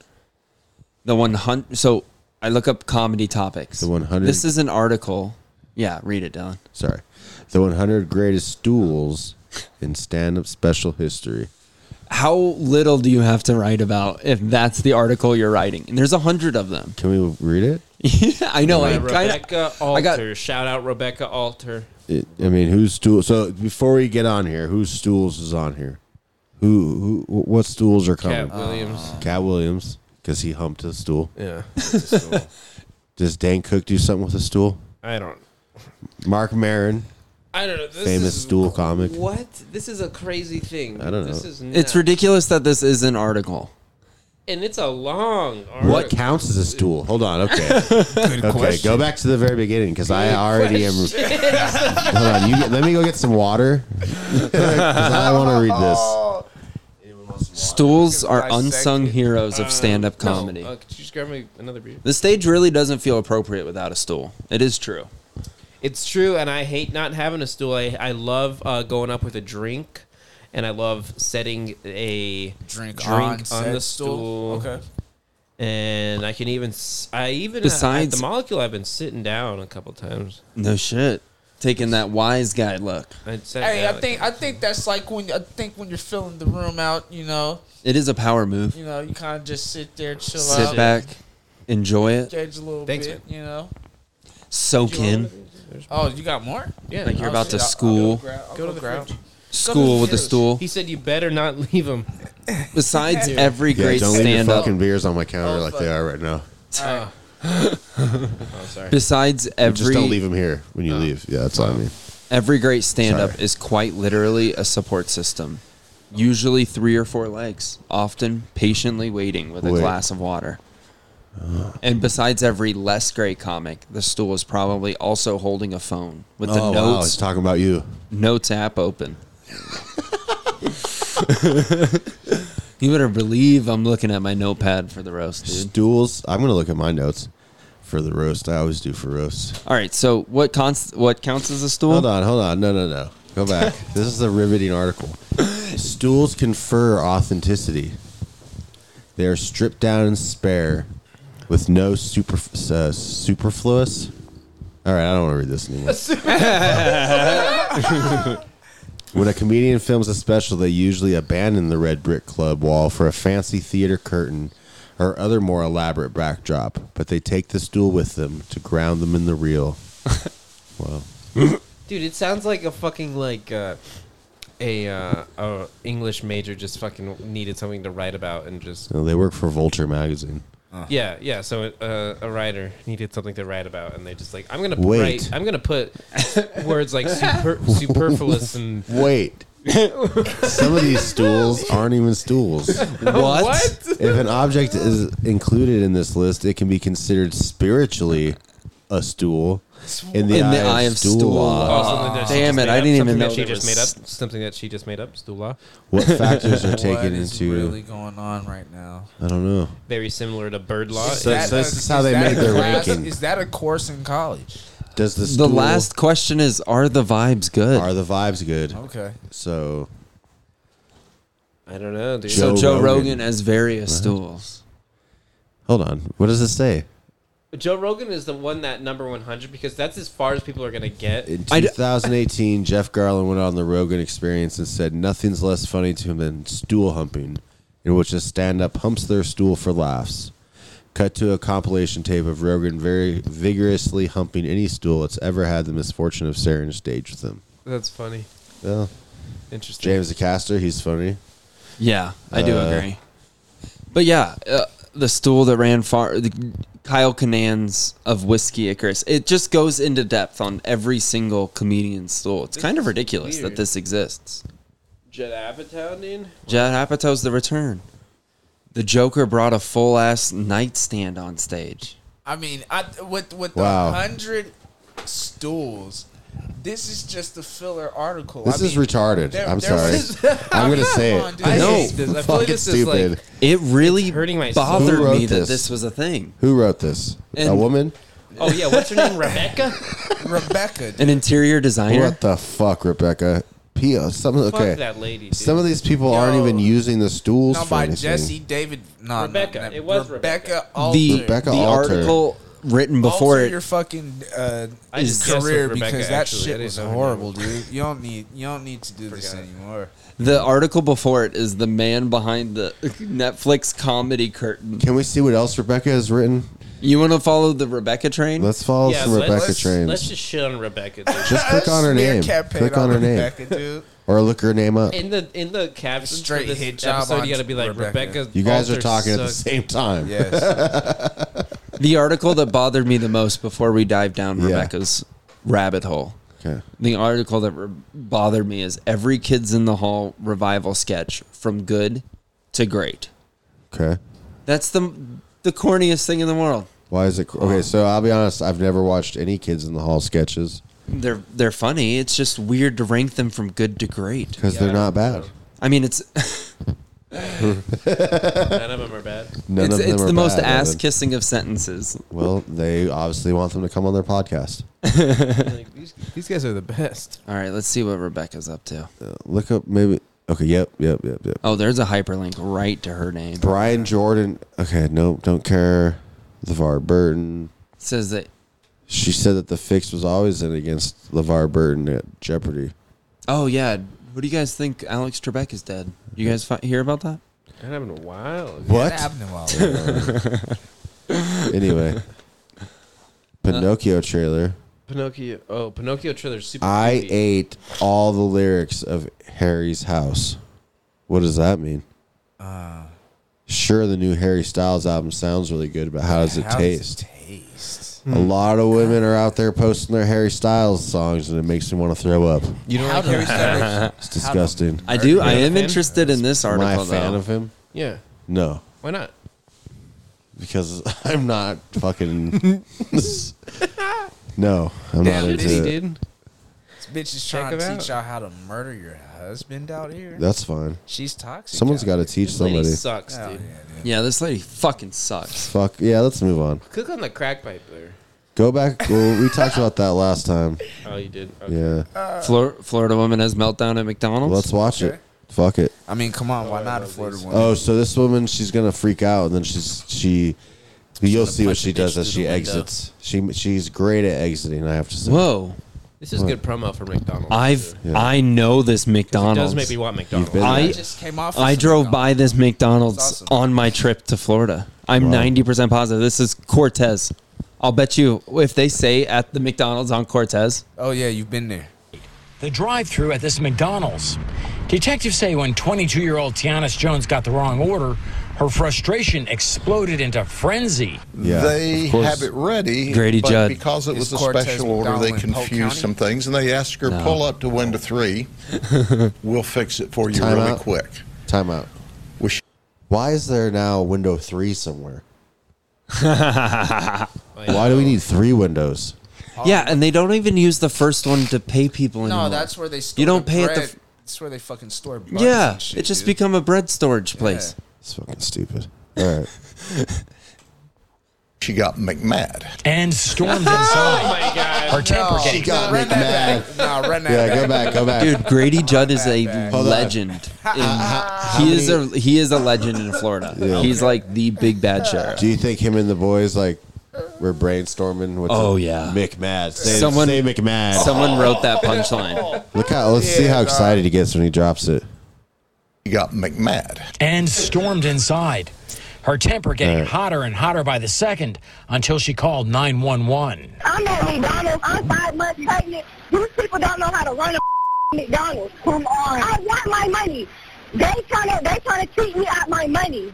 S3: The one hundred. So I look up comedy topics.
S5: The 100
S3: This is an article. Yeah, read it, Dylan.
S5: Sorry. The 100 greatest stools in stand up special history.
S3: how little do you have to write about if that's the article you're writing? And there's a hundred of them.
S5: Can we read it?
S3: I know. I kind of.
S1: Rebecca
S3: I got-
S1: Alter. Shout out Rebecca Alter.
S5: it? I mean, whose stool? So before we get on here, whose stools is on here? Who? who what stools are coming?
S1: Cat
S3: Ah.
S1: Williams.
S5: Cat Williams, because he humped a stool.
S1: Yeah.
S5: Does Dan Cook do something with a stool?
S1: I don't.
S5: Mark Marin,
S1: I don't know. This
S5: famous
S1: is,
S5: stool comic.
S1: What? This is a crazy thing.
S5: I don't
S1: This
S5: know.
S1: is
S3: It's
S1: nuts.
S3: ridiculous that this is an article.
S1: And it's a long.
S5: What
S1: article.
S5: counts as a stool? Hold on. Okay.
S4: Good
S5: Okay.
S4: question.
S5: Go back to the very beginning because I already am. Hold on. You, let me go get some water 'Cause I want to read this.
S4: Oh,
S3: Stools are
S4: Dissect
S3: unsung
S4: it.
S3: heroes of stand-up
S1: Uh, No,
S3: comedy.
S1: uh, could you just grab me another beer?
S3: The stage really doesn't feel appropriate without a stool. It is true.
S1: It's true, and I hate not having a stool. I, I love uh, going up with a drink, and I love setting a
S4: drink,
S1: on,
S4: said
S1: the stool.
S4: Okay.
S1: And I can even s- I even uh,
S3: Besides-
S1: at the molecule. I've been sitting down a couple times.
S3: No shit. Taking that wise guy look.
S1: I sat
S4: Hey, I
S1: down,
S4: think I think that's like when I think when you're filling the room out, you know,
S3: It is a power move.
S4: you know, you kind of just sit there, chill out,
S3: Sit back, enjoy it,
S4: gauge a little
S1: Thanks,
S4: bit, you know.
S3: soak in,
S4: Oh, you got more?
S1: yeah.
S3: like you're about to
S4: I'll- I'll
S3: school.
S4: Go, grab- I'll
S1: Go to the
S4: grab.
S3: school with the stool.
S1: he said you better not leave him.
S3: Besides every
S5: Yeah,
S3: great
S5: don't leave your
S3: stand up,
S5: fucking beers on my counter
S4: Oh,
S5: like
S4: fuck.
S5: they are right now.
S3: besides
S5: Just don't leave
S3: every Oh.
S5: them here when you leave. Yeah, that's what I mean.
S3: every great stand up
S5: Sorry.
S3: is quite literally a support system. Usually three or four legs, often patiently waiting with a
S5: Wait. Uh.
S3: glass of water. And besides every less great comic, the stool is probably also holding a phone with the
S5: oh, wow. It's
S3: notes
S5: talking about you.
S3: notes app open. you better believe I'm looking at my notepad for the roast, dude.
S5: Stools. I'm gonna look at my notes for the roast. I always do for roasts.
S3: All right, so what const- what counts as a stool?
S5: Hold on, hold on. No, no, no. Go back. this is a riveting article. Stools confer authenticity. They are stripped down and spare, with no super uh, superfluous. All right, I don't want to read this anymore. When a comedian films a special, they usually abandon the red brick club wall for a fancy theater curtain or other more elaborate backdrop, but they take the stool with them to ground them in the real. wow.
S1: Dude, it sounds like a fucking like uh, a uh, a English major just fucking needed something to write about and just
S5: No, they work for Vulture magazine.
S1: yeah yeah. So uh, a writer needed something to write about and they just like I'm gonna
S5: Wait.
S1: write I'm gonna put words like super, superfluous and
S5: Wait. Some of these stools aren't even stools.
S3: What?
S5: If an object is included in this list, it can be considered spiritually a stool in the, eye, of stool. law.
S3: law.
S1: Oh, something that she
S3: Damn
S1: just
S3: it,
S1: made
S3: I
S1: up,
S3: didn't even
S1: something
S3: know
S1: that she
S3: there
S1: just
S3: was-
S1: made up something that she just made up. Stula,
S5: What factors are
S4: What
S5: taken
S4: is
S5: into?
S4: really going on right now?
S5: I don't know.
S1: very similar to bird law.
S5: So-
S4: That-
S5: so this is how
S4: is
S5: they
S4: that
S5: made
S4: a
S5: their
S4: class-
S5: ranking.
S4: Is that a course in college?
S5: Does the
S3: The
S5: stool-
S3: last question is: Are the vibes good?
S5: are the vibes good?
S4: Okay.
S5: So
S1: I don't know, dude.
S3: so
S5: Joe
S3: Joe Rogan,
S5: Rogan
S3: has various stools.
S5: hold on. What does it say?
S1: Joe Rogan is the one that number 100 because that's as far as people are gonna get.
S5: In
S3: I d-
S5: 2018, Jeff Garland went on the Rogan Experience and said nothing's less funny to him than stool humping, in which a stand-up humps their stool for laughs. Cut to a compilation tape of Rogan very vigorously humping any stool that's ever had the misfortune of sharing a stage with him.
S1: That's funny,
S5: Well,
S1: interesting.
S5: James the caster, he's funny.
S3: Yeah, I do
S5: Uh,
S3: agree. But yeah, uh, the stool that ran far, the Kyle Canans of whiskey icarus. It just goes into depth on every single comedian's stool. It's kind of ridiculous that
S1: weird.
S3: this exists.
S1: Jed Apatow, dude.
S3: Judd Apatow's the return. The Joker brought a full ass nightstand on stage.
S4: I mean, I with with
S5: Wow.
S4: the hundred stools, this is just a filler article.
S5: This
S4: I
S5: is
S4: mean,
S5: retarded.
S4: there-
S5: I'm
S4: there
S5: sorry.
S4: was-
S5: I'm gonna say
S4: Come on,
S5: it.
S4: dude. I
S3: know.
S5: This is
S1: I feel
S5: fucking
S1: like this is like-
S5: stupid.
S3: It really
S1: hurting my soul.
S3: bothered
S5: Who wrote
S3: me that
S5: this?
S3: this was a thing.
S5: Who wrote this? a
S3: And-
S5: woman?
S1: Oh yeah, what's her name? Rebecca.
S4: Rebecca.
S3: An interior designer.
S5: What the fuck, Rebecca? Pia. Some okay.
S1: Fuck that lady. Dude.
S5: Some of these people aren't
S4: Yo.
S5: even using the stools
S4: No,
S5: for
S4: by
S5: anything.
S4: Jesse David. No, no,
S1: Rebecca.
S4: no,
S1: It was
S4: Rebecca.
S1: Rebecca.
S4: Alter.
S3: the
S5: Rebecca
S3: the
S5: Alter.
S3: article written before
S4: alter
S3: it.
S4: your fucking uh,
S1: I just guessed
S4: career
S1: with Rebecca,
S4: because that
S1: actually. I
S4: shit
S1: didn't
S4: was
S1: know her
S4: horrible, dude. You don't need you don't need to do this anymore.
S3: the article before it is the man behind the Netflix comedy curtain.
S5: Can we see what else Rebecca has written?
S3: You want to follow the Rebecca train?
S5: Let's follow
S1: Yeah,
S5: some
S1: let's-
S5: Rebecca
S1: let's-
S5: trains.
S1: Let's just shit on Rebecca. dude.
S5: Just click on her
S4: Smear
S5: name.
S4: campaign
S5: Click on her name.
S4: Rebecca, dude.
S5: Or look her name up.
S1: In the in the caption
S4: Straight
S1: for this
S4: hit job
S1: episode,
S4: on
S1: you got to be like
S4: Rebecca.
S1: Rebecca.
S5: You guys are
S1: Alter
S5: talking at the
S1: sucks.
S5: same time.
S4: Yes.
S3: The article that bothered me the most before we dive down
S5: Yeah.
S3: Rebecca's rabbit hole.
S5: Okay.
S3: The article that re- bothered me is every kids in the hall revival sketch from good to great.
S5: Okay.
S3: That's the the corniest thing in the world.
S5: Why is it okay? So I'll be honest. I've never watched any Kids in the Hall sketches
S3: They're they're funny. It's just weird to rank them from good to great.
S5: because they're not bad.
S3: I mean, it's
S1: None of them are bad.
S5: None
S3: it's,
S5: of them
S3: it's
S5: are
S3: the most
S5: bad, Evan.
S3: ass kissing of sentences.
S5: Well, they obviously want them to come on their podcast.
S1: Like, these, these guys are the best.
S3: All right, let's see what Rebecca's up to.
S5: Uh, look up maybe. Okay. Yep. Yep. Yep. Yep.
S3: Oh, there's a hyperlink right to her name. It
S5: Brian Jordan. Okay. No, don't care. LeVar Burton.
S3: says that.
S5: She said that the fix was always in against LeVar Burton at Jeopardy.
S3: Oh yeah, what do you guys think? Alex Trebek is dead. You guys fi- hear about that?
S1: That happened a while. ago.
S4: That
S5: What?
S4: happened a while ago.
S5: Anyway. Pinocchio trailer.
S1: Pinocchio. Oh, Pinocchio trailer's super.
S5: I
S1: creepy.
S5: ate all the lyrics of Harry's House. What does that mean? sure, the new Harry Styles album sounds really good, but how does it
S4: How
S5: taste?
S4: taste?
S5: A lot of women are out there posting their Harry Styles songs, and it makes me want to throw up.
S1: You don't like
S4: How
S1: Harry
S4: does
S1: Styles?
S4: that-
S5: It's disgusting.
S3: I do. I am
S1: fan?
S3: interested in this
S5: Am I a
S3: article
S5: fan
S3: though.
S5: of him?
S1: Yeah.
S5: No,
S1: Why not?
S5: because I'm not fucking. no, I'm not
S4: Damn,
S5: into
S1: He
S5: it.
S1: did.
S4: This bitch is
S1: Check
S4: trying to
S1: him
S4: teach y'all how to murder your husband out here.
S5: That's fine.
S4: She's toxic.
S5: Someone's got
S4: to.
S5: to teach
S1: Lady
S5: somebody.
S1: sucks, dude.
S3: Yeah, this lady fucking sucks.
S5: Fuck yeah, let's move on.
S1: Click on the crack pipe there.
S5: Go back. Well, we talked about that last time.
S1: Oh, you did. Okay.
S5: Yeah.
S3: Flor- Florida woman has meltdown at McDonald's.
S5: Let's watch
S4: Okay.
S5: it. Fuck it.
S4: I mean, come on, why not a Florida woman?
S5: Oh, so this woman, she's gonna freak out, and then she's she. You'll see what
S1: punch
S5: she
S1: the bitch
S5: does as
S1: through
S5: she
S1: the window.
S5: exits. She she's great at exiting. I have to say.
S3: Whoa,
S1: This is good promo for McDonald's.
S3: I've
S1: too.
S5: Yeah.
S3: I know this
S1: It
S3: McDonald's.
S1: does make me want McDonald's.
S5: been-
S3: I
S4: I just came off. of
S3: I
S4: some
S3: drove
S4: McDonald's.
S3: by this McDonald's
S4: That's awesome.
S3: on my trip to Florida. I'm
S5: Wow.
S3: 90% positive. This is Cortez. I'll bet you if they say at the McDonald's on Cortez,
S4: Oh yeah, you've been there.
S11: the drive through at this McDonald's. Detectives say when 22 year old Tiana's Jones got the wrong order, her frustration exploded into frenzy.
S5: Yeah,
S12: they
S5: of course.
S12: have it ready.
S3: Grady
S12: but
S3: Judd.
S12: Because it
S4: Is
S12: was a
S4: Cortez
S12: special order, they
S4: McDonald in Polk
S12: confused
S4: County?
S12: some things and they asked her,
S3: No.
S12: pull up to one to three. we'll fix it for you
S5: Time
S12: really
S5: out.
S12: quick.
S5: time out.
S12: We sh-
S5: Why is there now window three somewhere? Why do we need three windows?
S3: yeah, and they don't even use the first one to pay people anymore.
S4: No, that's where they. Store
S3: You don't
S4: the
S3: pay
S4: bread.
S3: at the. f-
S4: That's where they fucking store. buns
S3: Yeah,
S4: and shit,
S3: it just
S4: dude.
S3: become a bread storage place.
S5: It's fucking stupid. All right.
S12: She got McMad.
S11: And stormed
S12: Oh
S11: inside. Her temper
S4: No.
S11: getting.
S5: got
S4: Run that back. Nah, run that
S5: Yeah,
S4: back.
S5: go back. Go back.
S3: Dude, Grady Judd is a
S4: Hold
S5: on.
S3: legend. in- he is a he is a legend in Florida. He's like the big bad sheriff.
S5: Do you think him and the boys like were brainstorming? What's
S3: Oh,
S5: a-
S3: yeah.
S5: McMad. Say,
S3: Someone-
S5: say Oh. McMad.
S3: Someone wrote that punchline.
S5: Look how. Let's see how excited he gets when he drops it.
S12: She got McMad.
S11: and stormed inside. Her temper getting
S5: Right.
S11: hotter and hotter by the second until she called 911.
S9: I'm at McDonald's. I'm five months pregnant. These people don't know how to run a McDonald's. Come on. I want my money. They trying to they trying to cheat me out my money.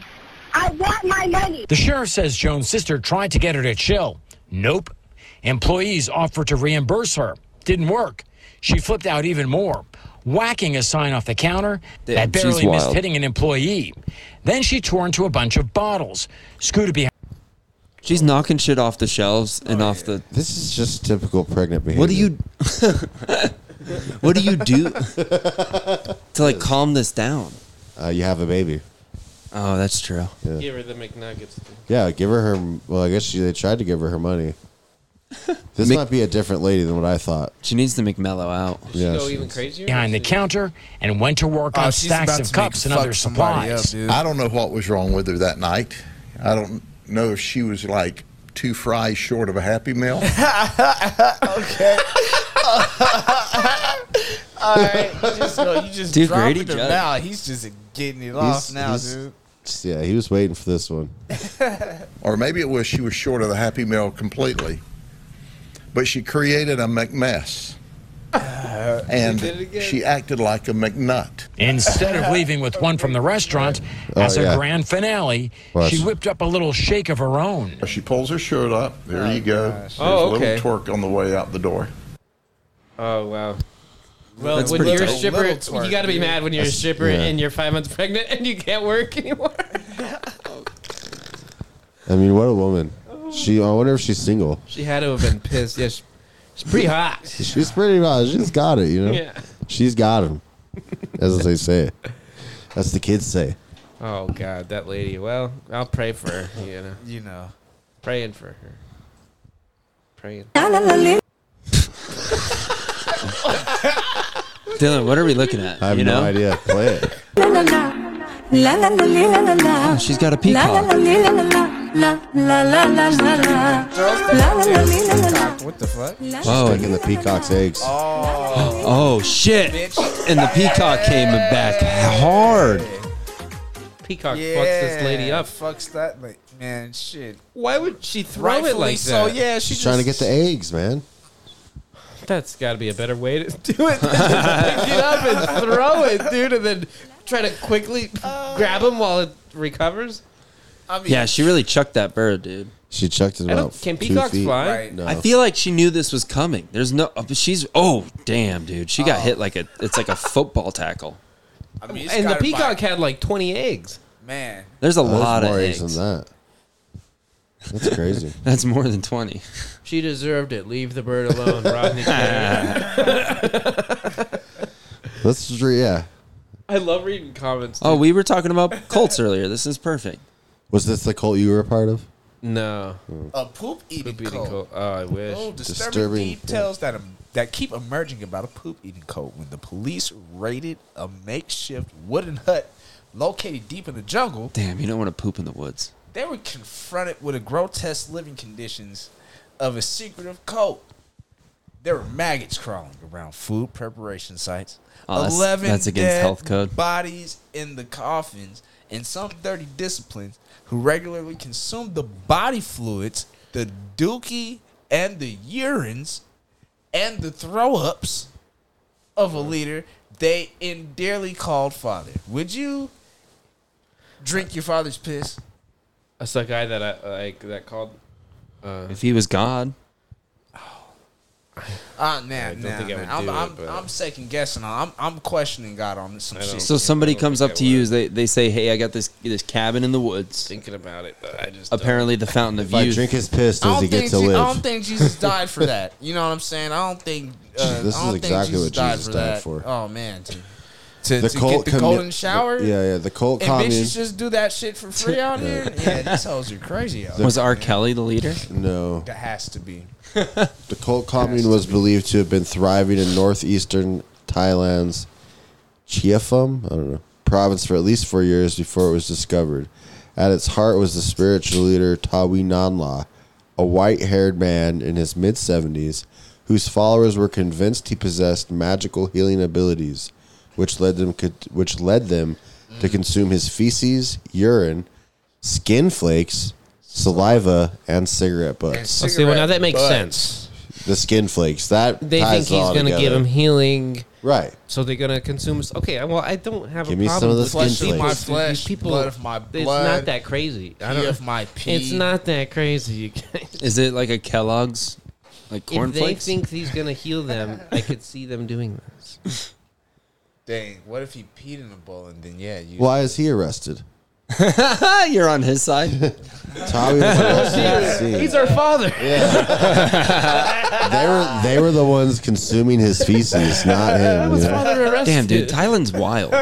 S9: I want my money.
S11: The sheriff says Jones' sister tried to get her to chill. Nope. Employees offered to reimburse her. Didn't work. She flipped out even more, whacking a sign off the counter
S3: Damn,
S11: that barely
S3: she's wild.
S11: missed hitting an employee. Then she tore into a bunch of bottles, scooted behind.
S3: She's knocking shit off the shelves and off the
S5: Oh, This is just typical pregnant behavior.
S3: What do you? what do you do to like calm this down?
S5: Uh, you have a baby.
S3: Oh, that's true.
S1: Give her the McNuggets.
S5: Yeah, give her her. Well, I guess she, they tried to give her her money. This
S3: Mc-
S5: might be a different lady than what I thought.
S3: She needs to McMellow out.
S5: Yeah,
S1: go
S5: she-
S1: even crazier.
S11: behind the counter and went to work
S4: Oh,
S11: on
S4: she's
S11: stacks
S4: about
S11: of
S4: to make
S11: cups and
S4: fuck
S11: other
S4: somebody
S11: supplies.
S4: Up, dude.
S12: I don't know what was wrong with her that night. I don't know if she was like two fries short of a Happy Meal.
S4: okay. All right, you just go. You just
S5: Dude,
S4: drop
S5: Grady
S4: it to
S5: Judd.
S4: Val. He's just getting it off now, dude.
S5: Yeah, he was waiting for this one.
S12: or maybe it was she was short of the Happy Meal completely, but she created a McMess.
S4: Uh,
S12: and she acted like a McNutt.
S11: Instead of leaving with one from the restaurant,
S12: Oh,
S11: as a
S12: yeah.
S11: grand finale,
S12: Plus.
S11: she whipped up a little shake of her own.
S12: She pulls her shirt up. There you go. There's
S11: Oh,
S12: a
S11: okay.
S12: little twerk on the way out the door.
S1: Oh wow. Well,
S12: That's
S1: when
S12: pretty
S1: you're a
S12: tight.
S1: stripper,
S12: Little twerk,
S1: you got to be
S12: dude.
S1: mad when you're a
S12: That's-
S1: stripper
S5: yeah.
S1: and you're five months pregnant and you can't work anymore.
S5: I mean, what a woman. She. I wonder if she's single.
S1: she had to have been pissed. Yeah, she- she's pretty hot.
S5: She's pretty much. She's got it. You know.
S1: Yeah.
S5: She's got him, as they say. That's the kids say.
S1: Oh God, that lady. Well, I'll pray for her. You know.
S4: you know.
S1: Praying for her. Praying.
S3: Dylan, what are we looking at?
S5: I have
S3: you
S5: no
S3: know?
S5: idea. Play it.
S13: La la la la la
S5: Oh,
S13: la.
S3: She's got a
S13: La la
S3: peacock.
S13: la la la la la la la la la. La la la la la la.
S4: What the fuck?
S5: She's taking the peacock's eggs.
S3: Oh, shit! And the peacock came back hard.
S1: Peacock
S4: Yeah,
S1: fucks this lady up.
S4: Fucks that like man. Shit.
S1: Why would she throw it
S4: Rightfully
S1: like
S4: so,
S1: that?
S4: yeah,
S5: She's trying to get the eggs, man.
S1: That's got to be a better way to do it. Than just pick it up and throw it, dude, and then try to quickly grab him while it recovers.
S4: I
S3: Yeah, she really chucked that bird, dude.
S5: She chucked it
S1: I don't- about can two peacocks feet. fly? Right.
S5: No.
S3: I feel like she knew this was coming. There's no. uh, She's. Oh, damn, dude. She
S1: Oh.
S3: got hit like a. It's like a football tackle.
S4: I mean, it's
S1: and the
S4: gotta be-
S1: peacock had like twenty eggs.
S4: Man,
S3: There's a
S5: Oh, there's
S3: lot
S5: more
S3: of
S5: eggs
S3: eggs.
S5: than that. That's crazy.
S3: That's more than twenty.
S1: she deserved it. Leave the bird alone, Rodney. King.
S5: Let's just re- yeah.
S1: I love reading comments.
S3: Oh,
S1: dude.
S3: we were talking about Colts earlier. This is perfect.
S5: Was this the cult you were a part of?
S1: No.
S4: a poop eating
S1: Poop eating
S4: cult.
S1: cult. Oh, I wish.
S4: Oh, disturbing,
S5: Disturbing,
S4: details that em- that keep emerging about a poop eating cult. When the police raided a makeshift wooden hut located deep in the jungle,
S3: Damn, you don't want to poop in the woods.
S4: they were confronted with the grotesque living conditions of a secretive cult. There were maggots crawling around food preparation sites.
S3: Oh, that's-
S4: Eleven
S3: that's against
S4: dead
S3: health code.
S4: bodies in the coffins, and some dirty disciplines who regularly consumed the body fluids, the dookie, and the urines, and the throw ups of a leader they endearly called father. Would you drink your father's piss?
S1: That's the guy that I like that called. Uh,
S3: If he was God,
S4: Uh, nah,
S1: I don't
S4: nah,
S1: think I
S4: nah.
S1: would
S4: I'm,
S1: do it,
S4: I'm,
S1: but-
S4: I'm second guessing. I'm, I'm questioning God on this some shit.
S3: so somebody comes up to you, they they say, "Hey, I got this this cabin in the woods."
S1: Thinking about it, but I just
S3: Apparently, the fountain of
S5: If I
S3: youth.
S5: drink his piss, does he
S4: I don't,
S5: get
S4: think
S5: to
S4: Je- I
S5: live?
S4: don't think Jesus died for that. You know what I'm saying? I don't think. Uh,
S5: This
S4: I
S5: is
S4: don't
S5: exactly
S4: think
S5: what Jesus
S4: for
S5: died
S4: that.
S5: for.
S4: Oh man, to, to,
S5: The
S4: to
S5: cult
S4: get the
S5: commu-
S4: golden shower.
S5: Yeah, yeah. The cult
S4: and bitches
S5: communist.
S4: just do that shit for free out here. Yeah, these hoes are crazy. Out
S3: was R. Kelly the leader?
S5: No.
S4: That has to be.
S5: The cult commune was believed to have been thriving in northeastern Thailand's Chiafum, I don't know, province for at least four years before it was discovered. At its heart was the spiritual leader Tawi Nanla, a white haired man in his mid 70s whose followers were convinced he possessed magical healing abilities, which led them, co- which led them to consume his feces, urine, skin flakes, saliva, and cigarette butts.
S1: Oh, see, well, now that makes sense.
S5: The skin flakes. That
S1: They think he's
S5: going to
S1: give him healing,
S5: right?
S1: So they're gonna consume. s- Okay, well, I don't have
S5: Give
S1: a
S5: me
S1: problem
S5: some of the
S1: with
S5: skin flakes.
S1: these people,
S5: My
S1: dude.
S4: flesh,
S1: These people,
S4: blood of my
S1: It's
S4: blood,
S1: not that crazy. I
S4: pee
S1: don't,
S4: of my
S1: It's
S4: pee.
S1: not that crazy. You guys.
S3: Is it like a Kellogg's, like
S1: If they
S3: cornflakes?
S1: think he's gonna heal them, I could see them doing this.
S4: Dang, what if he peed in a bowl and then yeah, you.
S5: Why is he arrested?
S3: You're on his side.
S5: Tommy was arrested. at the
S1: he's
S5: scene.
S1: our father.
S5: they were they were the ones consuming his feces, not him. you know?
S3: Damn, dude, Thailand's wild.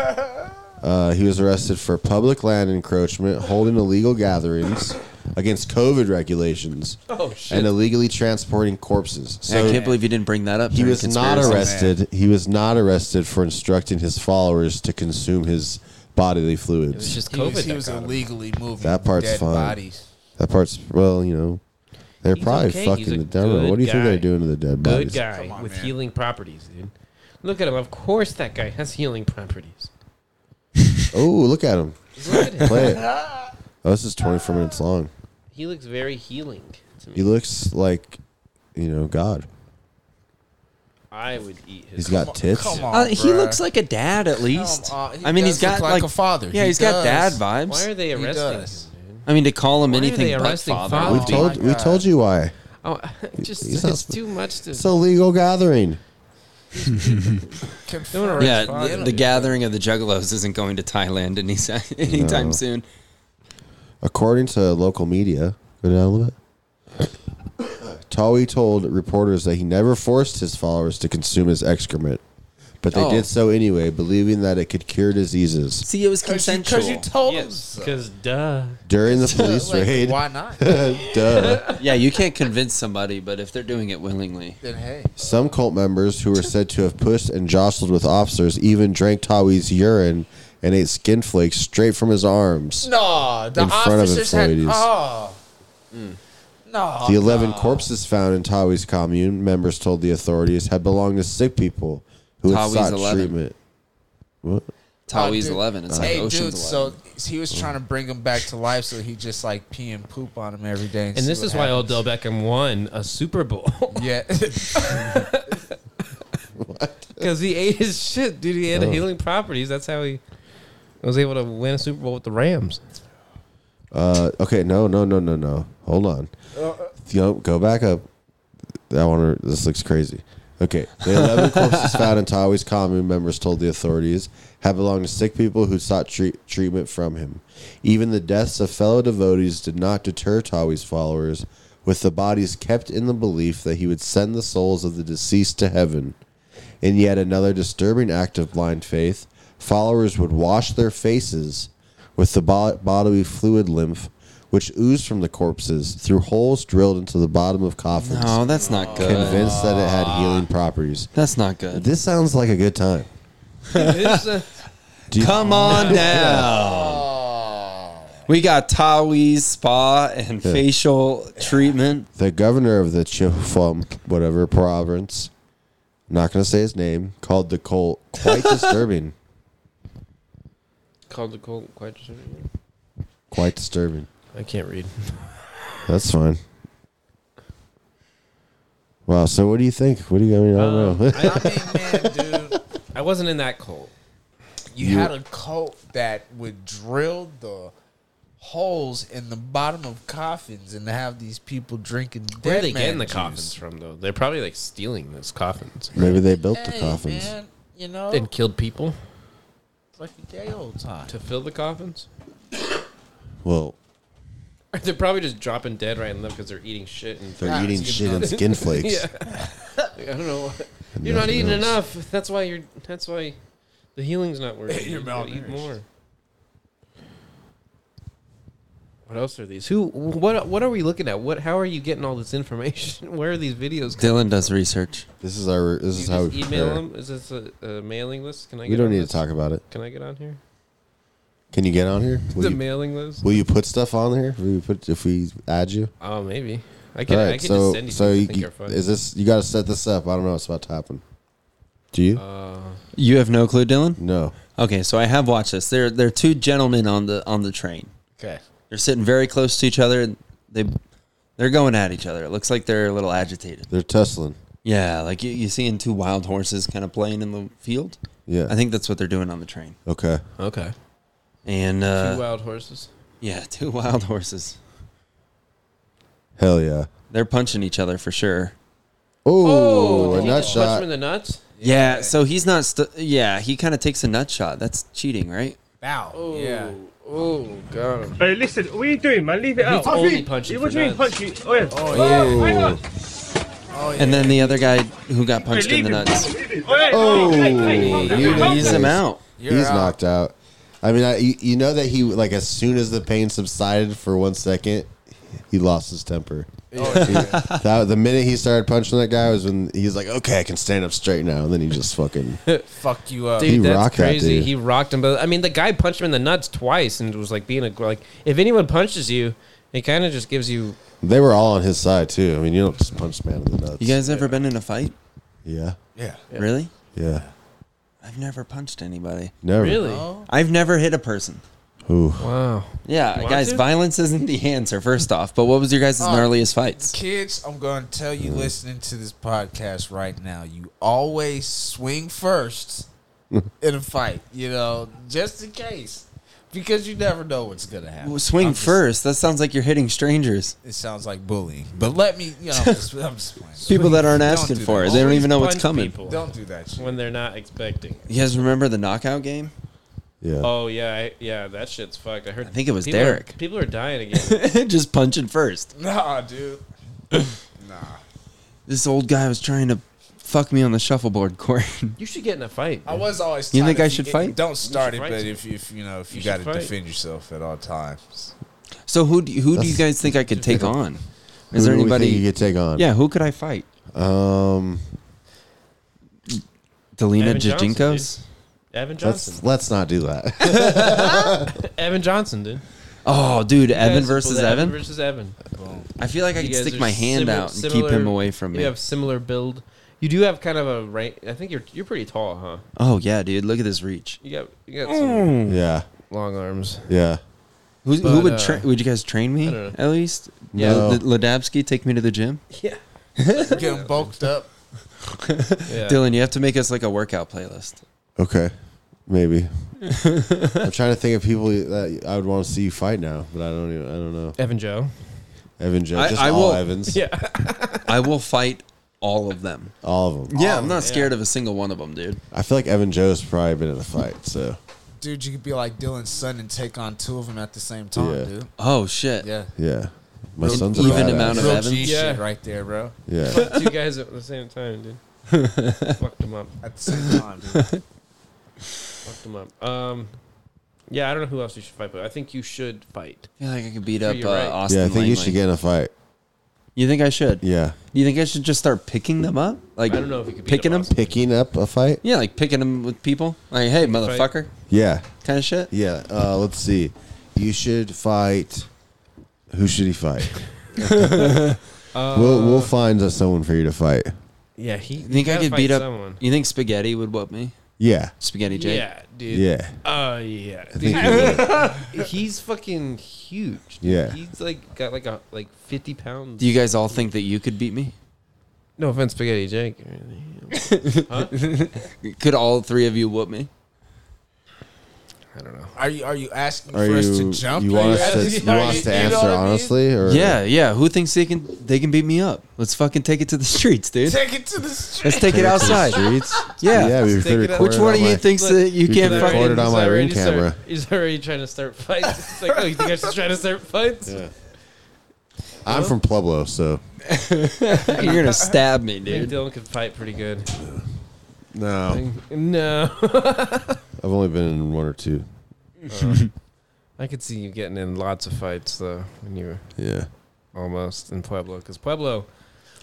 S5: Uh, he was arrested for public land encroachment, holding illegal gatherings against COVID regulations,
S3: Oh, shit.
S5: and illegally transporting corpses.
S3: I can't believe you didn't bring that up.
S5: He
S3: during
S5: was not
S3: conspiracy.
S5: arrested. He was not arrested for instructing his followers to consume his bodily fluids.
S1: just
S4: He was, he was illegally moving
S5: That part's
S4: dead
S5: fine.
S4: bodies.
S5: That part's well, you know. They're
S1: He's
S5: probably
S1: okay. He's
S5: fucking
S1: a
S5: the dead. body. What do you think
S1: good
S5: they're
S1: guy.
S5: doing to the dead bodies?
S1: Good guy with
S4: man.
S1: healing properties, dude. Look at him. Of course, that guy has healing properties.
S5: Oh, look at him.
S1: Look at him.
S5: Play it. Oh, this is 24 minutes long.
S1: He looks very healing to me.
S5: He looks like, you know, God.
S1: I would eat
S5: He's
S1: his.
S5: got tits. Come
S3: Uh, he looks like a dad at least.
S1: on, he
S3: I mean, he's
S1: does
S3: got
S1: look like a father.
S3: Yeah,
S1: He
S3: has got dad
S1: does.
S3: vibes.
S1: Why are they He arresting does.
S3: I mean, to call him
S1: Why are
S3: anything
S1: they
S3: but
S1: arresting
S3: father.
S1: father?
S5: we
S1: Oh
S5: told
S1: my
S5: we
S1: God.
S5: told you why.
S1: Oh, just
S5: He's
S1: it's
S5: not sp-
S1: too much to.
S5: It's a legal gathering.
S1: Don't
S3: yeah,
S1: arrest
S3: the,
S1: father.
S3: the gathering of the Juggalos isn't going to Thailand any se- anytime
S5: No.
S3: soon.
S5: According to local media, go down a little bit. Tawi told reporters that he never forced his followers to consume his excrement, but they
S3: Oh.
S5: did so anyway, believing that it could cure diseases.
S3: See, it was
S4: consensual. Because you, told him.
S1: Because duh.
S5: During the police
S4: Like,
S5: raid,
S4: why not?
S5: Duh.
S3: Yeah, you can't convince somebody, but if they're doing it willingly,
S4: Then hey.
S5: Some cult members who were said to have pushed and jostled with officers even drank Tawi's urine and ate skin flakes straight from his arms.
S4: No, the
S5: in front of
S4: officers had.
S5: employees.
S4: Oh. No.
S5: The 11 corpses found in Tawi's commune, members told the authorities, had belonged to sick people who had
S3: Tawi's
S5: sought
S3: 11.
S5: treatment. What?
S3: Tawi's
S4: Oh, dude.
S3: eleven. It's like
S4: hey,
S3: Ocean's
S4: dude,
S3: eleven.
S4: So he was trying to bring him back to life, so he just like pee and poop on him every day. And,
S1: And this is why Odell Beckham won a Super Bowl.
S4: Yeah.
S1: Because he ate his shit, dude. He had
S5: Oh.
S1: healing properties. That's how he was able to win a Super Bowl with the Rams.
S5: Uh, okay, no, no, no, no, no. Hold on. Go, go back up. I want to. This looks crazy. Okay, the 11 corpses found in Tawi's commune, members told the authorities, had belonged to sick people who sought treat, treatment from him. Even the deaths of fellow devotees did not deter Tawi's followers, with the bodies kept in the belief that he would send the souls of the deceased to heaven. In yet another disturbing act of blind faith, followers would wash their faces with the bo- bodily fluid lymph, which oozed from the corpses through holes drilled into the bottom of coffins.
S3: No, that's not good.
S5: Convinced that it had healing properties.
S3: That's not good.
S5: This sounds like a good time.
S1: This, uh,
S5: Do you-
S3: Come on down. We got Tawi's spa and
S5: Yeah.
S3: facial treatment.
S5: The governor of the Chifum, whatever province, not going to say his name, called the cult quite disturbing.
S1: called the cold quite disturbing.
S5: Quite disturbing.
S1: I can't read.
S5: That's fine. Wow. So, what do you think? What do you? I mean, I don't know.
S1: Um, I, I wasn't in that cult.
S4: You,
S5: You-
S4: had a cult that would drill the holes in the bottom of coffins and have these people drinking dead
S1: Where are they
S4: man
S1: getting the
S4: juice.
S1: coffins from, though? They're probably like stealing those coffins
S5: Maybe they built the
S4: Hey,
S5: coffins.
S4: man, you know,
S1: and killed people
S4: it's like a gay old time.
S1: to fill the coffins.
S5: Well,
S1: They're probably just dropping dead right and left because they're eating shit and
S5: They're eating shit and skin flakes.
S1: yeah. Like, I don't know.
S5: And
S1: You're not
S5: nothing
S1: eating
S5: else.
S1: enough. That's why you're. That's why the healing's not working.
S4: You're
S1: You gotta eat
S4: malnourished.
S1: more. What else are these? Who? What? What are we looking at? What? How are you getting all this information? Where are these videos? coming
S3: Dylan does research.
S5: this is our. This is
S1: You
S5: how
S1: just
S5: we
S1: email
S5: prepare.
S1: them. Is this a, a mailing list? Can I? Get
S5: We don't
S1: on
S5: need to
S1: this?
S5: talk about it.
S1: Can I get on here?
S5: Can you get on here?
S1: the
S5: Will you,
S1: mailing list.
S5: will you put stuff on there? Will you put if we add you?
S1: oh, maybe. I can. I can
S5: so
S1: just send you.
S5: so
S1: things I
S5: you,
S1: think
S5: you
S1: are fun.
S5: is this? You got to set this up. I don't know what's about to happen. Do you?
S1: Uh,
S3: You have no clue, Dylan.
S5: no.
S3: Okay, so I have watched this. There, there are two gentlemen on the on the train.
S4: Okay.
S3: They're sitting very close to each other. And they, they're going at each other. It looks like they're a little agitated.
S5: They're tussling.
S3: Yeah, like you, you seeing two wild horses kind of playing in the field.
S5: Yeah.
S3: I think that's what they're doing on the train.
S5: Okay.
S1: okay.
S3: And uh,
S1: Two wild horses.
S3: yeah, two wild horses.
S5: Hell yeah.
S3: They're punching each other for sure.
S5: Oh,
S1: did
S5: a
S1: he
S5: nut
S1: just punch him
S5: shot.
S1: in the nuts.
S3: Yeah, so he's not. St- yeah, he kind of takes a nut shot. That's cheating, right?
S4: Bow. Yeah.
S1: Oh god.
S14: Hey, listen, what are you doing, man? Leave it out.
S1: He's only punching
S14: What
S1: for
S14: do you mean
S1: nuts.
S14: punch me? Oh, yeah. Oh, hang on.
S5: Oh,
S3: And then the other guy who got punched
S14: Hey,
S3: in the
S14: leave
S3: nuts,
S14: Leave it. Oh, yeah.
S5: oh,
S3: he leaves him out.
S5: He's knocked out. I mean, I, you, you know that he like as soon as the pain subsided for one second, he lost his temper.
S3: Oh,
S5: He- that, the minute he started punching that guy was when he was like, "Okay, I can stand up straight now." And then he just fucking
S4: Fuck you up.
S1: Dude,
S5: He
S1: that's
S5: rocked that
S1: crazy.
S5: dude.
S1: He rocked him, but I mean, the guy punched him in the nuts twice, and was like being a like, if anyone punches you, It kind of just gives you.
S5: They were all on his side too. I mean, you don't just punch a man in the nuts.
S3: You guys ever been in a fight?
S5: Yeah.
S4: Yeah.
S3: Really?
S5: Yeah.
S3: I've never punched anybody.
S5: Never.
S1: Really? No.
S3: I've never hit a person.
S5: Ooh.
S1: Wow.
S3: Yeah,
S4: You want
S3: guys,
S4: to?
S3: violence isn't the answer, first off. But what was your guys'
S4: Oh.
S3: gnarliest fights?
S4: Kids, I'm going to tell you listening to this podcast right now, you always swing first in a fight, you know, just in case. Because you never know what's going to happen.
S3: Well, swing
S4: I'm just-
S3: first. That sounds like you're hitting strangers.
S4: It sounds like bullying. But let me, you know, I'm just, I'm just playing.
S3: People that aren't
S4: Don't
S3: asking
S4: do
S3: for
S4: that.
S3: it. They don't
S4: Always
S3: even know what's
S1: punch
S3: coming.
S1: people
S4: Don't do that shit.
S1: when they're not expecting.
S3: You guys remember the knockout game?
S5: Yeah.
S1: Oh yeah, I, yeah, that shit's fucked. I heard. I
S3: think it was
S1: people
S3: Derek.
S1: Are, people are dying again.
S3: Just punching first.
S4: Nah, dude. nah.
S3: This old guy was trying to fuck me on the shuffleboard court.
S1: you should get in a fight.
S4: I was always.
S3: You
S4: taught
S3: think
S4: if
S3: I should
S4: get-
S3: fight?
S4: Don't start
S1: You
S4: it,
S1: should
S4: but
S1: fight.
S4: if you, if you know if you,
S1: You should
S4: got to
S1: fight.
S4: defend yourself at all times.
S3: so who do, who do you
S5: That's-
S3: guys think I could take on? Is
S5: Who
S3: there
S5: do we think
S3: anybody
S5: you could take on?
S3: Yeah, who could I fight?
S5: Um.
S3: Delina
S1: Evan Johnson, dude.
S3: Jajinkos?
S1: Evan
S5: Let's
S1: Johnson.
S5: let's not do that.
S1: Evan Johnson, dude.
S3: Oh, dude,
S1: You guys
S3: Evan
S1: pull
S3: versus
S1: that
S3: Evan.
S1: versus Evan.
S3: I feel like I
S1: You
S3: could
S1: guys
S3: stick
S1: are
S3: my hand
S1: simi-
S3: out and keep
S1: similar-
S3: him away from me.
S1: You have similar build. You do have kind of a rank. I think you're you're pretty tall, huh?
S3: Oh yeah, dude, look at this reach.
S1: You got you got some
S5: yeah.
S1: long arms.
S5: Mm. Yeah.
S3: Who's, who
S1: But,
S3: would
S1: uh,
S3: tra- would you guys train me
S1: I don't
S3: at least?
S5: Yeah. No.
S3: L- Ladabsky, take me to the gym.
S1: Yeah.
S4: Get them bulked up.
S1: Yeah.
S3: Dylan, you have to make us like a workout playlist.
S5: Okay. Maybe. I'm trying to think of people that I would want to see you fight now, but I don't even. I don't know.
S1: Evan Joe.
S5: Evan Joe.
S3: I-
S5: Just
S3: I
S5: all
S3: will-
S5: Evans.
S1: Yeah.
S3: I will fight all of them.
S5: All of them.
S3: Yeah, I'm not scared of a single one of them, dude.
S5: I feel like Evan Joe's probably been in a fight, so
S4: Dude, you could be like Dylan's son and take on two of them at the same time,
S5: Yeah.
S4: dude.
S3: Oh shit.
S4: Yeah.
S5: yeah. My
S3: An
S5: son's a
S3: even
S5: badass.
S3: amount of
S4: Real
S3: Evans.
S4: G
S1: Yeah.
S4: shit right there, bro.
S5: Yeah.
S1: Fucked two guys at the same time, dude. Fucked them up.
S4: At the same time, dude.
S1: Fucked them up. Um, yeah, I don't know who else you should fight, but I think you should fight.
S3: I feel like I could beat
S1: Sure,
S3: up
S1: you're
S3: uh,
S1: right.
S3: Austin.
S5: Yeah. I think you
S3: Langley.
S5: should get in a fight.
S3: You think I should?
S5: Yeah.
S3: You think I should just start picking them up? Like
S1: I don't know if you could beat
S3: picking
S1: up
S3: them.
S1: Austin.
S5: Picking up a fight.
S3: Yeah, like picking them with people. Like, hey,
S1: fight.
S3: motherfucker,
S5: Yeah.
S3: kind of shit.
S5: Yeah. Uh, let's see. You should fight. Who should he fight? we'll we'll find us someone for you to fight.
S1: Yeah, he.
S3: You think I
S1: gotta
S3: could beat
S1: fight
S3: up?
S1: someone.
S3: You think Spaghetti would whoop me?
S5: Yeah.
S3: Spaghetti Jake.
S1: Yeah, dude.
S5: Yeah.
S1: Oh yeah.
S5: think
S1: Dude, he's fucking huge. dude.
S5: Yeah.
S1: He's like got like a like fifty pounds.
S3: Do you guys all think that you could beat me?
S1: no offense, Spaghetti Jake.
S3: Could all three of you whoop me?
S1: I don't know.
S4: Are you are you asking
S5: Are
S4: for
S5: you?
S4: us to jump?
S5: you want
S4: Are
S5: us to,
S4: asking-
S5: you want us to
S4: you know what
S5: answer
S4: I mean?
S5: honestly? Or
S3: Yeah, yeah. Who thinks they can they can beat me up? Let's fucking take it to the streets, dude.
S4: Take it to the street.
S3: Let's
S5: Take
S3: take it
S5: to the
S3: outside.
S5: streets.
S3: Yeah.
S5: Yeah. We've
S1: Take it out.
S3: Which one of you thinks
S1: Look,
S3: that you
S5: you
S3: can't
S5: can
S3: fucking?
S5: record it on
S1: He's
S5: my ring
S1: already start-
S5: camera.
S1: he's already trying to start fights. It's like, oh, you think I should try to start fights?
S5: I'm from Pueblo, so
S3: You're gonna stab me,
S1: I think
S3: dude.
S1: Dylan could fight pretty good.
S5: no.
S1: No,
S5: I've only been in one or two.
S1: Uh, I could see you getting in lots of fights though when you were
S5: Yeah.
S1: almost in Pueblo because Pueblo.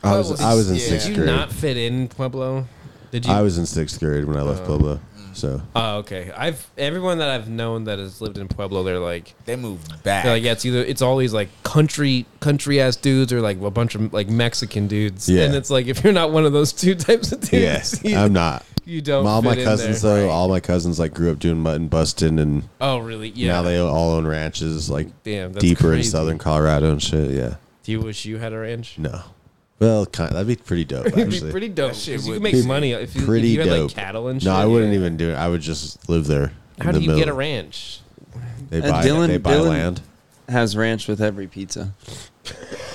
S5: I was I was in
S4: Yeah.
S5: sixth
S1: Did you
S5: grade.
S1: not fit in Pueblo? Did you?
S5: I was in sixth grade when I left Pueblo. So
S1: Oh, okay. I've everyone that I've known that has lived in Pueblo, they're like,
S4: They moved back.
S1: they're like, yeah, it's either it's all these like country country ass dudes or like a bunch of like Mexican dudes.
S5: Yeah.
S1: And it's like if you're not one of those two types of dudes,
S5: yes,
S1: you,
S5: I'm not.
S1: you don't.
S5: all
S1: fit
S5: my
S1: in
S5: cousins
S1: there.
S5: though, all my cousins like grew up doing mutton busting, and
S1: Oh, really? Yeah.
S5: now they all own ranches like
S1: Damn, that's
S5: deeper in
S1: crazy.
S5: southern Colorado and shit. Yeah,
S1: Do you wish you had a ranch?
S5: no, well, kind that'd be pretty dope.
S1: It'd
S5: Actually,
S1: be pretty dope. 'cause
S4: shit
S1: you
S4: would
S1: could
S4: be
S1: make money if you, if
S5: Pretty
S1: you had
S5: dope.
S1: like cattle and shit.
S5: no, I wouldn't even do it. I would just live there. in
S1: How do
S5: the
S1: you get a
S5: middle.
S1: ranch?
S5: They
S3: Uh,
S5: buy,
S3: Dylan-
S5: they buy
S3: Dylan-
S5: land.
S3: Has ranch with every pizza.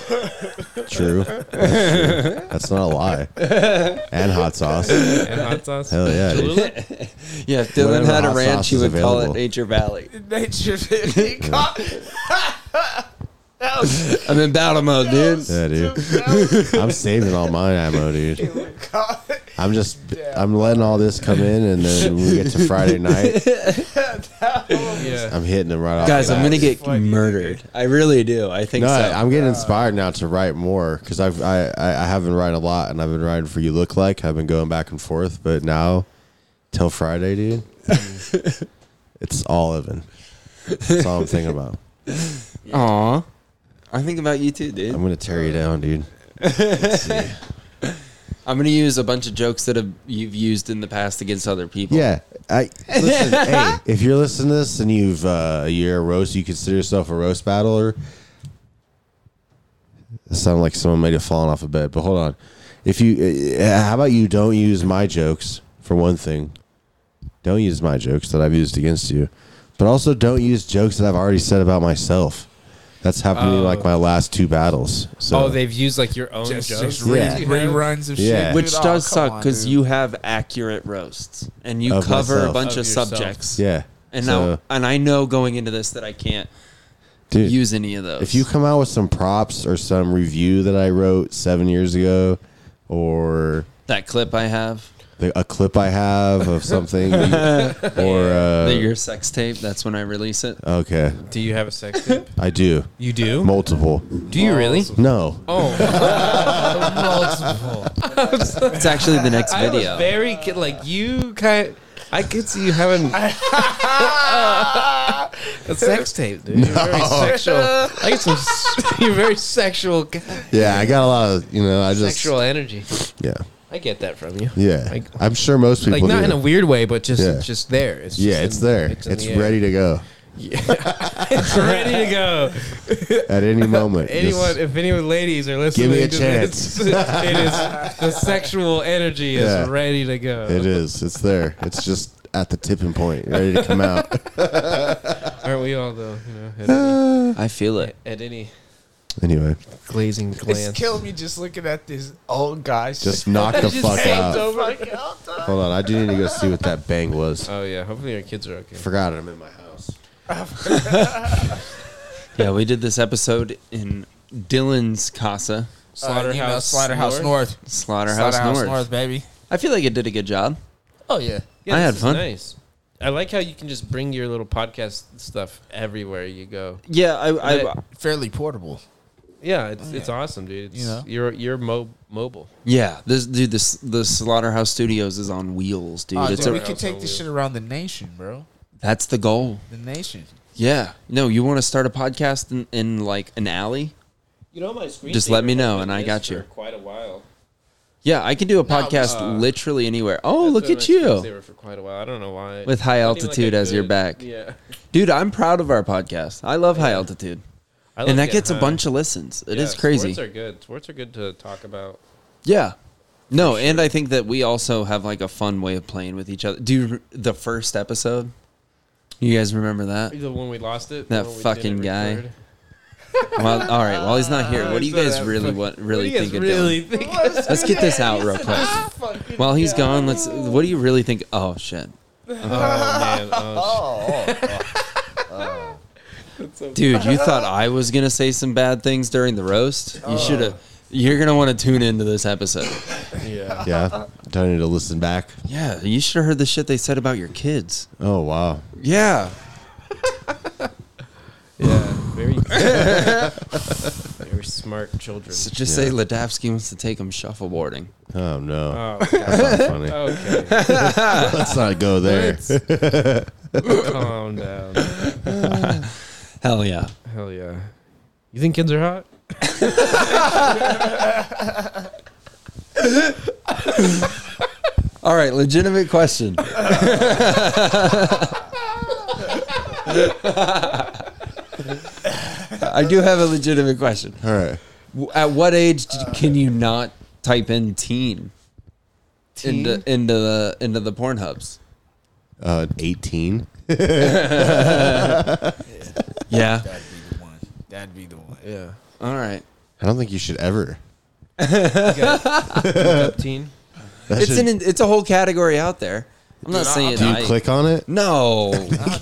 S5: True. That's, true. That's not a lie. And hot sauce. Hell
S1: And hot sauce?
S5: yeah. dude.
S1: Cholula?
S3: Yeah, if Dylan
S5: Whatever
S3: had a
S5: hot
S3: ranch,
S5: sauce
S3: he
S5: is
S3: would call it
S5: available.
S3: Nature Valley.
S4: Nature he caught. That was-
S3: I'm in battle mode, dude.
S5: Yeah, dude. I'm saving all my ammo, dude. I'm just, I'm letting all this come in, and then when we get to Friday night,
S1: yeah.
S5: I'm hitting them right off.
S3: Guys,
S5: the
S3: I'm
S5: bat.
S3: gonna get murdered. I really do. I think
S5: No,
S3: so.
S5: I, am getting inspired now to write more because I've I, I I have been writing a lot and I've been writing for you look like I've been going back and forth, but now till Friday, dude, it's all Evan. That's all I'm thinking about.
S3: Aw. I think about you too, dude.
S5: I'm gonna tear you down, dude.
S3: I'm gonna use a bunch of jokes that have, you've used in the past against other people.
S5: Yeah, I listen. hey, if you're listening to this and you've uh, you're a roast, you consider yourself a roast battler. It sounded like someone might have fallen off a bed, but hold on. If you, uh, how about you don't use my jokes for one thing? Don't use my jokes that I've used against you, but also don't use jokes that I've already said about myself. That's happened to me
S1: Oh.
S5: like my last two battles. So
S1: oh, they've used like your own
S4: Just-
S1: jokes.
S4: just re- Yeah. reruns of shit, Yeah. dude.
S3: which
S4: Oh,
S3: does
S4: come
S3: suck
S4: on,
S3: because
S4: dude.
S3: you have accurate roasts and you
S5: Of
S3: cover a
S5: myself.
S3: bunch
S5: Of
S3: of,
S5: yourself.
S3: subjects.
S5: Yeah,
S3: and now
S5: so-
S3: and I know going into this that I can't
S5: Dude,
S3: use any of those.
S5: If you come out with some props or some review that I wrote seven years ago, or
S3: that clip I have
S5: the, a clip I have of something, or
S3: the,
S5: uh,
S3: your sex tape, that's when I release it.
S5: okay,
S1: Do you have a sex tape?
S5: I do.
S1: You do
S5: multiple.
S1: Do you really?
S5: No.
S1: Oh, multiple.
S3: It's actually the next
S1: I was
S3: video.
S1: very ki- like you kind. I could see you having a sex tape, dude. You're very
S5: No.
S1: sexual. I get some. s- You're very sexual. guy.
S5: Yeah, I got a lot of you know. I just
S1: sexual energy.
S5: Yeah.
S1: I get that from you.
S5: Yeah,
S1: Like,
S5: I'm sure most people
S1: like not
S5: do.
S1: in a weird way, but just
S5: Yeah.
S1: it's just there. It's
S5: yeah,
S1: just
S5: it's
S1: in-
S5: there. It's,
S1: in the air.
S5: ready to go
S1: it's ready to go.
S5: at any moment.
S1: Anyone,
S5: Just-
S1: if any ladies are listening,
S5: Give me a
S1: to
S5: chance.
S1: this, it is the sexual energy is
S5: Yeah.
S1: ready to go.
S5: it is. It's there. It's just at the tipping point, ready to come out.
S1: Aren't we all though? You know, at any,
S3: I feel it.
S1: at any
S5: Anyway,
S1: glazing glance.
S4: It's killing me just looking at this old guy.
S5: Just knock the
S4: Just
S5: fuck
S4: hands
S5: out.
S4: over the counter.
S5: hold on. I do need to go see what that bang was.
S1: Oh yeah, hopefully your kids are okay.
S5: Forgot it. I'm in my house.
S3: Yeah, we did this episode in Dylan's casa,
S4: Slaughterhouse Uh, you know, Slaughterhouse North. North.
S3: Slaughterhouse,
S4: Slaughterhouse
S3: North.
S4: North, baby.
S3: I feel like it did a good job.
S4: Oh yeah.
S1: Yeah,
S3: I
S1: this
S3: had
S1: is
S3: fun.
S1: Nice. I like how you can just bring your little podcast stuff everywhere you go.
S3: Yeah, I,
S1: And
S3: I
S1: it-
S4: fairly portable.
S1: yeah, it's it's awesome, dude. It's,
S4: You know?
S1: you're you're mo- mobile.
S3: yeah. This dude, this the Slaughterhouse Studios is on wheels, dude.
S4: Oh,
S3: it's
S4: dude,
S3: a,
S4: we could take this shit around the nation, bro.
S3: that's the goal.
S4: The nation.
S3: Yeah. No, you want to start a podcast in, in like an alley?
S1: You know my screen.
S3: Just let me know, and I got you.
S1: Quite a while.
S3: Yeah, I can do a podcast
S1: uh,
S3: literally anywhere. Oh, look at
S1: They
S3: you
S1: were for quite a while. I don't know why.
S3: with high
S1: I don't think, like,
S3: altitude
S1: I
S3: as your
S1: could-
S3: back.
S1: Yeah.
S3: Dude, I'm proud of our podcast. I love high altitude.
S1: I love
S3: and that
S1: getting
S3: gets a
S1: high.
S3: bunch of listens. It is
S1: Yeah,
S3: crazy.
S1: Sports are good. Sports are good to talk about.
S3: Yeah. No, and I think that we also have like a fun way of playing with each other. Do you, re- the first episode? You guys remember that?
S1: Either when we lost it,
S3: That
S1: when we
S3: fucking
S1: didn't
S3: guy.
S1: record.
S3: Well, all right. While he's not here, what do you
S1: So
S3: guys
S1: that
S3: really
S1: fuck-
S3: want?
S1: what do
S3: Really
S1: you guys
S3: think? of
S1: really
S3: Dylan?
S1: think?
S3: Let's get this out real quick. While he's gone, let's. What do you really think? Oh shit,
S1: Oh man. Oh. shit.
S3: dude! You thought I was gonna say some bad things during the roast? You
S1: Uh.
S3: should have. You're gonna want to tune into this episode.
S1: Yeah.
S5: Yeah, do I need to listen back?
S3: Yeah, you should have heard the shit they said about your kids.
S5: Oh wow.
S3: Yeah,
S1: Yeah. Very. very smart children.
S3: so just say Ladavsky wants to take him shuffleboarding.
S5: Oh no.
S1: Oh,
S5: That's not funny.
S1: Okay.
S5: Let's not go there.
S1: Calm down.
S3: Hell yeah.
S1: Hell yeah. You think kids are hot?
S3: All right, legitimate question. I do have a legitimate question.
S5: All right.
S3: W- At what age d can you not type in teen, into into the into the porn hubs?
S5: Uh, 18.
S3: Yeah.
S4: That'd be the one. That'd be the one.
S1: Yeah.
S3: All right.
S5: I don't think you should ever.
S1: Fifteen.
S5: That
S3: It's
S5: should-
S3: an it's a whole category out there. I'm not saying
S5: do you
S3: I-
S5: click on it?
S3: No.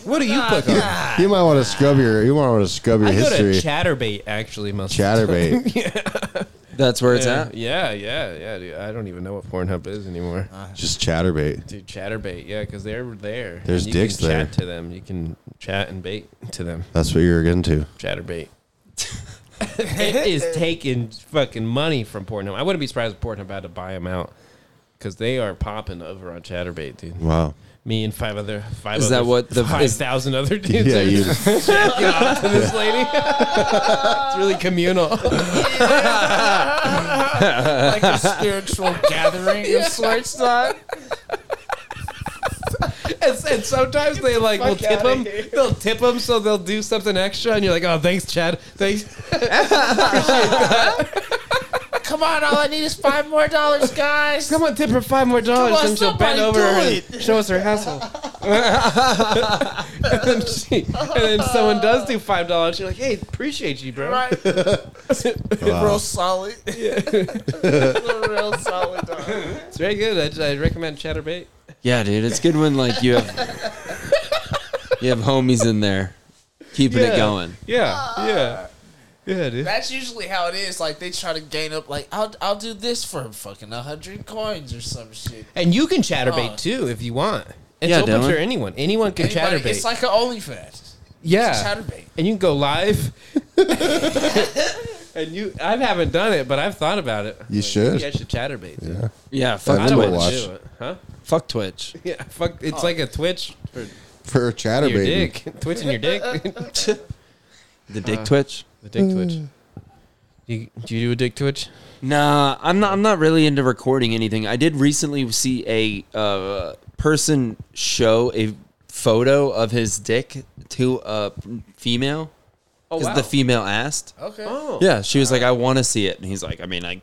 S1: What do you click on?
S5: You might want to scrub your. You might want to scrub your
S1: Ah, I go to
S5: history.
S1: ChatterBait actually most.
S5: Chatterbait.
S3: That's where it's
S1: yeah,
S3: at. Ah.
S1: yeah, yeah, yeah, dude. I don't even know what Pornhub is anymore.
S5: Just chatterbait.
S1: Dude, chatterbait, yeah, because they're there.
S5: There's
S1: you
S5: dicks
S1: can
S5: there.
S1: Chat to them. You can chat and bait to them.
S5: That's what you're into.
S1: Chatterbait. it is taking fucking money from Pornhub. I wouldn't be surprised if Pornhub had to buy them out because they are popping over on Chatterbait, dude.
S5: Wow.
S1: Me and five other five.
S3: Is that
S1: other-
S3: what the-
S1: five
S3: is-
S1: thousand other dudes?
S3: Yeah,
S1: are
S3: you-
S1: jacking off to this lady. it's really communal.
S4: like a spiritual gathering of sorts, not.
S1: and, and sometimes they like will
S4: fuck
S1: tip
S4: outta
S1: them. They'll tip them so they'll do something extra, and you're like, "Oh, thanks, Chad. Thanks."
S4: Come on, all I need is five more dollars, guys.
S1: Come on, tip her five more dollars,
S4: Come on,
S1: and she'll bend
S4: somebody
S1: over
S4: do
S1: and show us her hassle. and, then she, and then someone does do five dollars. You're like, "Hey, appreciate you, bro."
S4: Right. Real solid. Real solid dog.
S1: It's very good. I, I recommend Chatterbait.
S3: Yeah, dude, it's good when like you have you have homies in there keeping
S1: Yeah.
S3: it going.
S1: Yeah, yeah, yeah, dude.
S4: That's usually how it is. Like they try to gain up. Like I'll I'll do this for fucking a hundred coins or some shit.
S1: And you can chatterbait
S4: Oh.
S1: too if you want. It's
S3: Yeah,
S1: open
S3: Dylan.
S1: for anyone. Anyone can
S4: Anybody-
S1: chatterbait.
S4: It's like an OnlyFans.
S1: yeah,
S4: It's chatterbait.
S1: and you can go live. and you, I haven't done it, but I've thought about it.
S5: You should.
S1: Maybe I should chatterbait.
S5: Yeah.
S3: Yeah,
S5: fuck
S1: I would
S5: Twitch.
S1: do it, huh?
S3: Fuck Twitch.
S1: Yeah, fuck. It's like a Twitch for
S5: For a chatterbait.
S1: your dick, twitching your dick.
S3: The dick
S1: Uh,
S3: twitch.
S1: The dick twitch. You, do you do a dick twitch?
S3: Nah, I'm not. I'm not really into recording anything. I did recently see a uh, person show a photo of his dick to a female.
S1: Oh,
S3: 'Cause
S1: wow.
S3: The female asked.
S4: Okay.
S1: Oh.
S3: Yeah, she was like, "I want to see it," and he's like, "I mean, I,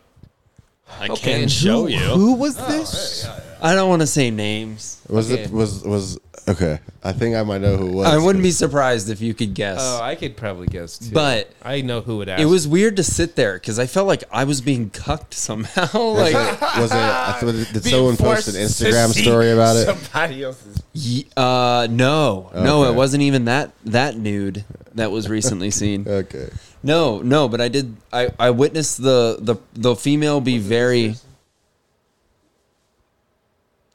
S3: I
S1: Okay,
S3: can
S1: and
S3: show
S1: who-
S3: you."
S1: who was Oh, this?
S3: I don't want to say names.
S5: Was
S1: Okay.
S5: it was was okay? I think I might know who it was.
S3: I wouldn't be surprised if you could guess.
S1: Oh, I could probably guess too.
S3: But-
S1: I know who would ask.
S3: it was weird to sit there because I felt like I was being cucked somehow.
S5: Was
S3: like,
S5: it? Was it I thought- did
S4: Being
S5: someone post
S4: forced
S5: an
S4: to
S5: Instagram
S4: see
S5: story about it?
S4: Somebody else's.
S3: Ye- uh, no, no, it
S5: Okay.
S3: wasn't even that that nude that was recently seen.
S5: okay.
S3: No, no, but I did. I I witnessed the the the female be very.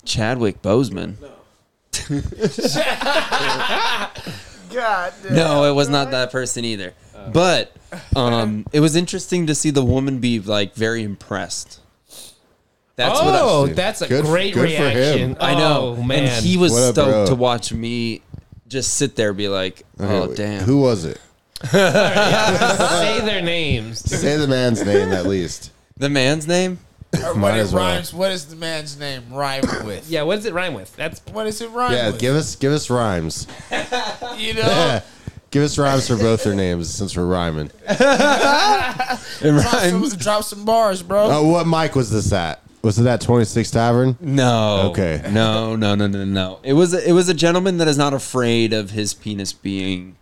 S3: Chadwick Boseman.
S4: God. Damn.
S3: No, it was not that person either. But um, it was interesting to see the woman be like very impressed. That's what I-
S1: oh, that's a
S5: Good-
S1: great
S5: good for him.
S1: reaction.
S3: I know,
S1: Oh, man.
S3: And he was
S5: What a
S3: stoked
S5: bro.
S3: to watch me just sit there, be like, "Oh
S5: wait,
S3: damn!"
S5: Who was it?
S1: say their names.
S5: Say the man's name at least.
S3: the man's name?
S4: Or
S5: Might
S4: what it
S5: as well.
S4: rhymes? What does the man's name rhyme with?
S1: Yeah, what does it rhyme with? That's
S4: What does it rhyme
S5: Yeah,
S4: with?
S5: give us give us rhymes.
S4: you know,
S5: Give us rhymes for both their names since we're rhyming.
S3: It
S4: drop some,
S3: rhymes.
S4: drop some bars, bro.
S5: Oh, what mic was this at? Was it at 26 Tavern?
S1: Oh.
S3: No.
S5: Okay.
S3: No. No. No. No. No. It was. It was a gentleman that is not afraid of his penis being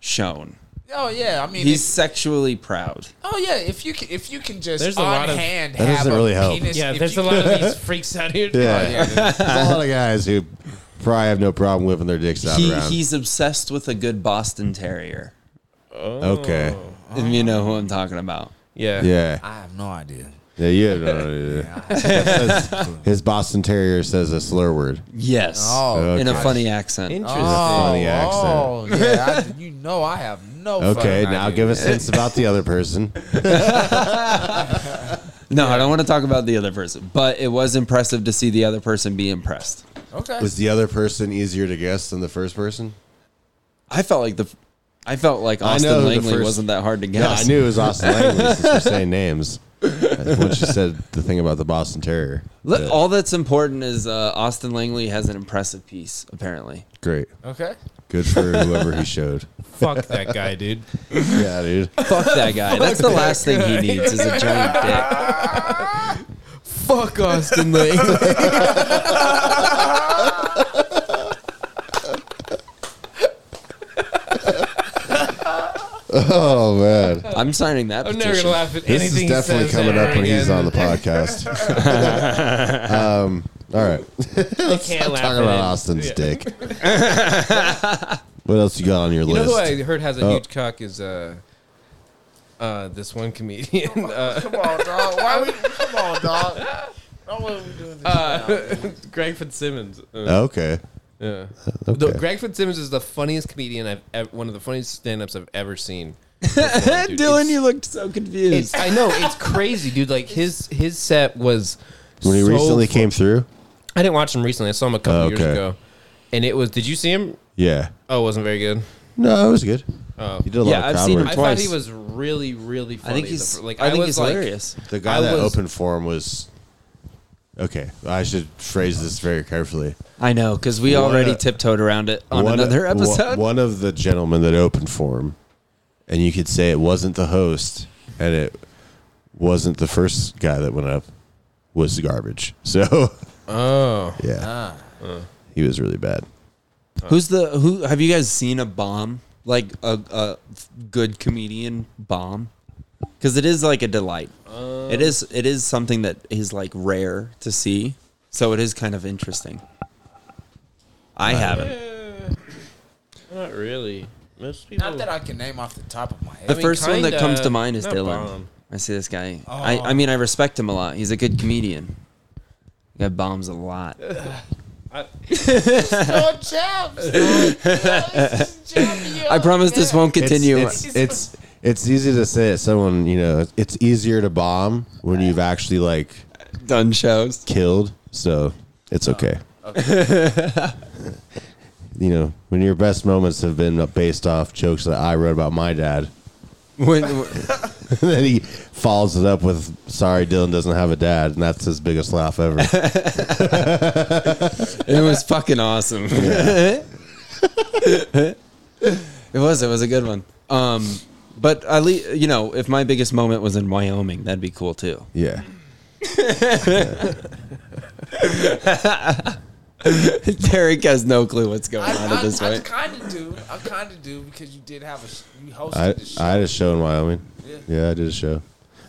S3: shown.
S4: Oh yeah, I mean,
S3: He's
S4: if-
S3: sexually proud.
S4: oh yeah. If you can, if you can just
S1: There's a
S4: on
S1: lot of-
S4: hand
S5: That
S4: have
S5: doesn't
S4: a
S5: really help.
S4: penis,
S1: yeah.
S4: if
S1: There's
S4: you
S1: a lot
S4: can-
S1: of these freaks out here.
S5: Yeah.
S4: yeah,
S5: There's a lot of guys who probably have no problem whipping their dicks out
S3: He,
S5: around.
S3: he's obsessed with a good Boston Terrier.
S5: okay.
S3: If you know who I'm talking about.
S1: Yeah.
S5: Oh. Yeah.
S4: I have no idea.
S5: Yeah, you have no idea. Says- His Boston Terrier says a slur word.
S3: Yes.
S4: Oh,
S3: In a
S5: okay.
S3: funny accent.
S1: Interesting.
S5: Funny
S4: oh,
S5: accent.
S4: yeah. I, you know, I have no.
S5: Okay,
S4: fucking
S5: now
S4: idea.
S5: give us hints about the other person.
S3: No, I don't want to talk about the other person, but it was impressive to see the other person be impressed.
S4: Okay.
S5: Was the other person easier to guess than the first person?
S3: I felt like the, I felt like
S5: I
S3: Austin
S5: know the
S3: Langley
S5: first-
S3: wasn't that hard to
S5: Yeah, I
S3: guess.
S5: knew it was Austin Langley since we're saying names. When she said the thing about the Boston Terrier.
S3: Look,
S5: Yeah,
S3: all that's important is uh, Austin Langley has an impressive piece, apparently.
S5: Great.
S4: okay.
S5: Good for whoever he showed.
S1: Fuck that guy, dude.
S5: Yeah, dude.
S3: Fuck that guy. That's the last thing he needs is a giant dick.
S1: Fuck Austin Lane.
S5: Oh man.
S3: I'm signing that
S1: I'm
S3: petition.
S1: never gonna laugh at
S5: This
S1: anything.
S5: is definitely
S1: he says
S5: coming
S1: ever
S5: up when he's
S1: again.
S5: on the podcast. um, all right.
S1: I can't laugh
S5: Talking
S1: at
S5: about
S1: it.
S5: Austin's
S1: Yeah.
S5: dick. what else you got on your
S1: You know
S5: list?
S1: who I heard has a
S5: Oh.
S1: huge cock is uh, uh, this one comedian. Uh,
S4: Come on, dog. Why we? Come on, dog. Why are we doing this?
S1: uh, Greg Fitzsimmons. Uh,
S5: Oh, Okay. Uh,
S1: Yeah.
S5: Okay.
S1: No, Greg Fitzsimmons is the funniest comedian I've ever, one of the funniest stand-ups I've ever seen. Dude,
S3: Dylan,
S1: it's-
S3: you looked so
S1: It's,
S3: confused.
S1: I know it's crazy, dude. Like his his set was
S5: when he
S1: so
S5: recently
S1: fu-
S5: came through.
S1: I didn't watch him recently. I saw him a couple
S5: Oh,
S1: years
S5: okay.
S1: ago. and it was. Did you see him?
S5: Yeah.
S1: Oh, it wasn't very good.
S5: No, it was good.
S1: Oh.
S5: He did a lot
S3: Yeah,
S5: of
S3: I've
S5: crowd
S3: seen
S5: work.
S3: him
S1: I thought
S3: twice.
S1: he was really, really funny.
S3: think
S1: the
S3: he's-
S1: fir- like,
S3: I think
S1: was
S3: he's
S1: like-
S3: hilarious.
S5: The guy
S1: I
S5: that
S1: was-
S5: opened for him was okay. I should phrase this very carefully.
S3: I know because we
S5: One
S3: already
S5: of-
S3: tiptoed around it on
S5: one-
S3: another
S5: one-
S3: episode.
S5: One of the gentlemen that opened for him, and you could say it wasn't the host, and it wasn't the first guy that went up, was the garbage. So
S1: Oh.
S5: yeah, he was really bad.
S3: Who's the who? Have you guys seen a bomb like a, a good comedian bomb? Because it is like a delight.
S1: Um.
S3: it is it is something that is like rare to see, so it is kind of interesting. I haven't.
S1: Not really. Most people.
S4: Not that I can name off the top of my head.
S3: The first one that comes to
S1: kinda-
S3: mind is
S1: not
S3: Dylan.
S1: bomb.
S3: I see this guy.
S4: Oh.
S3: I, I mean, I respect him a lot. He's a good comedian. Guy bombs a lot.
S4: Stop jobs.
S3: I promise this won't continue.
S5: It's it's, it's it's easy to say it. Someone you know, it's easier to bomb when you've actually like
S3: done shows,
S5: killed. So it's okay. you know, when your best moments have been based off jokes that I wrote about my dad.
S3: When,
S5: then he follows it up with, "Sorry, Dylan doesn't have a dad," and that's his biggest laugh ever.
S3: it was fucking awesome. it was. It was a good one. Um, but at least you know, if my biggest moment was in Wyoming, that'd be cool too.
S5: Yeah.
S3: Derek has no clue what's going on
S4: I,
S3: at this
S4: I
S3: point.
S4: kind of do. I kind of do because you did have a sh- you hosted
S5: I
S4: a show.
S5: I had a show in Wyoming.
S4: Yeah.
S5: Yeah. I did a show.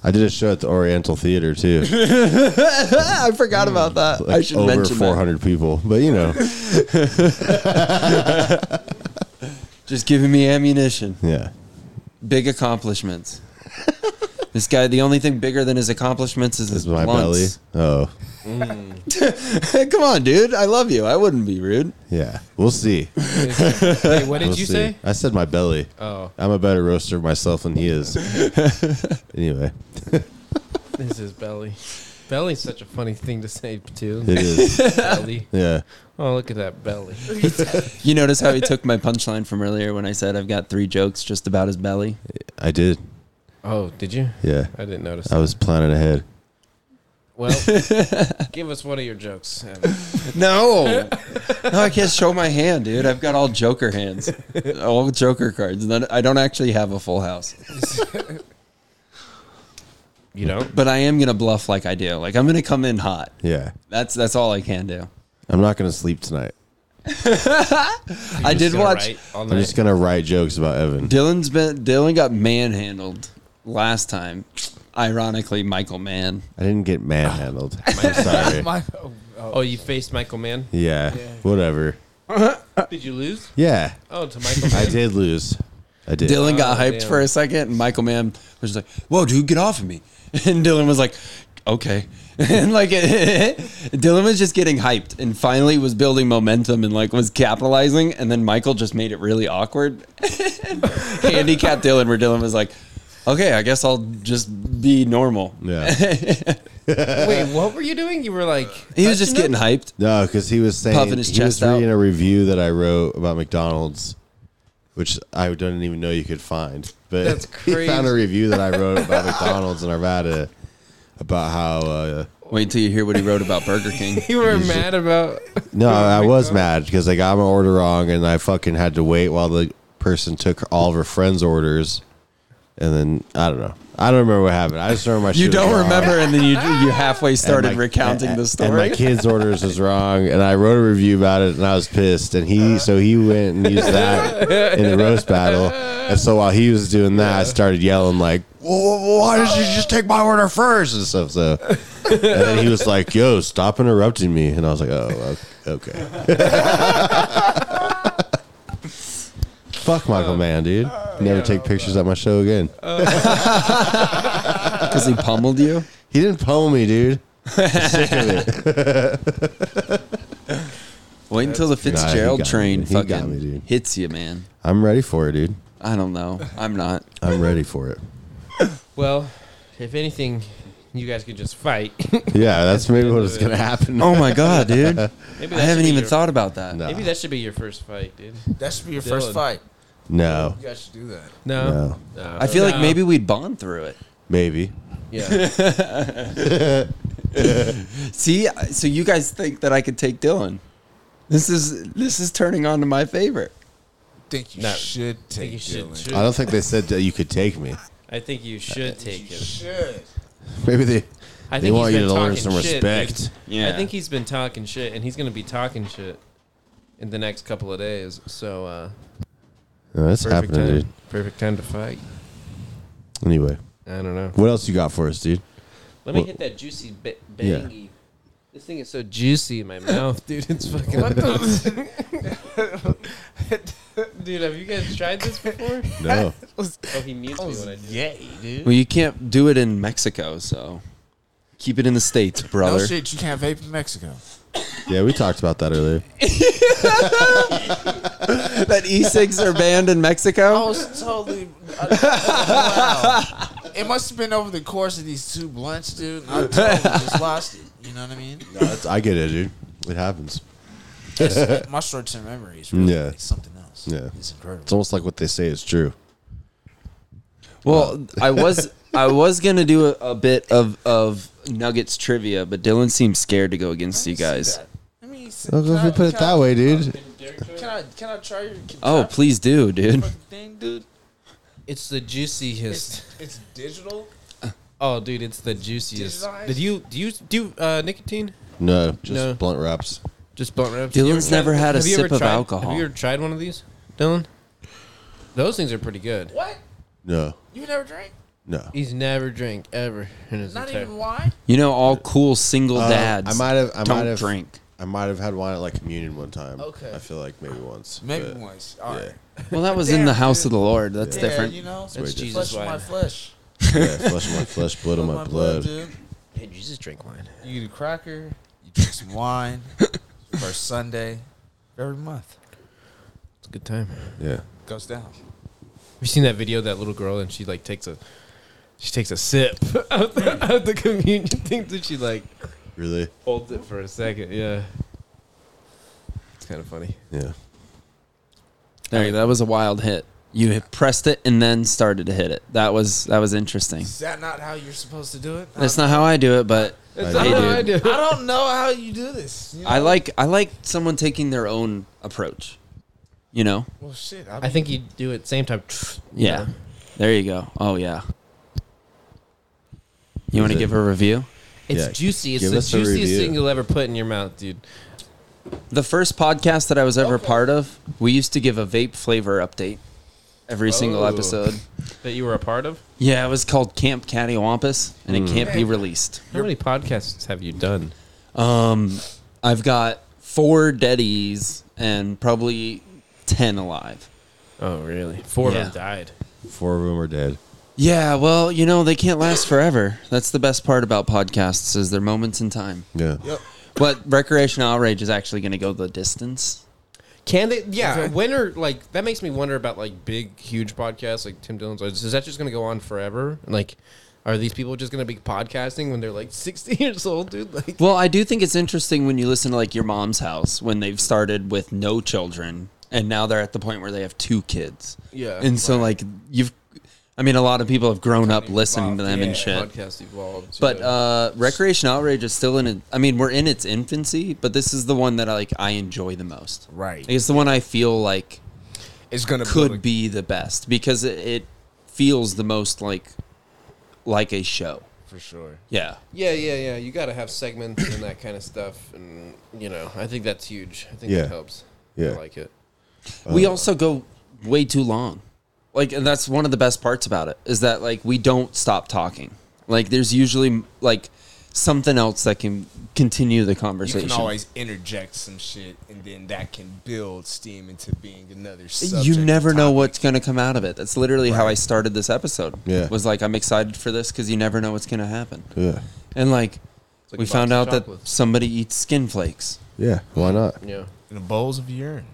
S5: I did a show at the Oriental Theater too.
S3: I forgot about that. I
S5: Like,
S3: should
S5: over
S3: mention that.
S5: 400 people, but you know,
S3: Just giving me ammunition.
S5: Yeah.
S3: Big accomplishments. this guy, the only thing bigger than his accomplishments is his
S5: my
S3: blunts.
S5: belly. Oh,
S3: Come on, dude. I love you. I wouldn't be rude.
S5: yeah. We'll see.
S1: Wait, what
S5: We'll
S1: did
S5: see.
S1: you say?
S5: I said my belly.
S1: Oh.
S5: I'm a better roaster myself than he is. anyway, it
S1: This is belly. Belly's such a funny thing to say too.
S5: is.
S1: belly.
S5: Yeah.
S1: Oh, look at that belly.
S3: You notice how he took my punchline from earlier when I said I've got three jokes just about his belly?
S5: I did.
S1: Oh, did you?
S5: Yeah. Um,
S1: I didn't notice.
S5: I was planning ahead.
S1: Well, give us one of your jokes. Evan.
S3: No. No, I can't show my hand, dude. I've got all Joker hands, all Joker cards. None, I don't actually have a full house.
S1: You don't?
S3: But I am going to bluff like I do. Like, I'm going to come in hot.
S5: Yeah.
S3: That's, that's all I can do.
S5: I'm not going to sleep tonight.
S3: I did
S5: gonna
S3: watch.
S5: write all I'm night? just gonna write jokes about Evan.
S3: Dylan's been Dylan got manhandled last time. Ironically, Michael Mann.
S5: I didn't get manhandled. I'm sorry.
S1: Oh, you faced Michael Mann?
S5: yeah, Whatever.
S1: Did you lose?
S5: Uh-huh. Yeah.
S1: Oh, to Michael
S5: I
S1: Mann.
S5: did lose. I did.
S3: Dylan got
S1: Oh,
S3: hyped
S1: damn.
S3: for a second, and Michael Mann was just like, "Whoa, dude, get off of me!" And Dylan was like, "Okay." and like Dylan was just getting hyped, and finally was building momentum, and like was capitalizing, and then Michael just made it really awkward. Handicap Dylan, where Dylan was like, "Okay, I guess I'll just be normal."
S5: Yeah.
S1: Wait, what were you doing? You were like
S3: He was just
S1: touching
S3: getting hyped.
S5: No, because he was saying
S3: Puffing his
S5: he
S3: chest
S5: was
S3: out.
S5: reading a review that I wrote about McDonald's, which I didn't even know you could find. But
S1: That's
S5: he found a
S1: crazy.
S5: review that I wrote about McDonald's in Arvada about how. Uh,
S3: Wait till you hear what he wrote about Burger King.
S1: You were mad about
S5: no, I, I
S1: "Oh."
S5: was mad because I got my order wrong and I fucking had to wait while the person took all of her friends' orders, and then I don't know. I don't remember what happened. I just remember my. shit
S3: You
S5: was
S3: don't
S5: wrong.
S3: remember, and then you you halfway
S5: And
S3: started
S5: my-
S3: recounting
S5: and-
S3: the story.
S5: And my kid's orders was wrong, and I wrote a review about it, and I was pissed. And he, so he went and used that in the roast battle. And so while he was doing that, I started yelling like, "Well, "Why did you just take my order first? and stuff? So, and then he was like, "Yo, stop interrupting me," and I was like, "Oh, o- okay." Fuck Michael Mann, dude. Never take pictures at my show again.
S3: Because he pummeled you?
S5: He didn't pummel me, dude. I'm sick of it.
S3: Wait until the Fitzgerald
S5: Nah, he got me,
S3: train
S5: dude. He got
S3: fucking
S5: me, dude.
S3: hits you, man.
S5: I'm ready for it, dude.
S3: I don't know. I'm not.
S5: I'm ready for it.
S1: Well, if anything, you guys could just fight.
S5: Yeah, that's maybe what is going to happen.
S3: Oh my God, dude. I
S1: that should
S3: haven't
S1: be
S3: even
S1: your-
S3: thought about that.
S1: Maybe that should be your first fight, dude.
S4: That should be your first fight.
S5: No.
S4: You guys should do that.
S1: No.
S5: No.
S1: No.
S3: I feel like
S1: No.
S3: maybe we'd bond through it.
S5: Maybe.
S3: Yeah. See, I- so you guys think that I could take Dylan? This is this is turning on to my favorite.
S4: Think you
S1: No.
S4: should
S1: I Mm. think
S4: take
S1: you should,
S4: Dylan.
S1: should.
S5: I don't think they said that you could take me.
S1: I think you should take it.
S4: Should.
S5: Maybe they
S1: I
S5: they
S1: think
S5: want you
S1: he's been
S5: to learn
S1: talking
S5: some
S1: shit,
S5: respect.
S1: dude. I think he's been talking shit, and he's gonna be talking shit in the next couple of days. So uh,
S5: No, that's
S1: perfect
S5: happening,
S1: time,
S5: dude.
S1: Perfect time to fight.
S5: Anyway.
S1: I don't know.
S5: What else you got for us, dude?
S1: Let me
S5: What-
S1: hit that juicy ba-
S5: Yeah.
S1: bangy. This thing is so juicy in my mouth, dude. It's fucking.
S4: What
S1: dude, have you guys tried this before?
S5: No.
S1: oh, he mutes me when I do. Yay, dude.
S3: Well, you can't do it in Mexico, so keep it in the states, brother.
S4: No shit, you can't vape in Mexico.
S5: Yeah, we talked about that earlier.
S3: that e-cigs are banned in
S4: I
S3: Mexico.
S4: was totally. I- wow. uh, It must have been over the course of these two blunts, dude. and I totally just lost it. You know what I mean?
S5: No, that's, I get it, dude. It happens.
S4: It's- my short-term memory is really
S5: yeah.
S4: it's something else.
S5: Yeah.
S4: It's incredible.
S5: It's almost like what they say is true.
S3: Well, I was I was gonna do a, a bit of of Nuggets trivia, but Dylan seems scared to go against you guys.
S4: Let me see.
S5: Well, if we put it that way, dude.
S4: Can I can I try your can I
S3: Oh,
S4: try
S3: please do, dude.
S4: your thing, dude?
S1: It's the juiciest.
S4: It's, it's digital.
S1: Oh, dude, it's the juiciest.
S4: Digitized.
S1: Did you do you do uh, nicotine?
S5: No, just
S1: No.
S5: blunt wraps.
S1: Just blunt wraps.
S3: Dylan's
S1: You ever tried-
S3: never had a
S1: have you ever
S3: sip of
S1: tried-
S3: alcohol.
S1: Have you ever tried one of these, Dylan? Those things are pretty good.
S4: What?
S5: No,
S4: You never drink?
S5: no.
S1: He's never drank ever in his
S4: Not
S1: entire.
S4: even wine?
S3: You know, all cool single
S5: Uh,
S3: dads.
S5: I might have. I
S3: don't
S5: might have
S3: drink.
S5: I might have had wine at like communion one time.
S4: Okay.
S5: I feel like maybe once.
S4: Maybe
S5: but-
S4: once. All right.
S3: Well, that was in the house of the Lord. That's
S4: Yeah,
S3: different.
S4: you know,
S5: way different.
S4: it's flesh
S1: Jesus
S4: of my
S1: wine.
S4: flesh.
S5: Yeah, flesh of my flesh, blood of my blood.
S4: dude.
S1: Hey, Jesus, drink wine.
S4: You get a cracker, you drink some wine, first Sunday, every month.
S1: It's a good time.
S5: Yeah.
S4: Goes down.
S1: Have you seen that video of that little girl and she like takes a, she takes a sip out the, out the communion thing and she like
S5: Really?
S1: holds it for a second. Yeah. It's kind of funny.
S5: Yeah.
S3: There, you go. that was a wild hit. You had pressed it and then started to hit it. That was that was interesting.
S4: Is that not how you're supposed to do it? I
S3: That's not how I do it, but
S1: That's
S3: hey,
S1: not how I
S3: dude,
S1: do.
S4: don't- I don't know how you do this. you
S3: I
S4: know?
S3: like I like someone taking their own approach. You know?
S4: Well, shit.
S1: I think you do it same time.
S3: Yeah. There you go. Oh yeah. You want to give a review?
S1: It's
S5: Yeah.
S1: juicy. It's
S5: Give
S1: the
S5: us a
S1: juiciest
S5: review.
S1: thing you'll ever put in your mouth, dude.
S3: The first podcast that I was ever part of, we used to give a vape flavor update every single
S1: Oh.
S3: episode.
S1: That you were a part of.
S3: Yeah, it was called Camp Cattywampus, and it can't be released.
S1: How many podcasts have you done?
S3: Um, I've got four deadies and probably ten alive.
S1: Oh, really? Four
S3: Yeah.
S1: of them died.
S5: Four of them are dead.
S3: Yeah, well, you know they can't last forever. That's the best part about podcasts is they're moments in time.
S5: Yeah.
S3: But recreational outrage is actually going to go the distance.
S1: Can they? Yeah.
S4: Okay.
S1: When are like that makes me wonder about like big, huge podcasts like Tim Dillon's. Is is that just going to go on forever? And like, are these people just going to be podcasting when they're like sixty years old, dude? Like,
S3: Well, I do think it's interesting when you listen to like your mom's house when they've started with no children and now they're at the point where they have two kids.
S1: Yeah,
S3: And so like you've I mean a lot of people have grown up
S4: Kinda
S3: listening to them and
S4: evolved,
S3: shit.
S1: podcast evolved.
S3: But
S1: yeah.
S3: uh recreation outrage is still in it. I mean, we're in its infancy, but this is the one that I like I enjoy the most.
S4: Right.
S3: Like, it's the one I feel like
S4: it's gonna build a-
S3: could be the best because it, it feels the most like like a show.
S4: for sure.
S3: Yeah.
S1: yeah, yeah, yeah. You got to have segments and that kind of stuff, and you know, I think that's huge. I think
S5: Yeah.
S1: that helps.
S5: Yeah. Uh,
S1: I like it.
S3: we also go way too long like and that's one of the best parts about it is that like we don't stop talking like there's usually like something else that can continue the
S4: You
S3: conversation
S4: can always interject some shit, and then that can build steam into being another. Subject
S3: you never know
S4: topic.
S3: what's going to come out of it that's literally how i started this episode
S5: Yeah.
S3: was like i'm excited for this because you never know what's going to happen
S5: Yeah.
S3: and like,
S1: like a
S3: we
S1: box
S3: found
S1: of
S3: out that
S1: chocolates.
S3: somebody eats skin flakes
S5: Yeah. Why not?
S1: Yeah.
S4: in the bowls of urine.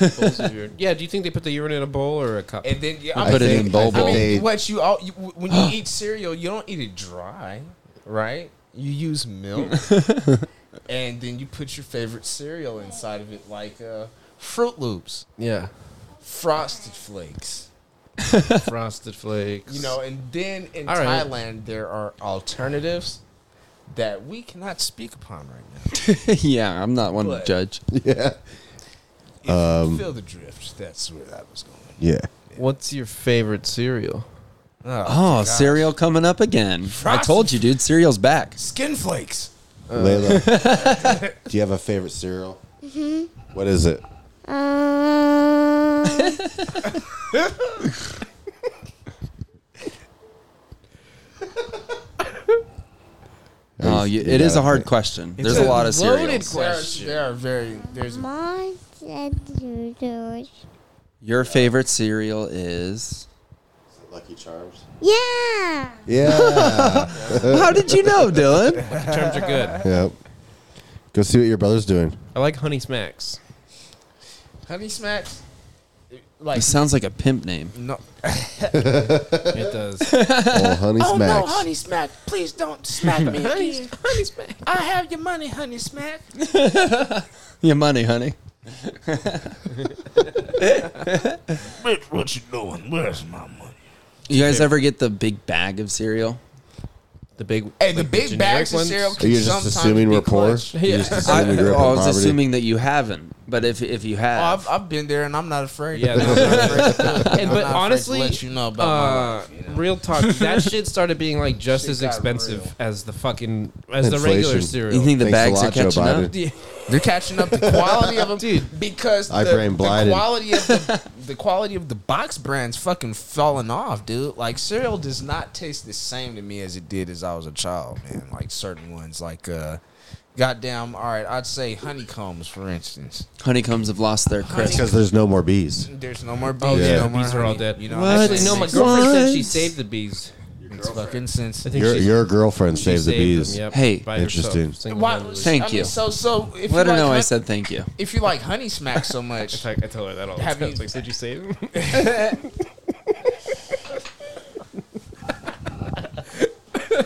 S1: Bowls of urine. Yeah. Do you think they put the urine in a bowl or a cup?
S4: And then yeah,
S3: I put it in
S5: I
S3: bowl bowl.
S4: I
S5: think
S4: mean,
S5: they-
S4: what you all you, when you eat cereal, you don't eat it dry. right? You use milk, and then you put your favorite cereal inside of it, like uh, Fruit Loops.
S1: Yeah.
S4: Frosted Flakes.
S1: Frosted Flakes.
S4: You know, and then in
S1: All right.
S4: Thailand there are alternatives that we cannot speak upon right now.
S3: yeah, I'm not one
S4: But-
S3: to judge.
S5: Yeah. Um,
S4: If
S3: Um,
S4: you feel the drift, that's where that was going.
S5: Yeah.
S1: What's your favorite cereal?
S4: Oh,
S3: Oh, cereal coming up again. I told you, dude. Cereal's back.
S4: Skin flakes.
S5: Layla, do you have a favorite cereal?
S15: Mhm.
S5: What is it?
S9: Uh.
S3: Oh, you, it is a hard question.
S4: It's
S3: There's a lot of
S4: loaded
S3: cereals.
S4: question. There are, very there's
S15: Mom said you do it.
S3: Your favorite cereal is.
S5: Lucky Charms.
S15: Yeah.
S5: Yeah.
S3: How did you know, Dylan?
S1: Terms are good.
S5: Yep. Go see what your brother's doing.
S1: I like Honey Smacks.
S4: Honey Smacks. Like
S3: it sounds like a pimp name.
S4: No.
S1: it does.
S3: Oh, Honey
S4: oh no,
S3: Smacks.
S4: honey smack! Please don't smack me.
S1: Honey-
S4: again. I have your money, honey smack.
S3: Your money, honey.
S4: Bitch, what you doing? Where's my money?
S3: You guys ever get the big bag of cereal?
S1: The big
S4: Hey, the big bags of cereal can sometimes be clutch.
S3: I, I was assuming that you haven't, but if if you
S4: Oh,
S3: have,
S4: I've, I've been there and I'm not afraid.
S3: Yeah,
S4: I'm
S3: no,
S4: not afraid.
S1: and
S4: I'm
S1: but
S4: not afraid to
S1: honestly,
S4: let you know about my
S1: uh,
S4: life.
S1: real talk, that shit started being like just as expensive as the fucking as the regular
S5: Inflation.
S1: cereal.
S5: You think the Thanks a bags are lot, Joe catching up? Biden.
S1: Yeah.
S4: They're catching up the quality of them, dude. Because
S5: I
S4: the,
S5: brain
S4: the
S5: blinded.
S4: quality of the, the quality of the box brands fucking falling off, dude. Like cereal does not taste the same to me as it did as I was a child, man. Like certain ones, like uh, goddamn. All right, I'd say honeycombs for instance.
S3: honeycombs have lost their
S5: That's
S3: crisp.
S5: because there's no more bees.
S4: There's no more bees.
S1: Oh yeah,
S5: Yeah.
S1: the bees are all dead.
S4: You know,
S1: Actually,
S4: actually
S1: no, my
S4: makes
S1: girlfriend said she
S4: sense.
S1: saved the bees.
S4: It's fucking sense.
S1: I think
S5: Your,
S1: she-
S5: your girlfriend saved the
S1: saved them,
S5: bees.
S1: yep,
S3: Hey.
S1: by herself,
S5: Interesting.
S4: Why-
S1: single-handedly.
S3: Thank
S4: I mean,
S3: you.
S4: so so if you
S3: Let her
S4: like
S3: know I
S4: hun-
S3: said thank you.
S4: If you like honey smack so much,
S1: I, tell her that all the
S4: Have
S1: time.
S4: you-
S1: It's Like, did you save them?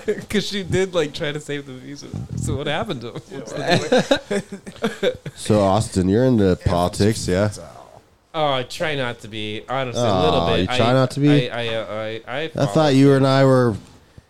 S1: Because she did like try to save the bees. So what happened to them? What's the deal?
S5: So Austin, you're into politics, yeah?
S1: Oh, I try not to be honestly a
S5: Oh,
S1: little bit.
S5: you try
S1: I,
S5: not to be?
S1: I, I, I, I, I,
S5: I thought you and I were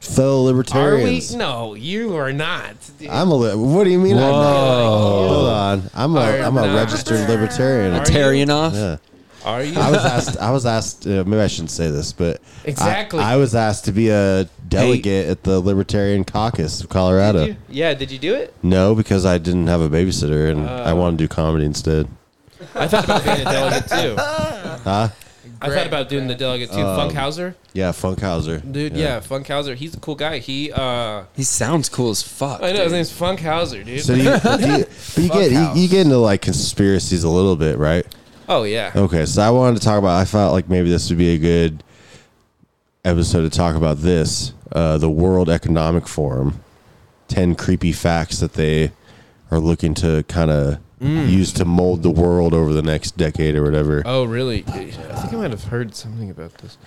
S5: fellow
S1: Are we?
S5: libertarians.
S1: No, you are not. dude.
S5: I'm a. Li- what do you mean? I'm
S1: Whoa.
S5: not? Hold on. I'm a.
S1: Are
S5: I'm a
S1: not.
S5: registered libertarian.
S1: Libertarian
S3: off?
S5: Yeah.
S1: Are you?
S5: I was asked. I was asked. Uh, maybe I shouldn't say this, but I-
S1: Exactly.
S5: I, was asked to be a delegate at the Libertarian Caucus of Colorado.
S1: yeah, did you do it?
S5: No, because I didn't have a babysitter and I
S1: Oh.
S5: want to do comedy instead.
S1: I thought about being a delegate too.
S5: Huh?
S1: I thought about doing the delegate too.
S5: Um,
S1: Funkhauser,
S5: Yeah, Funkhauser.
S1: dude. Yeah. Funkhauser. He's a cool guy. He. uh
S3: He sounds cool as fuck.
S1: I know his
S3: dude.
S1: name's Funkhauser, dude.
S5: So do you, but do you, but you get you, you get into like conspiracies a little bit, right?
S1: Oh, yeah.
S5: Okay, so I wanted to talk about. I felt like maybe this would be a good episode to talk about this, uh, the World Economic Forum, ten creepy facts that they are looking to kind of
S1: Mm.
S5: use to mold the world over the next decade or whatever.
S1: Oh, really? I think I might have heard something about this.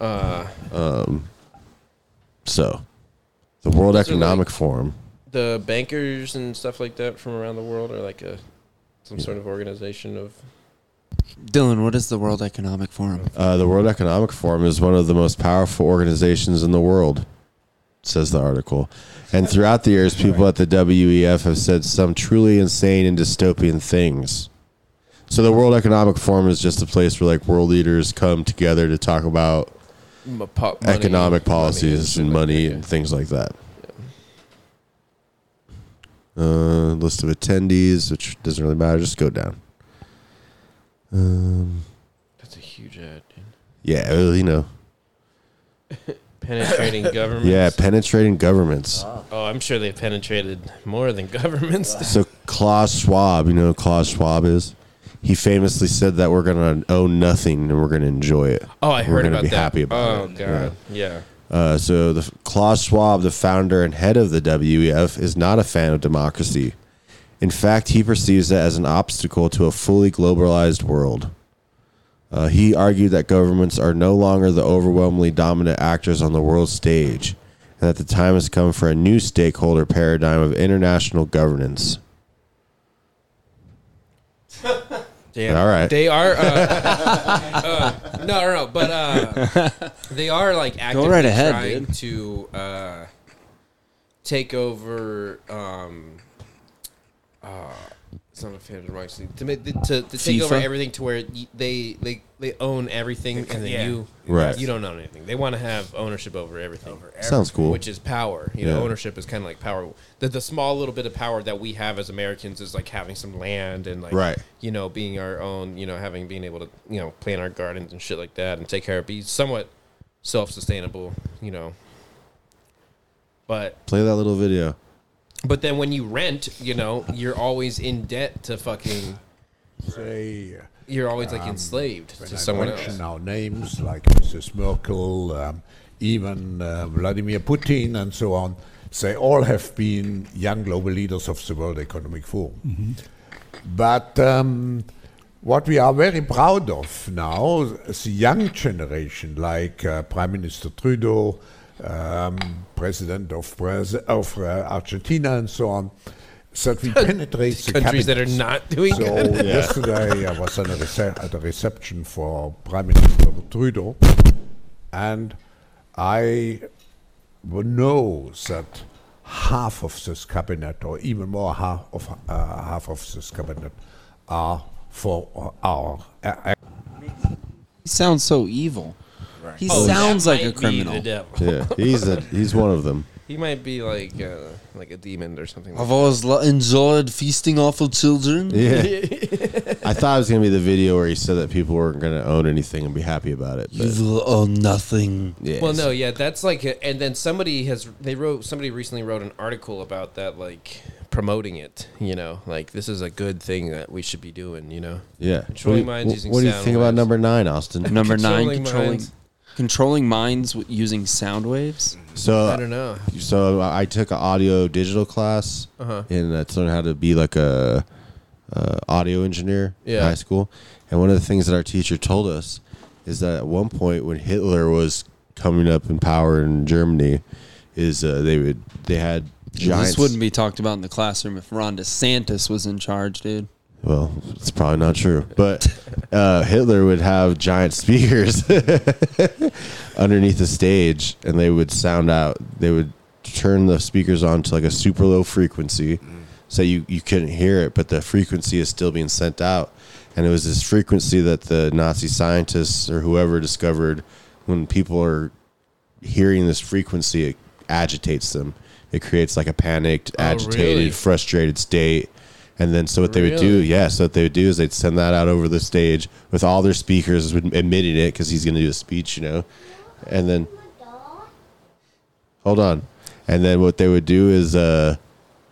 S1: Uh,
S5: Um, so, the World
S1: Those are
S5: Economic Forum.
S1: the bankers and stuff like that from around the world are like a some sort of organization of
S3: Dylan, what is the World Economic Forum?
S5: Uh, the World Economic Forum is one of the most powerful organizations in the world, says the article. And throughout the years, people at the WEF have said some truly insane and dystopian things. So the World Economic Forum is just a place where like world leaders come together to talk about
S1: m- pop money.
S5: economic policies and money and things like that. Uh, list of attendees, which doesn't really matter. Just go down. Um,
S1: That's a huge ad. dude.
S5: yeah, well, you know,
S1: Penetrating governments.
S5: yeah, penetrating governments.
S1: Oh, I'm sure they've penetrated more than governments.
S5: So Klaus Schwab, you know who Klaus Schwab is? He famously said that we're gonna own nothing and we're gonna enjoy it.
S1: Oh, I
S5: We're
S1: heard
S5: gonna
S1: about
S5: be
S1: that.
S5: happy about
S1: Oh,
S5: it.
S1: God. Yeah.
S5: Uh, so the Klaus Schwab, the founder and head of the WEF, is not a fan of democracy. In fact, he perceives it as an obstacle to a fully globalized world. Uh, he argued that governments are no longer the overwhelmingly dominant actors on the world stage, and that the time has come for a new stakeholder paradigm of international governance.
S1: Damn.
S5: All right.
S1: They are. Uh, uh, no, no, no. But uh, they are like actively
S3: right ahead,
S1: trying to uh, take over. Um, uh, it's not a fan of democracy. To, make, to, to take over
S3: FIFA?
S1: everything to where y- they they, they own everything and then
S4: yeah.
S1: you
S5: Right.
S1: you don't own anything. They want to have ownership over everything.
S5: Sounds cool.
S1: Which is power. You know,
S5: Yeah.
S1: ownership is kind of like power. The, the small little bit of power that we have as Americans is like having some land and like
S5: Right.
S1: you know, being our own, you know, having being able to, you know, plant our gardens and shit like that and take care of be somewhat self sustainable, you know. But
S5: Play that little video.
S1: but then when you rent, you know, you're always in debt to fucking
S16: Say,
S1: you're always like
S16: um,
S1: enslaved
S16: when
S1: to
S16: I
S1: someone else.
S16: mention our names like Mrs. Merkel, um, even uh, Vladimir Putin, and so on. They all have been young global leaders of the World Economic Forum.
S1: Mm-hmm.
S16: But um, what we are very proud of now, the young generation, like uh, Prime Minister Trudeau, um, President of, Braz- of uh, Argentina, and so on, that we penetrate the
S1: Countries that are
S16: capitals.
S1: not doing
S16: so
S1: good. Yeah.
S16: yesterday I was at a, rece- at a reception for Prime Minister Trudeau, and I w- know that half of this cabinet, or even more half of uh, half of this cabinet, are for our. Uh,
S3: He sounds so evil.
S16: Right.
S3: He
S1: Oh, that
S3: sounds like a
S1: might be the
S3: criminal.
S1: devil.
S5: Yeah, he's a, he's one of them.
S1: He might be like uh, like a demon or something.
S3: I've always lo- enjoyed feasting off of children.
S5: Yeah. I thought it was gonna be the video where he said that people weren't gonna own anything and be happy about it. But
S3: You will own nothing.
S5: Yeah.
S1: Well, no, yeah, that's like, a, and then somebody has they wrote somebody recently wrote an article about that, like promoting it. You know, like this is a good thing that we should be doing. You know,
S5: Yeah.
S1: Controlling
S5: what do you,
S1: minds
S5: wh-
S1: using
S5: What do you
S1: sound
S5: think about number nine, Austin?
S3: Number nine,
S1: Controlling
S3: controlling
S1: minds.
S3: controlling minds w- using sound waves.
S5: So
S1: I don't know.
S5: So I I took an audio digital class,
S1: Uh-huh.
S5: and that's learned how to be like a, uh audio engineer in
S1: Yeah.
S5: high school. And one of the things that our teacher told us is that at one point when Hitler was coming up in power in Germany, is uh, they would they had giants.
S3: This wouldn't be talked about in the classroom if Ron DeSantis was in charge, dude.
S5: Well, it's probably not true, but uh, Hitler would have giant speakers underneath the stage, and they would sound out. They would turn the speakers on to like a super low frequency, so you you couldn't hear it, but the frequency is still being sent out. And it was this frequency that the Nazi scientists or whoever discovered when people are hearing this frequency, it agitates them. It creates like a panicked,
S1: Oh,
S5: agitated,
S1: really?
S5: frustrated state. And then, so what they would do,
S1: Really?
S5: yeah, so what they would do is they'd send that out over the stage with all their speakers admitting it because he's going to do a speech, you know. And then, hold on. And then what they would do is uh,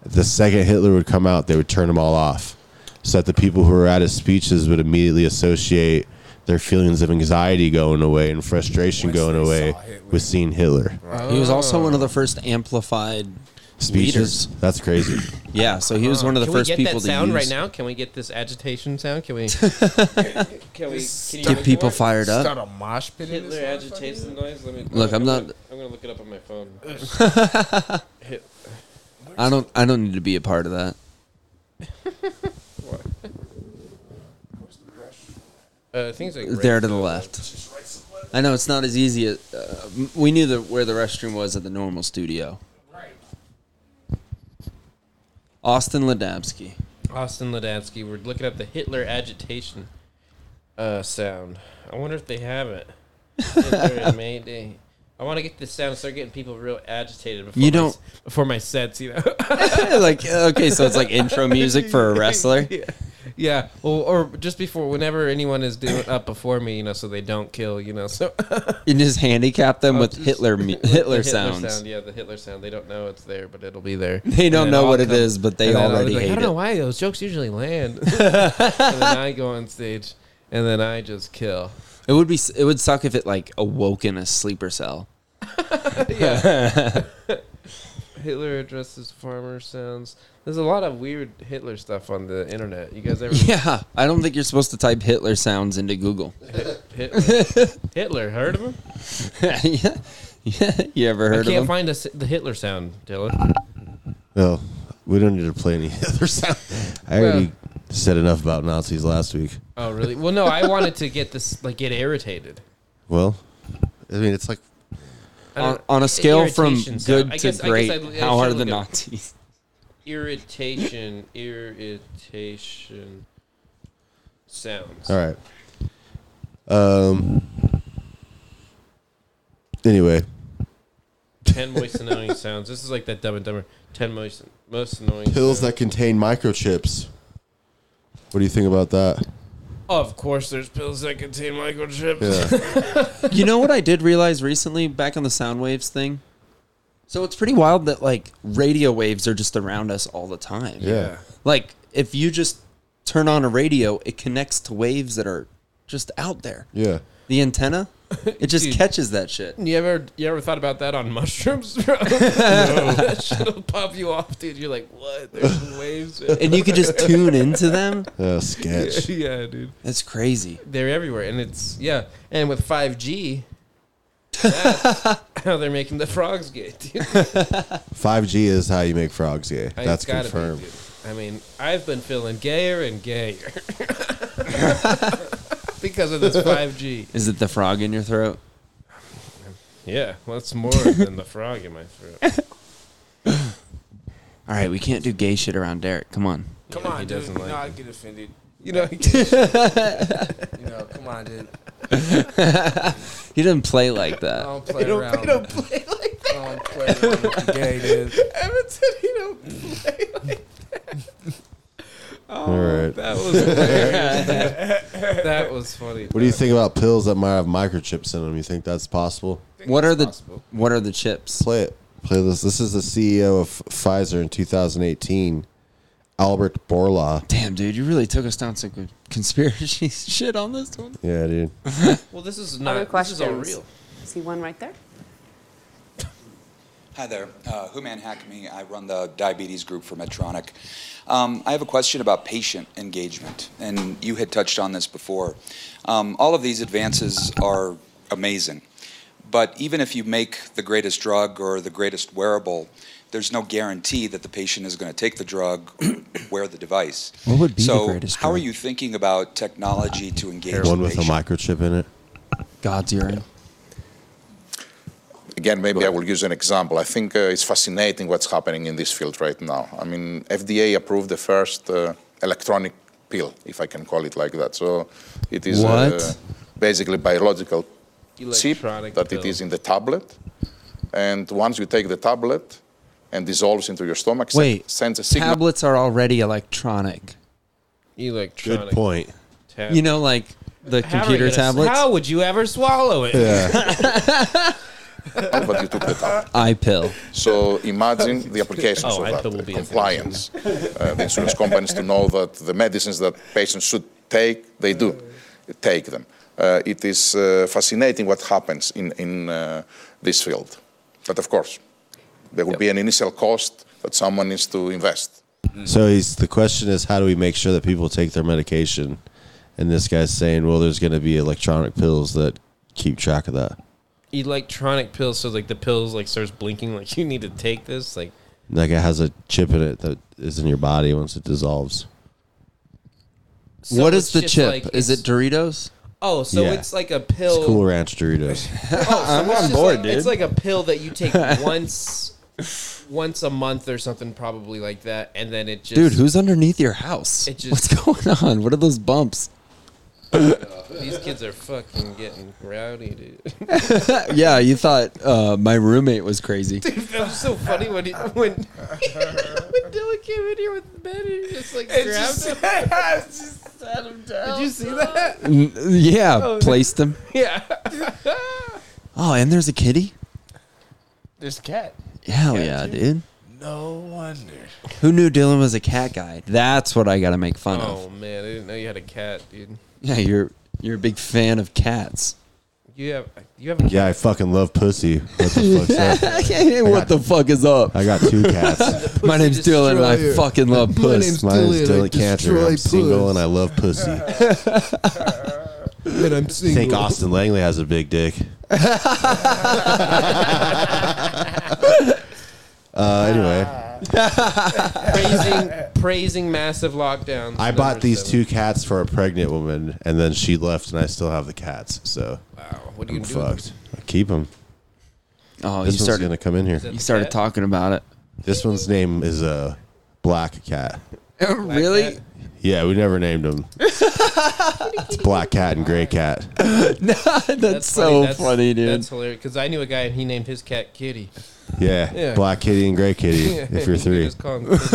S5: the second Hitler would come out, they would turn them all off so that the people who were at his speeches would immediately associate their feelings of anxiety going away and frustration going away with seeing Hitler.
S3: He was also one of the
S1: Oh.
S3: first amplified
S5: Speeches?
S3: leaders.
S5: That's crazy.
S3: Yeah, so he was one of the
S1: Can
S3: first
S1: we get
S3: people
S1: that sound
S3: to
S1: right
S3: use.
S1: now? Can we get this agitation sound? Can we? can we? Can you
S3: Get people fired up.
S4: Start a mosh pit in
S1: Hitler agitation noise. Let me
S3: Look, I'm not-
S1: Gonna, I'm gonna look it up on my phone. Hit-
S3: I don't. I don't need to be a part of that.
S1: uh, things like
S3: there to the left. I know it's not as easy. As, uh, m- we knew the, where the restroom was at the normal studio. Austin Ladabsky.
S1: Austin Ladansky. We're looking up the Hitler agitation uh, sound. I wonder if they have it. Hitler and Mayday. I want to get this sound. Start getting people real agitated before
S3: You
S1: my-
S3: don't-
S1: before my sets. You know,
S3: like okay, so it's like intro music for a wrestler.
S1: Yeah. Yeah, well, or just before, whenever anyone is doing up before me, you know, so they don't kill, you know. So
S3: You just handicap them
S1: I'll
S3: with
S1: Oh, just-
S3: Hitler mu-
S1: with the
S3: Hitler sounds.
S1: sound, yeah, the Hitler sound. They don't know it's there, but it'll be there.
S3: They
S1: And
S3: don't
S1: then
S3: know
S1: I'll
S3: what it is, but they
S1: and then I'll
S3: already
S1: be like,
S3: hate
S1: I don't know
S3: it."
S1: why those jokes usually land. and then I go on stage, and then I just kill.
S3: It would be. s- It would suck if it like awoke in a sleeper cell.
S1: yeah. Hitler addresses farmer sounds. There's a lot of weird Hitler stuff on the internet. You guys ever?
S3: Yeah, I don't think you're supposed to type Hitler sounds into Google.
S1: Hit- Hitler. Hitler, heard of him?
S3: yeah. you ever heard
S1: I
S3: of
S1: can't
S3: him?
S1: find a s the Hitler sound, Dylan.
S5: No, we don't need to play any other sound. I already said enough about Nazis last week.
S1: Oh, really? Well, no, I wanted to get this, like, get irritated.
S5: Well, I mean, it's like
S1: I don't-
S3: On- on a scale from
S1: irritation
S3: good
S1: I
S3: to
S1: I
S3: great,
S1: I- I
S3: how are
S1: should
S3: the
S1: look up
S3: Nazis?
S1: Irritation, irritation sounds.
S5: all right. Um. Anyway,
S1: Ten most annoying sounds. This is like that Dumb and Dumber. Ten most most annoying
S5: pills
S1: sounds.
S5: that contain microchips. What do you think about that?
S1: of course, there's pills that contain microchips.
S3: you know what I did realize recently back on the sound waves thing? So it's pretty wild that like radio waves are just around us all the time.
S5: Yeah.
S3: Like if you just turn on a radio, it connects to waves that are just out there.
S5: Yeah.
S3: The antenna, it just
S1: Dude.
S3: catches that shit.
S1: You ever you ever thought about that on mushrooms, bro? that shit'll pop you off, dude. You're like, what? There's waves,
S3: And you could just tune into them?
S5: Oh, sketch.
S1: Yeah, dude.
S3: That's crazy.
S1: They're everywhere, and it's yeah. And with five G, that's how they're making the frogs gay, dude.
S5: 5G is how you make frogs gay.
S1: I-
S5: That's
S1: it's gotta be,
S5: confirmed.
S1: dude. I mean, I've been feeling gayer and gayer because of this five G.
S3: Is it the frog in your throat?
S1: Yeah, what's more than the frog in my throat?
S3: All right, we can't do gay shit around Derek. Come on.
S4: Come
S1: Yeah,
S4: on,
S1: he
S4: dude.
S1: doesn't
S4: you
S1: like
S4: know, I
S1: it.
S4: get offended.
S1: You know, I
S4: I
S1: get
S4: offended. you know, come on, dude.
S3: he doesn't play like
S4: I
S3: that.
S4: don't play
S1: They don't-
S4: around.
S1: they don't play like that.
S4: I don't play around with the gay, dude.
S1: Evan said he don't play like that. Oh,
S5: All right.
S1: that was hilarious. dude. that was funny.
S5: What do you think about pills that might have microchips in them? You think that's possible?
S3: What are the What are the chips?
S5: Play it. Play this. This is the CEO of Pfizer in 2018, Albert Borla.
S3: Damn, dude, you really took us down some good conspiracy shit on this one.
S5: Yeah, dude.
S1: Well, this is
S17: Other
S1: not. This
S17: questions?
S1: is all real.
S17: See one right there?
S18: Hi there, uh, Human Hakmi. I run the diabetes group for Medtronic. Um, I have a question about patient engagement, and you had touched on this before. Um, all of these advances are amazing, but even if you make the greatest drug or the greatest wearable, there's no guarantee that the patient is going to take the drug or wear the device.
S5: What would be the
S18: so
S5: greatest
S18: how are you thinking about technology to engage the
S5: One with a
S18: patient?
S5: microchip in it.
S3: God's urine.
S19: Again, maybe I will use an example. I think uh, it's fascinating what's happening in this field right now. I mean, FDA approved the first uh, electronic pill, if I can call it like that. So it is Uh,
S3: What?
S19: basically biological chip
S1: Electronic
S19: that it
S1: pill.
S19: is in the tablet. And once you take the tablet and dissolves into your stomach, sen-
S3: Wait,
S19: sends a signal.
S3: tablets are already electronic.
S1: Electronic. Tab-
S3: You know, like the
S1: How are
S3: computer
S1: you gonna-
S3: tablets.
S1: How would you ever swallow it?
S19: Oh, but you took the tablet.
S3: I pill.
S19: So imagine the applications
S1: Oh,
S19: of
S1: iPill will
S19: that,
S1: be
S19: compliance, uh, the insurance companies to know that the medicines that patients should take, they do take them. Uh, it is uh, fascinating what happens in, in uh, this field. But of course, there will be an initial cost that someone needs to invest.
S5: So he's the question is how do we make sure that people take their medication? And this guy's saying, well, there's going to be electronic pills that keep track of that.
S1: Electronic pills. So like the pills like starts blinking. Like you need to take this. Like
S5: Like it has a chip in it that is in your body once it dissolves.
S1: So
S3: what
S1: it's
S3: is the
S1: just
S3: chip?
S1: like
S3: is it
S1: it's-
S3: Doritos?
S1: oh, so
S5: Yeah.
S1: it's like a pill.
S5: It's Cool Ranch Doritos.
S1: Oh, so
S3: I'm
S1: it's
S3: on
S1: just
S3: board,
S1: like,
S3: dude.
S1: It's like a pill that you take once, once a month or something, probably like that, and then it just.
S3: Dude, who's underneath your house?
S1: It just-
S3: What's going on? What are those bumps?
S1: These kids are fucking getting rowdy, dude.
S3: yeah, you thought uh, my roommate was crazy.
S1: Dude, that was so funny when he, when when Dylan came in here with the bed and he just like
S4: It
S1: grabbed
S4: just-
S1: him.
S4: it
S1: just sat him down. Did you see that?
S3: N- yeah,
S1: Oh,
S3: placed them.
S1: Yeah.
S3: Oh, and there's a kitty.
S4: There's a cat.
S3: Hell yeah, dude.
S4: No wonder.
S3: Who knew Dylan was a cat guy? That's what I got to make fun of.
S1: Oh man, I didn't know you had a cat, dude.
S3: Yeah, you're you're a big fan of cats.
S1: You have you have a
S5: Yeah, I fucking love pussy. What the fuck's up?
S3: what the fuck is up?
S5: I got two cats.
S3: My name's Dylan and I fucking love puss.
S5: Mine is Dylan Cantor. I'm single and I love pussy.
S3: and I'm
S5: I think Austin Langley has a big dick. Uh,
S1: praising massive lockdowns.
S5: I bought these two cats for a pregnant woman, and then she left, and I still have the cats. So wow,
S1: what are you
S5: I'm
S1: gonna do with
S5: fucked. I keep them.
S3: Oh,
S5: this
S3: you
S5: one's
S3: started-
S5: gonna come in here.
S3: Is that You the started cat?
S5: talking about it. This one's name is uh, Black Cat.
S3: Oh, really?
S5: Yeah, we never named him. it's Black Cat and Gray Cat.
S3: that's, so funny, dude.
S1: That's hilarious because I knew a guy and he named his cat Kitty.
S5: Yeah, Black Kitty and Gray Kitty.
S1: Yeah,
S5: if you're
S1: you could
S5: three,
S1: just call him Kitty.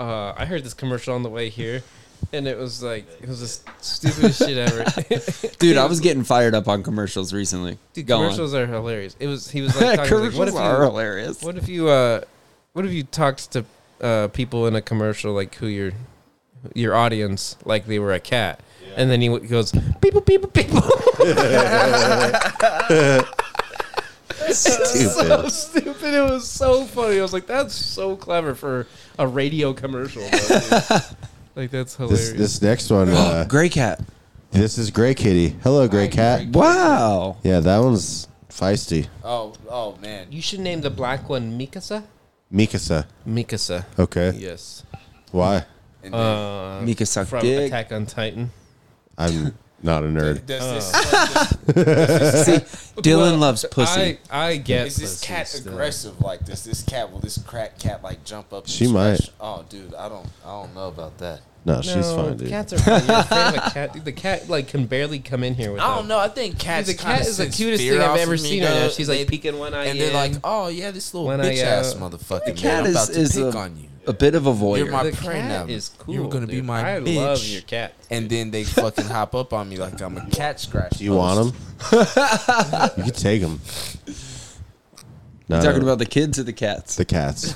S1: uh, I heard this commercial on the way here, and it was like it was the stupidest shit ever.
S3: Dude, I was getting fired up on commercials recently.
S1: Dude,
S3: Go on.
S1: commercials are hilarious. It was he was like, talking, he was like, what if
S3: Commercials are
S1: you,
S3: hilarious.
S1: What if you uh, what if you talked to uh, people in a commercial like who your your audience like they were a cat, and then he w- goes people people people. so
S5: Stupid.
S1: stupid. It was so funny. I was like, that's so clever for a radio commercial. though, dude. like that's hilarious.
S5: this this next one, uh,
S3: Gray Cat.
S5: This is Gray Kitty. Hello, Gray Cat.
S3: Wow.
S5: Yeah, that one's feisty.
S1: Oh, oh man! You should name the black one Mikasa.
S5: Mikasa.
S1: Mikasa.
S5: Okay.
S1: Yes.
S5: Why?
S1: Uh, from Attack on Titan.
S5: I'm not a nerd.
S1: Does
S3: See, Dylan
S4: Well,
S3: loves
S4: th-
S3: pussy.
S1: I, I get
S4: Is this
S1: pussy
S4: cat
S1: still.
S4: aggressive like this? This cat will this crack cat like jump up? and
S5: She might.
S4: scratch- Oh, dude, I don't, I don't know about that.
S5: No, she's fine, dude.
S1: Cats are fine. You're afraid of a cat. Dude, the cat like can barely come in here. Without
S4: I don't know. I think cats.
S1: The cat
S4: kinda
S1: is the
S4: sense
S1: cutest
S4: fear
S1: thing I've
S4: off
S1: ever
S4: of me,
S1: seen right now.
S4: dog.
S1: She's, like,
S4: They-
S1: peeking one eye
S4: and they're
S1: in.
S4: like, "Oh yeah, this little
S1: One
S4: bitch
S1: eye
S4: ass
S1: out.
S4: motherfucker."
S1: uh, The
S4: man,
S1: cat
S4: I'm
S1: is-
S4: about to
S1: is
S4: pick
S1: a-
S4: on you.
S3: A bit of a voyeur.
S4: You're my
S1: The
S4: prey now.
S1: cat is
S4: You're
S1: cool,
S4: gonna be
S1: dude.
S4: my
S1: I
S4: bitch.
S1: love your cat.
S4: And then they fucking hop up on me like I'm a cat scratch.
S5: Do you want them? you could take them.
S3: You're talking
S5: Uh,
S3: about the kids or the cats?
S5: the cats.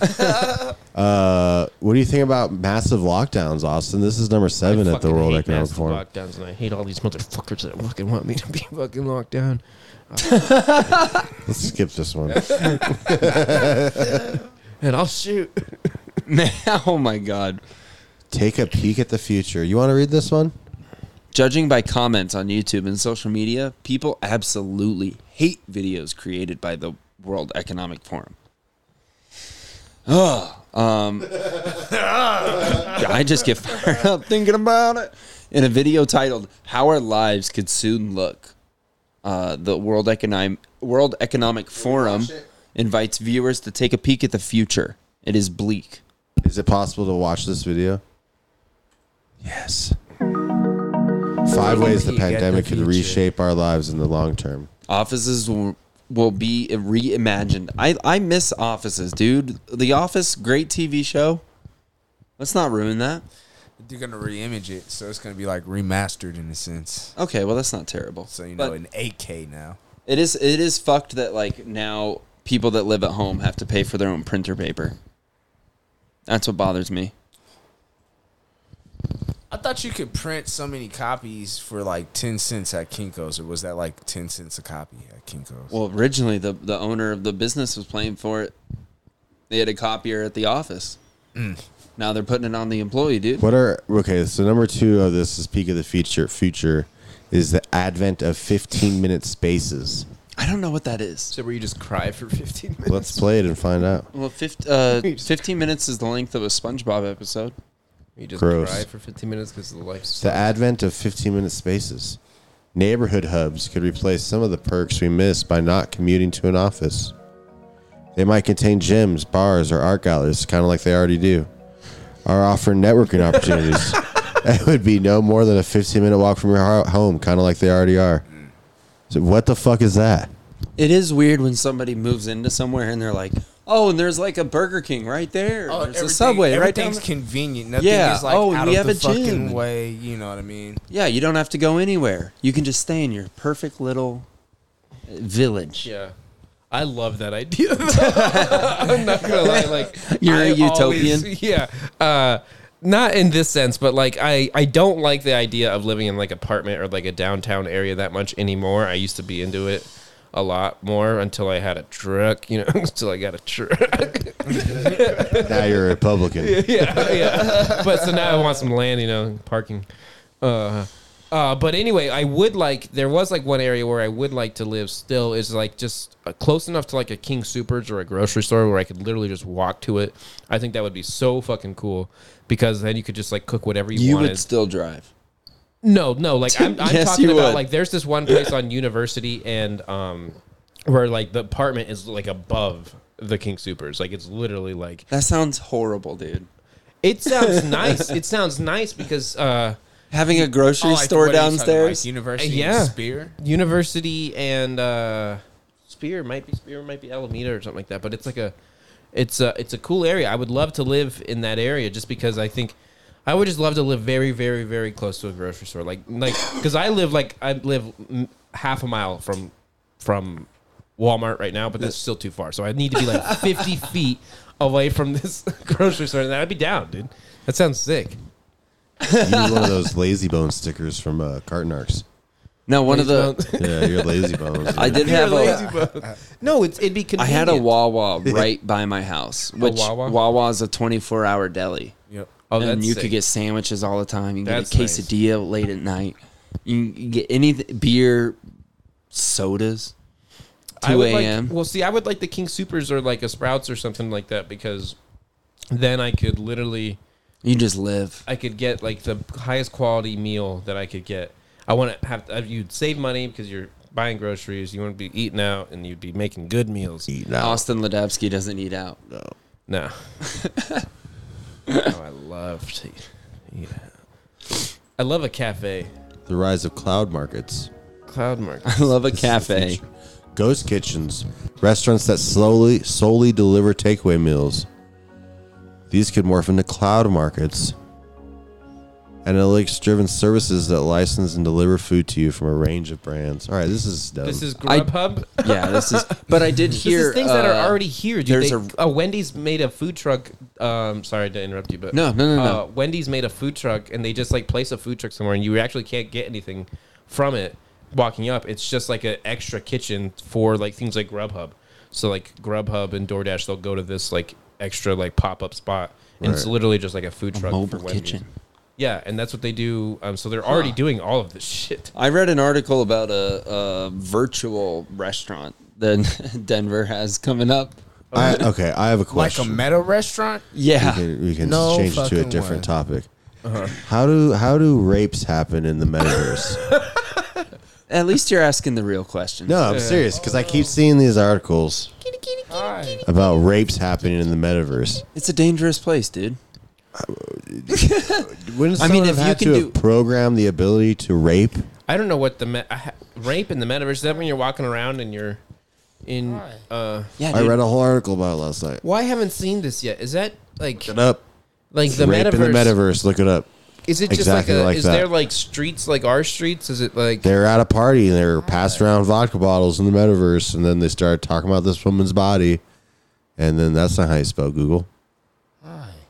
S5: uh, what do you think about massive lockdowns, Austin? This is number seven at the
S1: fucking
S5: World
S1: hate
S5: Economic
S1: massive
S5: Forum.
S1: Lockdowns, and I hate all these motherfuckers that fucking want me to be fucking locked down.
S5: Let's skip this one.
S1: and I'll shoot.
S3: Man, oh my god.
S5: Take a peek at the future. You want to read this one?
S3: Judging by comments on YouTube and social media, people absolutely hate videos created by the World Economic Forum. Ugh. Um, I just get fired up thinking about it. In a video titled "How Our Lives Could Soon Look," uh, the World Economic World Economic Forum invites viewers to take a peek at the future. It is bleak.
S5: Is it possible to watch this video? Yes. Five ways the
S3: Peek at the
S5: pandemic could
S3: future.
S5: reshape our lives in the long term.
S3: Offices will, will be reimagined. I, I miss offices, dude. The Office, great TV show. Let's not ruin that.
S4: They're gonna re-image it, so it's gonna be like remastered in a sense.
S3: Okay, well that's not terrible.
S4: So you
S3: But-
S4: know, in 8K now.
S3: It is it is fucked that like now people that live at home have to pay for their own printer paper. That's what bothers me.
S4: I thought you could print so many copies for like 10 cents at Kinko's, or was that like 10 cents a copy at Kinko's?
S3: Well, originally the the owner of the business was playing for it. They had a copier at the office.
S1: Mm.
S3: Now they're putting it on the employee, dude.
S5: What are okay? So number two of this is peak of the future. Future is the advent of fifteen-minute spaces.
S3: I don't know what that is.
S1: So where you just cry for 15 minutes?
S5: Let's play it and find out.
S3: Well, 15, uh, 15 minutes is the length of a SpongeBob episode.
S1: You just
S5: Gross.
S1: cry for 15 minutes because the life's
S5: The advent of 15 minute spaces. Neighborhood hubs could replace some of the perks we miss by not commuting to an office. They might contain gyms, bars, or art galleries, kind of like they already do, or offer networking opportunities. It would be no more than a 15 minute walk from your ho- home, kind of like they already are. So what the fuck is that?
S3: It is weird when somebody moves into somewhere and they're like, oh, and there's like a Burger King right there.
S4: Oh,
S3: there's a
S4: everything-
S3: Subway right down
S4: everything's
S3: the-
S4: convenient. Nothing
S3: Yeah,
S4: is like
S3: oh,
S4: out
S3: we
S4: of
S3: have
S4: the
S3: a
S4: fucking
S3: gym.
S4: way. You know what I mean?
S3: Yeah, you don't have to go anywhere. You can just stay in your perfect little uh, village.
S1: Yeah. I love that idea. I'm not gonna lie, like
S3: You're a
S1: a
S3: utopian.
S1: yeah. Uh, not in this sense, but like I, I don't like the idea of living in like apartment or like a downtown area that much anymore. I used to be into it a lot more until I had a truck, you know, until I got a truck.
S5: Now you're a Republican.
S1: yeah, yeah. But so now I want some land, you know, parking. Uh, Uh, but anyway, I would like there was like one area where I would like to live still is like just uh, close enough to like a King Supers or a grocery store where I could literally just walk to it. I think that would be so fucking cool because then you could just like cook whatever you,
S3: You
S1: wanted.
S3: would still drive.
S1: No, no. Like I'm, I'm
S3: Yes,
S1: talking
S3: you
S1: about
S3: would.
S1: like there's this one place on University and um, where like the apartment is like above the King Supers. Like it's literally like
S3: That sounds horrible, dude.
S1: It sounds nice. It sounds nice because uh,
S3: Having a grocery Oh, like, store what are you talking, downstairs? like,
S4: University
S1: Uh,
S4: and
S1: yeah,
S4: Spear?
S1: University and uh, Spear might be Spear might be Alameda or something like that. But it's like a, it's a it's a cool area. I would love to live in that area just because I think. I would just love to live very, very, very close to a grocery store, like, like, because I live like I live mm, half a mile from, from Walmart right now, but that's still too far. So I need to be like 50 feet away from this grocery store, and I'd be down, dude. That sounds sick.
S5: You need one of those lazy bone stickers from uh, Carton Arcs.
S3: No, one of the-
S1: Lazy
S5: yeah, your lazy bones.
S3: I did
S5: Yeah.
S3: have a.
S1: No, it's it'd be
S3: I
S1: convenient.
S3: had a Wawa right by my house, which
S1: Wawa?
S3: Wawa is a 24 hour deli.
S1: Yep. Oh,
S3: and
S1: that's
S3: you
S1: sick.
S3: could get sandwiches all the time. You can
S1: That's
S3: get a
S1: nice.
S3: quesadilla late at night. You can get any beer, sodas,
S1: I
S3: 2
S1: would like-
S3: a.m.
S1: well, see, I would like the King Supers or like a Sprouts or something like that because then I could literally
S3: you just live.
S1: I could get like the highest quality meal that I could get. I want to have uh, you'd save money because you're buying groceries. You want to be eating out and you'd be making good meals.
S3: Austin Ledevsky doesn't eat out.
S5: No.
S1: No. oh, I love to eat. eat out. I love a cafe.
S5: The rise of cloud markets.
S1: Cloud markets.
S3: I love a
S5: This is the
S3: cafe.
S5: future. Ghost kitchens, restaurants that slowly solely deliver takeaway meals. These could morph into cloud markets. Analytics-driven services that license and deliver food to you from a range of brands. All right, this is dumb.
S1: This is
S3: I-
S1: Grubhub.
S3: yeah, this is. But I did
S1: This is
S3: hear
S1: things that
S3: uh,
S1: are already here. Dude.
S3: There's
S1: They-
S3: a
S1: uh, Wendy's made a food truck. Um, sorry to interrupt you, but
S3: No, no, no, no.
S1: Uh, Wendy's made a food truck, and they just like place a food truck somewhere, and you actually can't get anything from it walking up. It's just like an extra kitchen for like things like Grubhub. So like Grubhub and DoorDash, they'll go to this like extra like pop up spot, and it's
S3: Right.
S1: literally just like a food truck
S3: mobile
S1: for Wendy's.
S3: kitchen.
S1: Yeah, and that's what they do. Um, so they're already
S3: Huh.
S1: doing all of this shit.
S3: I read an article about a, a virtual restaurant that Denver has coming up.
S5: I, okay, I have a question.
S4: Like a meta restaurant?
S5: We
S3: Yeah.
S5: can, we can
S4: No
S5: change it to a
S4: fucking
S5: different
S4: way.
S5: topic.
S4: Uh-huh.
S5: How do how do rapes happen in the metaverse?
S3: At least you're asking the real question.
S5: no, I'm serious because I keep seeing these articles about rapes happening in the metaverse.
S3: It's a dangerous place, dude.
S5: Wouldn't
S3: I
S5: someone
S3: mean,
S5: have
S3: if you
S5: had
S3: can
S5: to
S3: do
S5: have programmed the ability to rape?
S1: I don't know what the me- I ha- rape in the metaverse is that when you're walking around and you're in uh
S5: I read a whole article about it last night.
S1: Well, I haven't seen this yet. Is that like
S5: Look it up.
S1: like the
S5: rape
S1: metaverse?
S5: in the metaverse. Look it up.
S1: Is it just
S5: exactly
S1: like, a,
S5: like
S1: is
S5: that?
S1: there like streets like our streets? Is it like
S5: They're at a party and they were passed around vodka bottles in the metaverse, and then they started talking about this woman's body, and then that's not how you spell Google.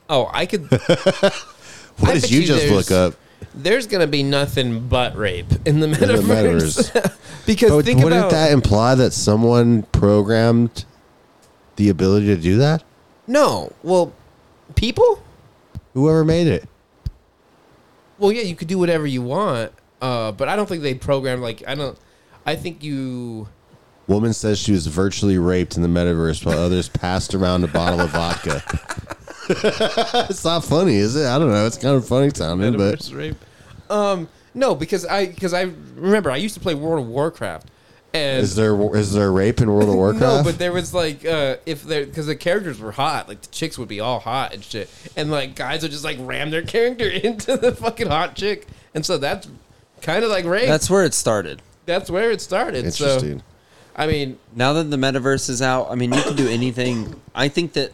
S1: oh I could. what
S5: did you just look up?
S1: There's gonna be nothing but rape in the
S5: the
S1: metaverse, because
S5: But
S1: think
S5: wouldn't
S1: about
S5: that imply that someone programmed the ability to do that?
S1: no. Well, people.
S5: Whoever made it.
S1: Well, yeah, you could do whatever you want, uh, but I don't think they programmed like I don't. I think you.
S5: Woman says she was virtually raped in the metaverse while others passed around a bottle of vodka. it's not funny, is it? I don't know. It's kind of funny sounding, but
S1: Metaverse rape. Um, no, because I because I remember I used to play World of Warcraft, and
S5: is there is there rape in World of Warcraft?
S1: no, but there was like uh, if there because the characters were hot, like the chicks would be all hot and shit, and like guys would just like ram their character into the fucking hot chick, and so that's kind of like rape.
S3: That's where it started.
S1: that's where it started. So, uh,
S3: Interesting.
S1: I mean,
S3: Now that the metaverse is out, I mean, you can do anything. I think that.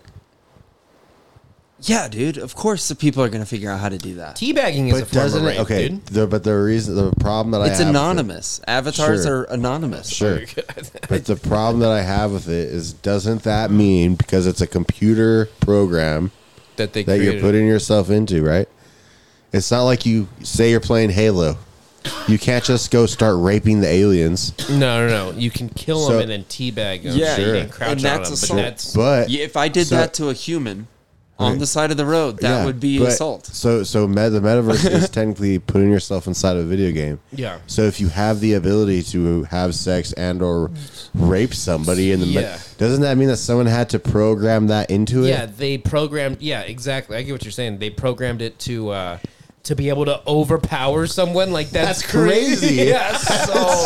S3: Yeah, dude. Of course, the people are going to figure out how to do that.
S1: teabagging is a form of rape,
S5: okay?
S1: dude.
S5: The, but the reason the problem that I
S3: It's
S5: have with it-
S3: anonymous. Avatars
S5: Sure.
S3: are anonymous.
S5: Sure. but the problem that I have with it is, doesn't that mean because it's a computer program
S1: That they
S5: that you're
S1: created.
S5: putting yourself into, right? It's not like you say you're playing Halo. You can't just go start raping the aliens.
S1: No, no, no. You can kill
S5: So-
S1: them and then teabag them.
S5: Yeah,
S1: you
S5: sure.
S1: can crouch
S3: and that's
S1: on them,
S3: assault.
S1: but that's
S5: But
S3: Yeah, if I did
S5: so-
S3: that to a human, on the side of the road. Oh, That
S5: Yeah,
S3: would be
S5: but-
S3: assault.
S5: So, so med, the metaverse is technically putting yourself inside of a video game.
S3: Yeah.
S5: So if you have the ability to have sex and or rape somebody in the, me-
S1: Yeah.
S5: doesn't that mean that someone had to program that into it?
S1: Yeah, they programmed. Yeah, exactly. I get what you're saying. They programmed it to uh, to be able to overpower someone. Like that's,
S5: That's crazy.
S1: yeah, so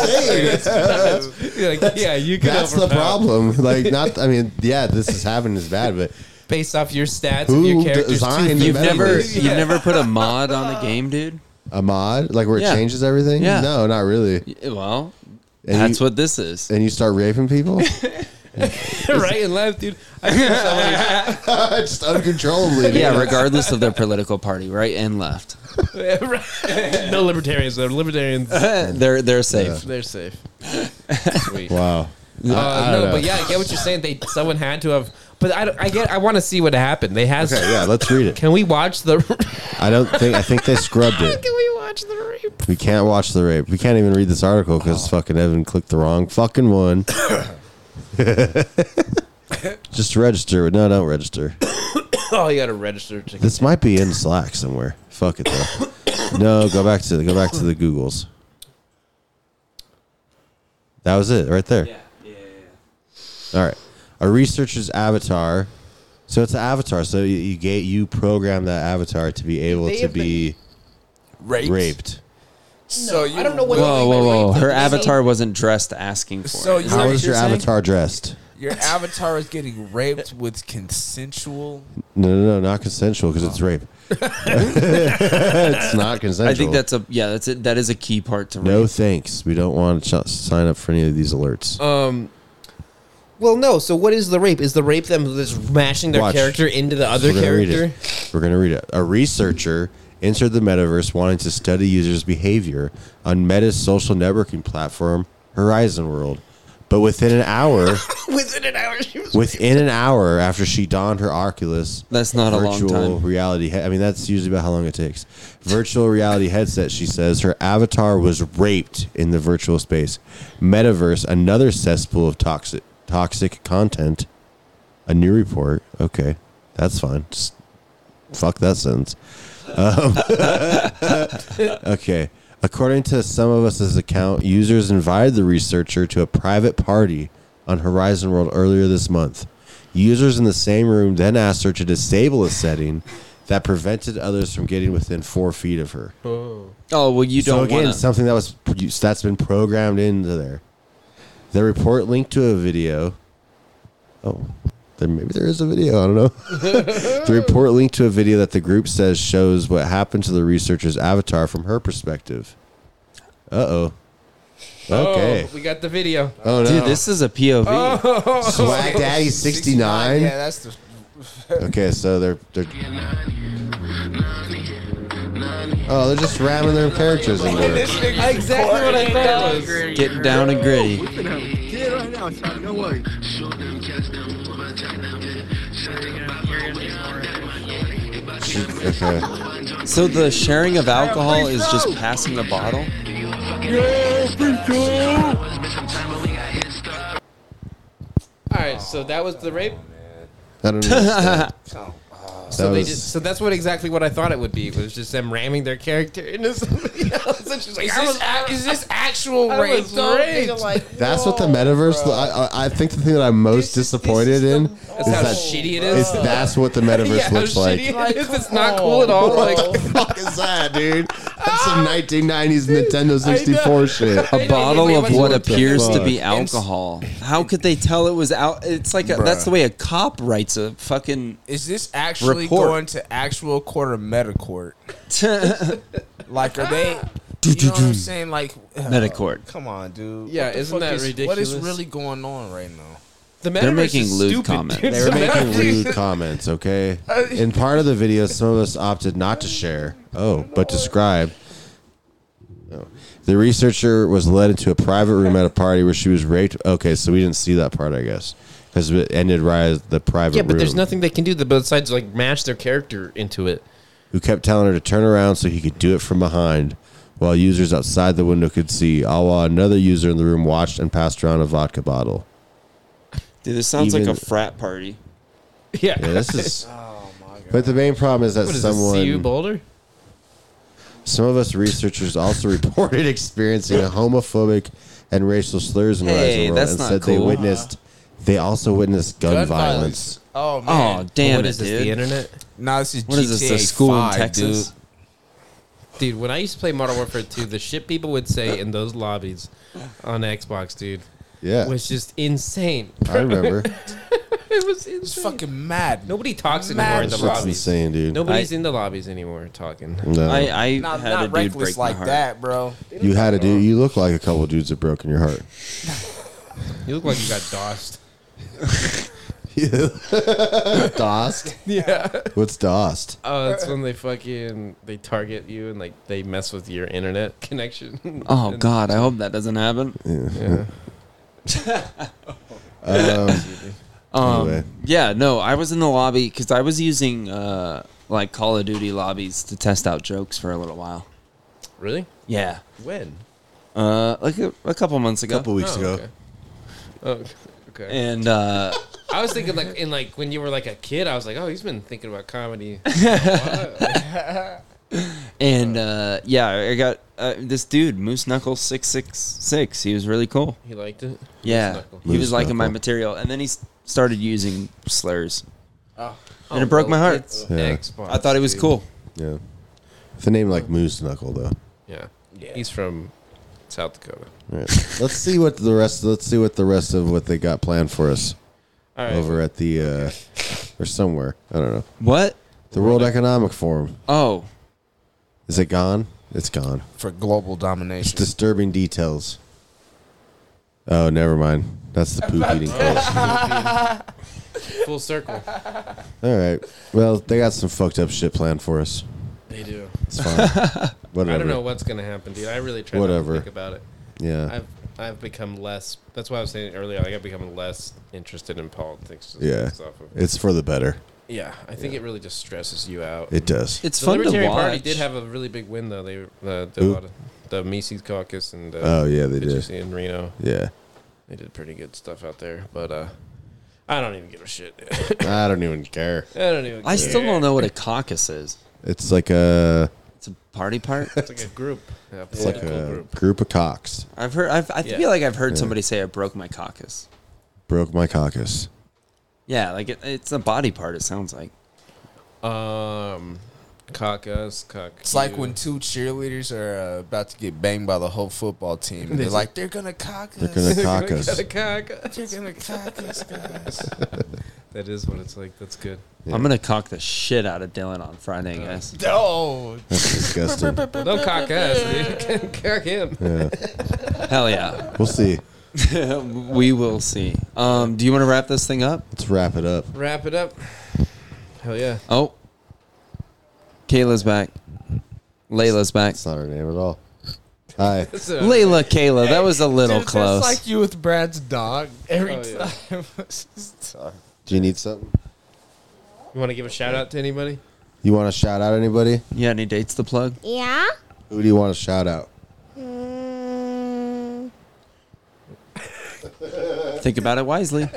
S5: insane.
S1: that's, that's, like, yeah, you can.
S5: That's the
S1: overpower.
S5: problem. Like, not. I mean, yeah, this is happening is bad, but
S1: Based off your stats,
S5: Who
S1: and your characters
S5: designed the
S1: too.
S5: You've never- metaverse?
S3: You've never put a mod on a game, dude.
S5: a mod, like where
S3: Yeah.
S5: it changes everything.
S3: Yeah.
S5: No, not really.
S3: Well, that's what this is.
S5: And you start raping people.
S1: right and left, dude. I see somebody-
S5: Just uncontrollably.
S3: Yeah, regardless of their political party, right and left,
S1: Right. no libertarians. though. libertarians.
S3: they're they're safe.
S1: They're safe.
S5: Wow.
S1: Uh,
S5: I- I don't
S1: no, but
S5: know.
S1: yeah, I get what you're saying. They someone had to have, but I, don't- I get. I want to see what happened. They had.
S5: Okay, yeah, let's read it.
S1: Can we watch the?
S5: I don't think. I think they scrubbed it.
S1: Can we watch the rape?
S5: We can't watch the rape. We can't even read this article
S1: Oh.
S5: because fucking Evan clicked the wrong fucking one. Just register. No, don't register.
S1: oh, you got to register. To
S5: This might be in Slack somewhere. Fuck it though. No, go back to the go back to the Googles. That was it right there. Yeah, yeah, yeah. All right. A researcher's avatar. So it's an avatar. So you you, get, you program that avatar to be able
S1: They
S5: to
S1: have
S5: be
S4: Raped?
S5: raped.
S4: So you
S1: I don't know what.
S3: Whoa, whoa, whoa! Her avatar wasn't dressed asking for
S4: So
S3: it.
S4: you- How is
S5: Is your avatar dressed?
S4: Your avatar is getting raped with consensual.
S5: No, no, no, not consensual because it's rape. it's not consensual.
S3: I think that's a yeah. That's it. That is a key part to
S5: no thanks. We don't want to ch- sign up for any of these alerts.
S1: Um. Well, no. So what is the rape? Is the rape them just mashing their
S5: Watch.
S1: character into the other
S5: We're gonna read
S1: character?
S5: it. We're going to read it. A researcher entered the metaverse wanting to study users' behavior on Meta's social networking platform, Horizon World. But within an hour,
S1: Within an hour, she was.
S5: within an hour after she donned her Oculus,
S3: That's not a long
S5: virtual
S3: time.
S5: reality. He- I mean, that's usually about how long it takes. Virtual reality headset. She says her avatar was raped in the virtual space, metaverse, another cesspool of toxic toxic content. A new report. Okay, that's fine. Just fuck that sentence. Um, okay. According to some of us's account, users invited the researcher to a private party on Horizon World earlier this month. Users in the same room then asked her to disable a setting that prevented others from getting within four feet of her.
S3: Oh. well, you
S5: so
S3: don't
S5: again,
S3: want to.
S5: something that was that's been programmed into there. The report linked to a video. Oh, then maybe there is a video. I don't know. the report linked to a video that the group says shows what happened to the researcher's avatar from her perspective. Uh oh. Okay.
S1: Oh, we got the video.
S5: Oh, no.
S3: Dude, this is a POV.
S1: Oh.
S5: Swag Daddy 69.
S4: Yeah, that's the.
S5: Okay, so they're they're. Oh, they're just ramming their characters in there.
S1: Exactly what I thought it was.
S3: Getting down and gritty.
S5: Okay.
S3: So the sharing of alcohol is just passing the bottle.
S1: All right, so that was the rape.
S5: I don't understand.
S1: Oh. So
S5: That
S1: they
S5: was-
S1: just, so that's what exactly what I thought it would be. It was just them ramming their character into somebody else. And she's like,
S4: Is
S1: I
S4: this,
S1: was-
S4: a- is this actual
S1: I
S4: rape?
S1: was
S4: though?
S1: raped.
S4: Nigga, like,
S5: That's what the metaverse. I, I- I think the thing that I'm most disappointed in is
S1: That's how
S5: that
S1: shitty it
S5: is
S1: is.
S5: that's what the metaverse
S1: Yeah, how
S5: looks like.
S1: shitty it is. It's not cool at all. Like,
S5: fuck is that, dude? That's some 1990s Nintendo 64 shit.
S3: A bottle of what appears to be
S5: Fuck.
S3: alcohol. How could they tell it was out? It's like a, that's the way a cop writes a fucking.
S4: Is this actually
S3: Report.
S4: going to actual court or meta court? like, are they?
S3: Do,
S4: You
S3: do,
S4: know what I'm
S3: do.
S4: saying? Like, oh,
S3: Meta court.
S4: Come on, dude.
S1: Yeah,
S4: What the
S1: isn't
S4: fuck
S1: that
S4: is- What
S1: ridiculous?
S4: is really going on right now?
S1: the
S5: They're
S1: metaverse
S5: making
S1: is
S5: lewd
S1: stupid,
S5: comments.
S1: dude.
S5: They were
S1: The
S5: making
S1: metaverse-
S5: lewd comments, okay? In part of the video, some of us opted not to share. Oh, but describe. Oh. The researcher was led into a private room at a party where she was raped. Okay, so we didn't see that part, I guess, because it ended right at the private
S1: Yeah, but there's
S5: room.
S1: nothing they can do that besides like match their character into it.
S5: who kept telling her to turn around so he could do it from behind while users outside the window could see, all while another user in the room watched and passed around a vodka bottle.
S3: Dude, this sounds like
S5: Even-
S3: a frat party.
S1: Yeah,
S5: Yeah, this is But the main problem is that
S1: What is this,
S5: someone
S1: CU Boulder?
S5: Some of us researchers also reported experiencing homophobic and racial slurs in
S3: Hey,
S5: Horizon World
S3: that's
S5: and
S3: not
S5: said they
S3: cool.
S5: witnessed. They also witnessed gun,
S4: Gun
S5: violence.
S4: Oh man.
S3: Oh, damn
S1: What
S3: it,
S1: is this,
S3: dude.
S1: the internet?
S4: No, this is
S3: What is this, the
S4: GTA
S3: school in
S4: 5,
S3: Texas?
S4: dude.
S1: Dude, when I used to play Modern Warfare 2, the shit people would say in those lobbies on Xbox, dude,
S5: Yeah.
S1: was just insane.
S5: I remember.
S1: it was insane. It's
S4: fucking mad.
S1: Nobody talks
S4: Mad.
S1: anymore in the
S5: That's
S1: lobbies.
S5: insane, dude.
S1: Nobody's
S5: I-
S1: in the lobbies anymore talking.
S5: No. I- I
S4: not,
S5: had
S4: not
S5: a dude break
S4: reckless
S5: my
S4: like
S5: heart.
S4: that, bro.
S5: You had a dude. You look like a couple dudes that broken your heart.
S1: You look like you got DOSed.
S5: Dost.
S1: Yeah.
S5: What's dost?
S1: Oh, that's when they fucking they target you and like they mess with your internet connection.
S3: Oh
S1: And-
S3: God, I hope that doesn't happen.
S5: Yeah.
S3: Um,
S5: Anyway.
S3: Yeah, no, I was in the lobby because I was using uh, like Call of Duty lobbies to test out jokes for a little while.
S1: Really?
S3: Yeah,
S1: When?
S3: uh, like a, a couple months ago,
S5: Couple weeks
S1: Oh,
S5: ago.
S1: okay. Oh, okay.
S3: and uh,
S1: I was thinking like in like when you were like a kid, I was like, oh, he's been thinking about comedy. Wow.
S3: and uh, yeah, I got uh, this dude Moose Knuckle six six six. He was really cool.
S1: he liked it.
S3: Yeah,
S1: Knuckle.
S3: he was
S5: Moose
S3: liking my
S5: Knuckle.
S3: material, and then he s- started using slurs,
S1: Oh.
S3: and it broke my
S1: well,
S3: heart.
S1: it's
S5: Yeah.
S1: Xbox,
S3: I thought it was
S1: dude.
S3: cool.
S5: Yeah. With a name like Moose Knuckle, though.
S1: Yeah. He's from South Dakota.
S5: All right. Let's see what the rest. Let's see what the rest of what they got planned for us
S1: All right.
S5: over at the uh, or somewhere. I don't know.
S3: What?
S5: The World Economic Forum.
S3: Oh,
S5: Is it gone? It's gone.
S4: For global
S5: It's
S4: domination.
S5: disturbing details. Oh, never mind. That's the poop eating cult.
S1: Full circle.
S5: All right. Well, they got some fucked up shit planned for us.
S1: They do.
S5: It's fine. Whatever.
S1: I don't know what's gonna happen, dude. I really try
S5: Whatever.
S1: not to think about it.
S5: Yeah.
S1: I've I've become less. That's why I was saying earlier. Like I've become less interested in politics. just
S5: yeah.
S1: based off of-
S5: It's for the better.
S1: yeah. I think it really just stresses you out.
S5: It does.
S3: it's
S1: the
S3: fun
S1: Libertarian
S3: to watch.
S1: Party did have a really big win though. They uh, did a
S5: Who?
S1: lot of the Mises Caucus and uh,
S5: Oh, yeah, they
S1: did you
S5: did.
S1: see in Reno.
S5: Yeah.
S1: They did pretty good stuff out there, but uh, I don't even give a shit.
S5: I don't even care.
S1: I don't even.
S3: I still
S1: care.
S3: don't know what a caucus is.
S5: It's like a
S3: It's a party part.
S1: It's like a group. A
S5: it's like
S1: political
S5: a
S1: group.
S5: group. of cocks.
S3: I've heard. I've, I
S1: Yeah.
S3: feel like I've heard somebody say I broke my caucus.
S5: Broke my caucus.
S3: Yeah, like it, it's a body part. It sounds like.
S1: Um, caucus, cock.
S4: It's like when two cheerleaders are uh, about to get banged by the whole football team. and They're like, they're gonna cock us.
S5: They're gonna cock us.
S4: They're gonna cock us, guys.
S1: That is what it's like. That's good.
S3: I'm gonna cock the shit out of Dylan on Friday,
S1: Uh,
S3: guys.
S4: No.
S5: That's disgusting.
S1: Oh. Well, don't cock us, dude. cock him.
S5: Yeah.
S3: Hell yeah,
S5: We'll see.
S3: we will see. Um, do you want to wrap this thing up?
S5: Let's wrap it up.
S1: Wrap it up. Hell yeah.
S3: Oh, Kayla's back. Layla's back.
S5: It's not her name at all. Hi.
S1: So,
S3: Layla, Kayla, that was a little
S4: Dude,
S3: close.
S4: Just like you with Brad's dog. Every
S1: Oh, yeah.
S4: time. It's just-
S5: Do you need something?
S1: you want to give a shout out to anybody?
S5: You want to shout out anybody?
S3: yeah, any dates to plug?
S15: Yeah?
S5: Who do you want to shout out?
S15: Mm,
S3: Think about it wisely.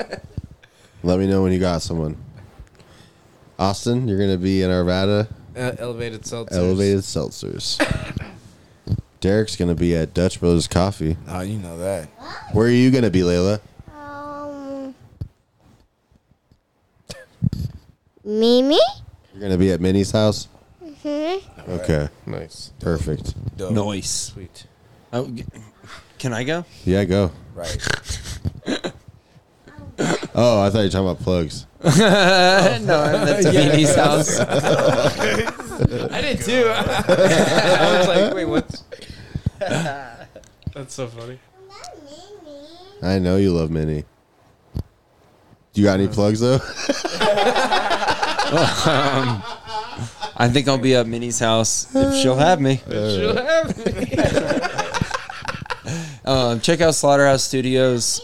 S5: Let me know when you got someone. Austin, you're gonna be in Arvada
S1: Uh, elevated seltzers.
S5: Elevated Seltzers. Derek's gonna be at Dutch Brothers Coffee.
S4: oh, you know that.
S5: Where are you gonna be, Layla?
S15: um, Mimi?
S5: You're gonna be at Minnie's house.
S15: Hmm?
S5: Okay,
S1: Nice.
S5: perfect.
S4: Dope.
S3: Noise.
S1: Sweet.
S3: Oh, g- can I go?
S5: Yeah, go.
S4: Right.
S5: Oh, I thought you were talking about plugs.
S3: no, I'm at Davini's house. Um,
S1: I did too. I was like, wait, what? That's so funny.
S5: I know you love Minnie. You got any plugs though?
S3: I think I'll be at Minnie's house if she'll have me.
S5: Uh,
S1: She'll have me.
S3: Um, check out Slaughterhouse Studios.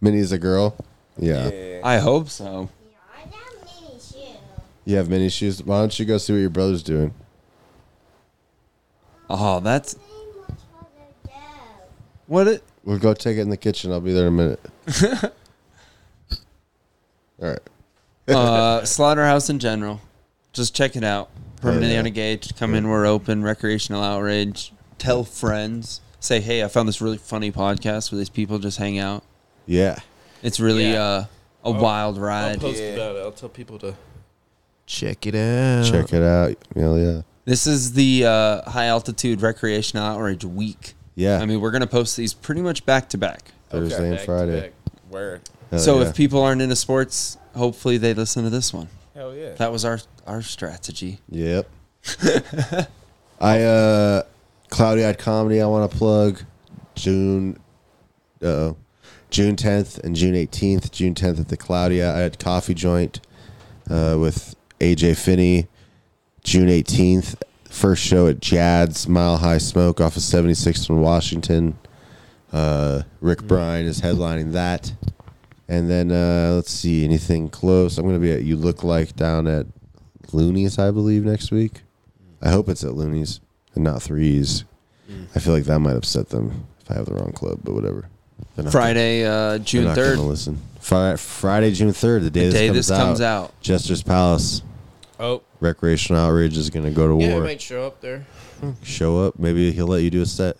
S5: Minnie's a girl. Yeah.
S3: I hope so.
S5: You have Minnie shoes. Why don't you go see what your brother's doing?
S3: Oh, that's what it.
S5: We'll go take it in the kitchen. I'll be there in a minute. All right.
S3: uh, Slaughterhouse in general. Just check it out. Permanently
S5: Oh, yeah.
S3: unengaged. Come in. We're open. Recreational outrage. Tell friends. Say, hey, I found this really funny podcast where these people just hang out.
S5: Yeah.
S3: It's really
S1: Yeah.
S3: uh, a
S1: I'll-
S3: wild ride.
S1: I'll post about it. I'll tell people to.
S3: Check it out.
S5: Check it out. Hell yeah.
S3: This is the uh, high altitude recreational outrage week.
S5: Yeah.
S3: I mean, we're going to post these pretty much back to back.
S5: Thursday and Back to Friday. back.
S4: Word.
S5: Hell
S3: so
S5: yeah.
S3: if people aren't into sports, hopefully they listen to this one.
S4: Hell yeah.
S3: That was our, our strategy.
S5: Yep. I uh Cloudy Eyed Comedy I want to plug June uh June 10th and June 18th. June 10th at the Cloudy Eyed Coffee Joint uh, with AJ Finney. June 18th, first show at Jad's Mile High Smoke off of 76th and Washington. Uh, Rick Bryan is headlining that. And then uh, let's see, anything close. I'm going to be at You Look Like down at Looney's, I believe, next week. I hope it's at Looney's and not Threes. I feel like that might upset them if I have the wrong club, but whatever. They're not-
S3: Friday, uh, June
S5: they're not gonna
S3: 3rd.
S5: Listen, Fri- Friday, June third, the day,
S3: The
S5: this,
S3: day
S5: comes,
S3: this
S5: out,
S3: comes out.
S5: Jester's Palace.
S1: Oh.
S5: recreational outrage is going to go to
S1: Yeah, I
S5: war.
S1: might show up there.
S5: Show up, maybe he'll let you do a set.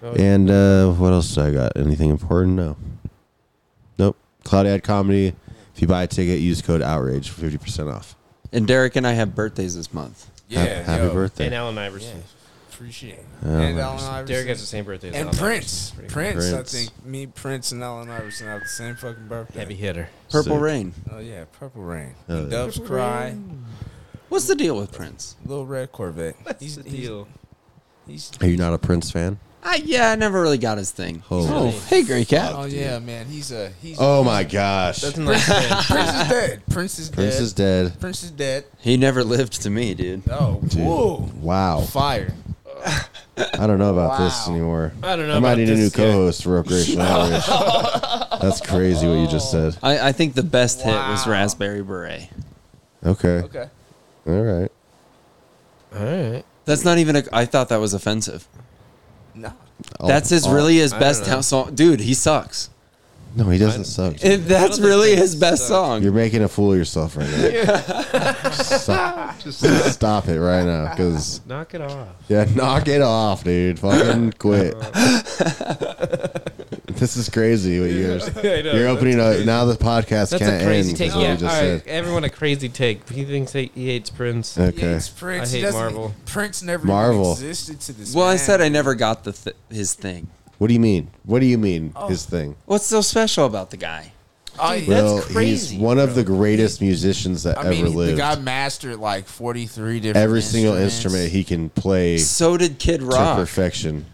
S1: Oh, yeah.
S5: and uh, what else do I got? Anything important? No. Nope. Cloud Ad Comedy. If you buy a ticket, use code Outrage for fifty percent off.
S3: And Derek and I have birthdays this month.
S5: Yeah, Ha- happy yo. birthday.
S1: And uh, Alan Iverson.
S4: Appreciate it.
S5: Alan
S4: and Alan
S5: Iverson.
S4: Iverson.
S1: Derek has the same birthday as
S4: And
S1: Alan
S4: Prince.
S1: Iverson.
S4: Prince.
S1: Prince.
S4: I think me, Prince, and Alan Iverson have the same fucking birthday.
S1: Heavy hitter.
S3: Purple
S4: Sick.
S3: Rain.
S4: Oh yeah, Purple Rain.
S3: Oh,
S4: He
S3: yeah.
S4: Doves
S3: Purple
S4: cry.
S3: What's the deal with Prince?
S4: Little red Corvette.
S1: What's
S4: he's,
S1: the
S4: he's-
S1: deal?
S4: He's,
S5: Are you not a Prince fan?
S3: Uh, yeah, I never really got his thing.
S5: Oh.
S3: hey, Grey Cat.
S4: Oh yeah, man. He's a he's.
S5: Oh my gosh.
S4: Prince is dead. Prince is dead.
S5: Prince is dead.
S4: Prince is dead.
S3: He never lived to me, dude.
S4: Oh,
S5: Dude.
S4: whoa.
S5: Wow.
S4: Fire.
S5: I don't know about this anymore.
S4: I don't know
S5: I might
S4: about
S5: need a
S4: this
S5: new
S4: yet.
S5: co-host for recreational outrage. That's crazy what you just said.
S3: I, I think the best hit was Raspberry Beret.
S5: Okay.
S4: Okay.
S5: All right.
S1: All right.
S3: That's not even a. I thought that was offensive.
S4: No.
S3: That's his
S5: Oh,
S3: really his
S5: I
S3: best
S5: don't know.
S3: song, dude. He sucks.
S5: No, he doesn't suck. dude.
S3: It- that's really his best song.
S5: You're making a fool of yourself right now. Stop. Stop it right now, because
S1: Knock it off.
S5: yeah, knock it off, dude. Fucking quit. this is crazy. What you're
S1: I know,
S5: you're opening
S1: that's
S5: up now. The podcast
S1: That's
S5: can't
S1: a crazy
S5: end.
S1: take.
S5: is what
S1: Yeah,
S5: we just
S1: all right.
S5: said.
S1: Everyone a crazy take. He thinks he he hates Prince.
S5: Okay. He hates
S4: Prince.
S1: I
S4: he
S1: hate
S4: doesn't-
S1: Marvel.
S4: Prince never even
S5: Marvel.
S4: existed to this.
S3: Well, I
S4: man.
S3: said I never got the th- his thing.
S5: What do you mean? What do you mean?
S1: Oh.
S5: His thing.
S3: What's so special about the guy?
S4: Oh,
S5: well, he's one of the greatest musicians that
S4: I
S5: ever
S4: mean, the
S5: lived.
S4: guy mastered like forty three different.
S5: Every single
S4: instruments.
S5: instrument he can play.
S3: So did Kid
S5: to
S3: Rock. Oh.
S5: perfection.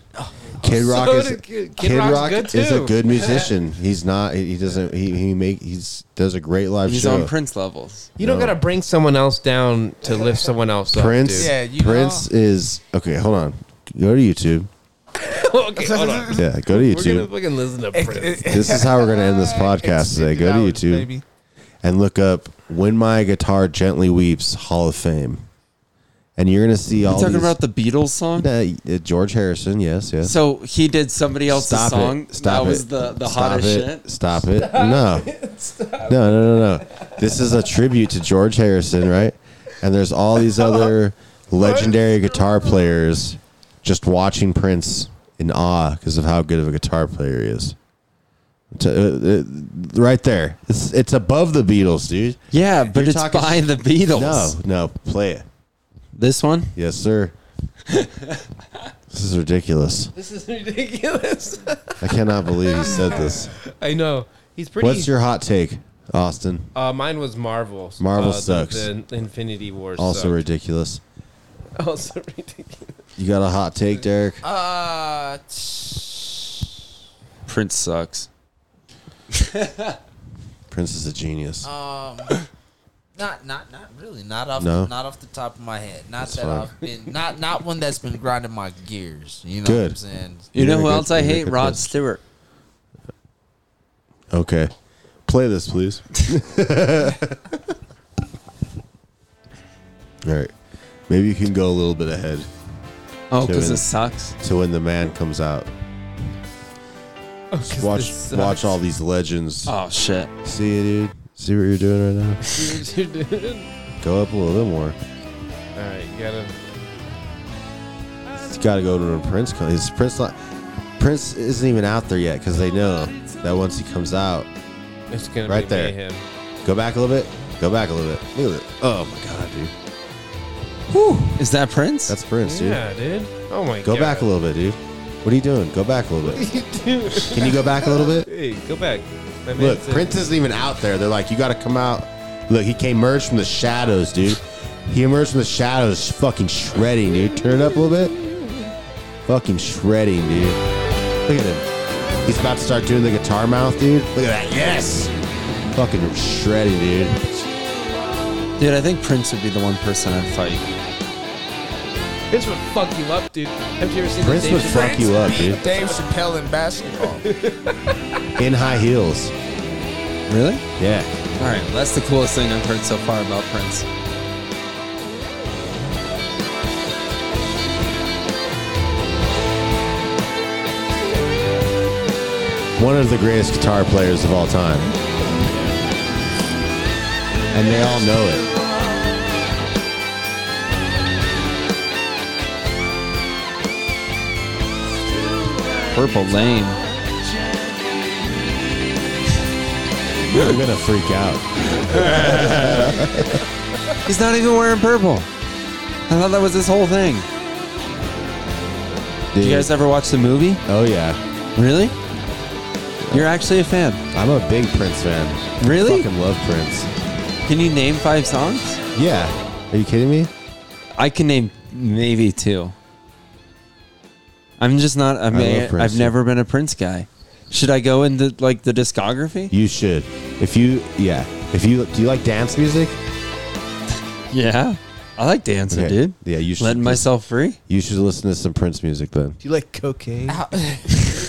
S5: Kid
S4: So
S5: Rock is
S4: did
S5: Kid,
S4: Kid- Kid Rock's
S5: Rock
S4: good
S5: is
S4: too.
S5: a good musician. He's not. He he doesn't. He he make. He's does a great live
S3: He's
S5: show.
S3: on Prince levels.
S1: You don't gotta bring someone else down to lift someone else up.
S5: Prince.
S1: dude.
S5: Prince is okay. Hold on. Go to YouTube.
S1: okay, hold on.
S5: Yeah, go to
S1: We're
S5: YouTube.
S1: gonna fucking listen to Prince.
S5: this is how we're going to end this podcast today. Go to YouTube and look up "When My Guitar Gently Weeps" Hall of Fame, and you're going to see all.
S3: talking
S5: these-
S3: about the Beatles song?
S5: Uh, George Harrison, yes, yes.
S3: So he did somebody else's
S5: Stop
S3: song.
S5: it! Stop
S3: that was
S5: it!
S3: the the
S5: Stop
S3: hottest
S5: it.
S3: shit.
S5: Stop it! No, no, no, no, no. This is a tribute to George Harrison, right? And there's all these other legendary guitar players just watching Prince in awe because of how good of a guitar player he is. To- uh, uh, right there, it's it's above the Beatles, dude.
S3: Yeah, but it's by the Beatles.
S5: No, no, play it.
S3: This one?
S5: Yes, sir. this is ridiculous.
S1: This is ridiculous.
S5: I cannot believe he said this.
S1: I know. He's pretty.
S5: What's your hot take, Austin?
S1: Uh, mine was Marvel.
S5: Marvel
S1: uh, the-
S5: sucks.
S1: The, Infinity War.
S5: Also
S1: sucked.
S5: ridiculous.
S1: also ridiculous.
S5: You got a hot take, Derek?
S4: Uh,
S3: Prince sucks.
S5: Prince is a genius.
S4: Um, not not not really. Not off
S5: No?
S4: not off the top of my head. Not
S5: That's
S4: that
S5: fine.
S4: I've been not not one that's been grinding my gears. You know
S5: Good.
S4: what I'm saying?
S3: You know who
S5: good-
S3: else I
S5: you're a
S3: hate?
S5: good
S3: Rod
S5: person.
S3: Stewart.
S5: Okay. Play this, please. All right. Maybe you can go a little bit ahead.
S3: Oh,
S5: To
S3: 'cause
S5: when-
S3: it sucks?
S5: To when the man comes out. Just watch
S3: this sucks.
S1: Oh,
S5: watch all these legends.
S3: Oh shit.
S5: See you, dude. See what you're doing right now?
S1: You're doing-
S5: Go up a little bit more.
S1: All right, you gotta.
S5: It's got to go to a Prince. Con- His Prince, li- Prince isn't even out there yet because they know that once he comes out,
S1: It's gonna
S5: right
S1: be
S5: there.
S1: mayhem.
S5: Go back a little bit. Go back a little bit. Look at it. Oh my god, dude.
S3: Is that Prince?
S5: That's Prince, dude.
S1: Yeah, dude. Oh my
S5: Go
S1: god.
S5: back a little bit, dude. What are you doing? Go back a little bit. Can you go back a little bit?
S1: Hey, go back. My man
S5: Look,
S1: said-
S5: Prince isn't even out there. They're like, you got to come out. Look, he came merged from the shadows, dude. He emerged from the shadows, fucking shredding, dude. Turn it up a little bit. Fucking shredding, dude. Look at him. He's about to start doing the guitar mouth, dude. Look at that. Yes. Fucking shredding, dude.
S3: Dude, I think Prince would be the one person I'd fight.
S1: Prince would fuck you up, dude. Have you ever seen
S5: Prince
S1: the
S5: would fuck you up, dude.
S4: Dave Chappelle in basketball.
S5: In high heels.
S3: Really?
S5: Yeah.
S3: All right, that's the coolest thing I've heard so far about Prince.
S5: One of the greatest guitar players of all time. And they all know it.
S3: Purple Lane.
S5: You're gonna freak out.
S3: He's not even wearing purple. I thought that was this whole thing. Did you guys ever watch the movie?
S5: Oh yeah.
S3: Really? You're actually a fan.
S5: I'm a big Prince fan.
S3: Really?
S5: Fucking love Prince.
S3: Can you name five songs?
S5: Yeah. Are you kidding me?
S3: I can name maybe two. I'm just not. I
S5: love
S3: mean,
S5: Prince,
S3: I've
S5: dude.
S3: never been a Prince guy. Should I go into like the discography?
S5: You should. If you, yeah. If you, do you like dance music?
S3: Yeah, I like dancing,
S5: Okay.
S3: dude.
S5: Yeah, you should.
S3: Letting myself free.
S5: You should listen to some Prince music then.
S1: Do you like cocaine?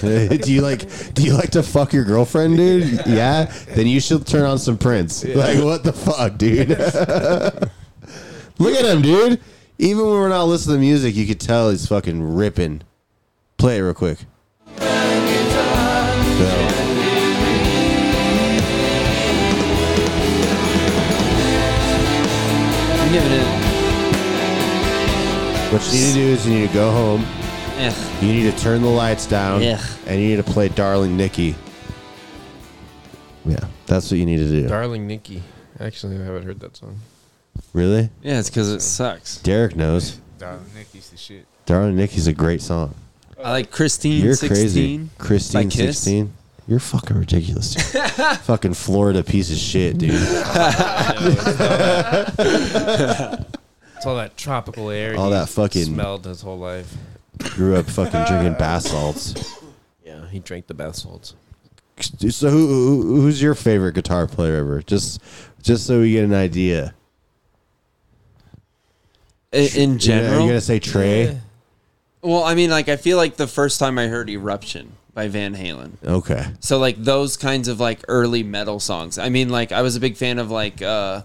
S5: do you like, do you like to fuck your girlfriend, dude? Yeah. Then you should turn on some Prince. Like, what the fuck, dude? Look at him, dude. Even when we're not listening to music, you could tell he's fucking ripping. Play it real quick. No.
S3: I'm giving it.
S5: What you need to do is you need to go home.
S3: Ugh.
S5: You need to turn the lights down.
S3: Ugh.
S5: And you need to play Darling Nikki. Yeah, that's what you need to do.
S1: Darling Nikki. Actually, I haven't heard that song.
S5: really?
S3: Yeah, it's because it sucks.
S5: Derek knows.
S4: Darling Nikki's the shit.
S5: Darling Nikki's a great song.
S3: I like Christine.
S5: You're
S3: 16
S5: crazy.
S3: by
S5: Christine
S3: Kiss.
S5: 16. You're fucking ridiculous. dude. fucking Florida piece of shit, dude.
S1: It's all that tropical air.
S5: All
S1: he
S5: that fucking-
S1: smelled his whole life.
S5: Grew up fucking drinking bath salts.
S1: Yeah, he drank the bath salts.
S5: So who, who who's your favorite guitar player ever? Just just so we get an idea.
S3: I- In
S5: Yeah,
S3: general,
S5: Are you gonna say Trey?
S3: Well, I mean, like I feel like the first time I heard "Eruption" by Van Halen.
S5: Okay.
S3: So like those kinds of like early metal songs. I mean, like I was a big fan of like uh,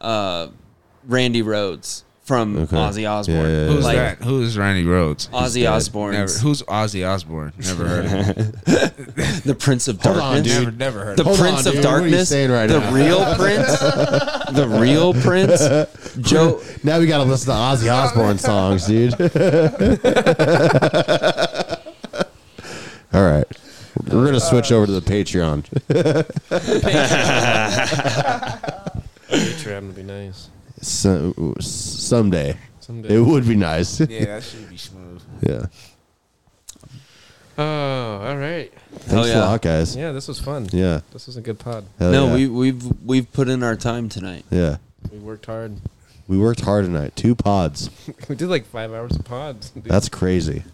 S3: uh, Randy Rhodes from
S4: Okay.
S3: Ozzy Osbourne.
S4: Who's
S3: like,
S4: that? Who's Randy Rhodes?
S3: Ozzy
S4: He's dead.
S3: Osbourne's-
S4: Never- Who's Ozzy Osbourne? Never heard of him.
S3: the Prince of
S4: Hold
S3: Darkness.
S4: on, dude. Never- never heard
S3: The
S4: of him.
S3: Prince
S4: Hold on,
S3: of
S4: dude. What are you
S3: Darkness.
S4: saying right
S3: the
S4: now?
S3: real Prince. the real Prince. Joe.
S5: Now we gotta listen to Ozzy Osbourne songs, dude. All right. We're gonna switch over to the Patreon.
S1: Patreon would be nice.
S5: so, someday.
S1: Someday.
S5: It would be nice.
S1: Yeah, that
S4: should be smooth.
S5: Yeah.
S1: Oh, all right.
S5: Thanks a lot, guys.
S1: Oh, Yeah, this was fun.
S5: Yeah.
S1: This was a good pod.
S5: Hell
S3: no,
S5: yeah.
S3: we we've we've put in our time tonight.
S5: Yeah.
S1: We worked hard.
S5: We worked hard tonight. Two pods.
S1: we did like five hours of pods. dude.
S5: That's crazy.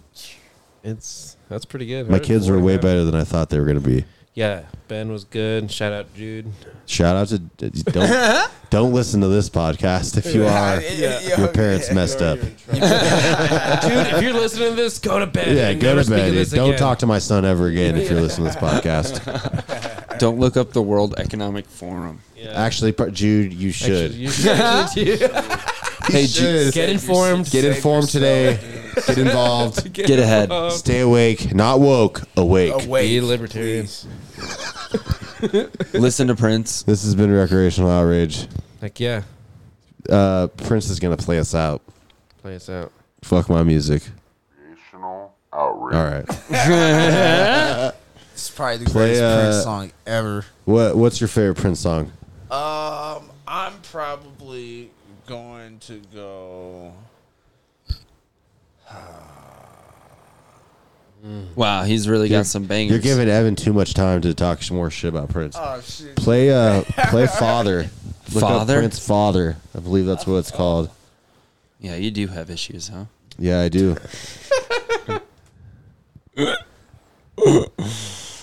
S1: It's that's pretty good.
S5: My
S1: Very
S5: kids were way
S1: rewarding, man.
S5: better than I thought they were gonna be.
S1: Yeah, Ben was good. Shout out Jude.
S5: Shout out to don't don't listen to this podcast if you are
S1: Yeah.
S5: your parents messed up.
S1: Dude, if you're listening to this, go to bed.
S5: Yeah,
S1: and
S5: go
S1: never
S5: to
S1: speak
S5: bed.
S1: of
S5: Dude.
S1: this
S5: Don't
S1: again.
S5: talk to my son ever again if you're listening to this podcast.
S3: Don't look up the World Economic Forum.
S5: Actually, pro- Jude, you should.
S1: Actually, you should.
S5: Hey,
S1: You should.
S5: Jude,
S1: Get informed.
S5: Get informed today. Get involved.
S1: Get Get ahead. involved.
S5: Oh, Stay awake. Not woke. Awake.
S1: Be libertarian.
S3: Listen to Prince.
S5: This has been recreational outrage.
S1: Heck yeah.
S5: Uh, Prince is gonna play us out.
S1: Play us out.
S5: Fuck my music.
S18: Outrage.
S5: All right.
S4: This is probably the greatest
S3: uh,
S4: Prince song ever.
S5: uh, What What's your favorite Prince song?
S4: Um, I'm probably going to go.
S3: Wow, he's really
S5: You're-
S3: got some bangers.
S5: You're giving Evan too much time to talk some more shit about Prince.
S4: Oh, shit.
S5: Play uh, play Father. Look up
S3: Father?
S5: Prince Father. I believe that's what it's called.
S3: Yeah, you do have issues, huh?
S5: Yeah, I do.
S3: Do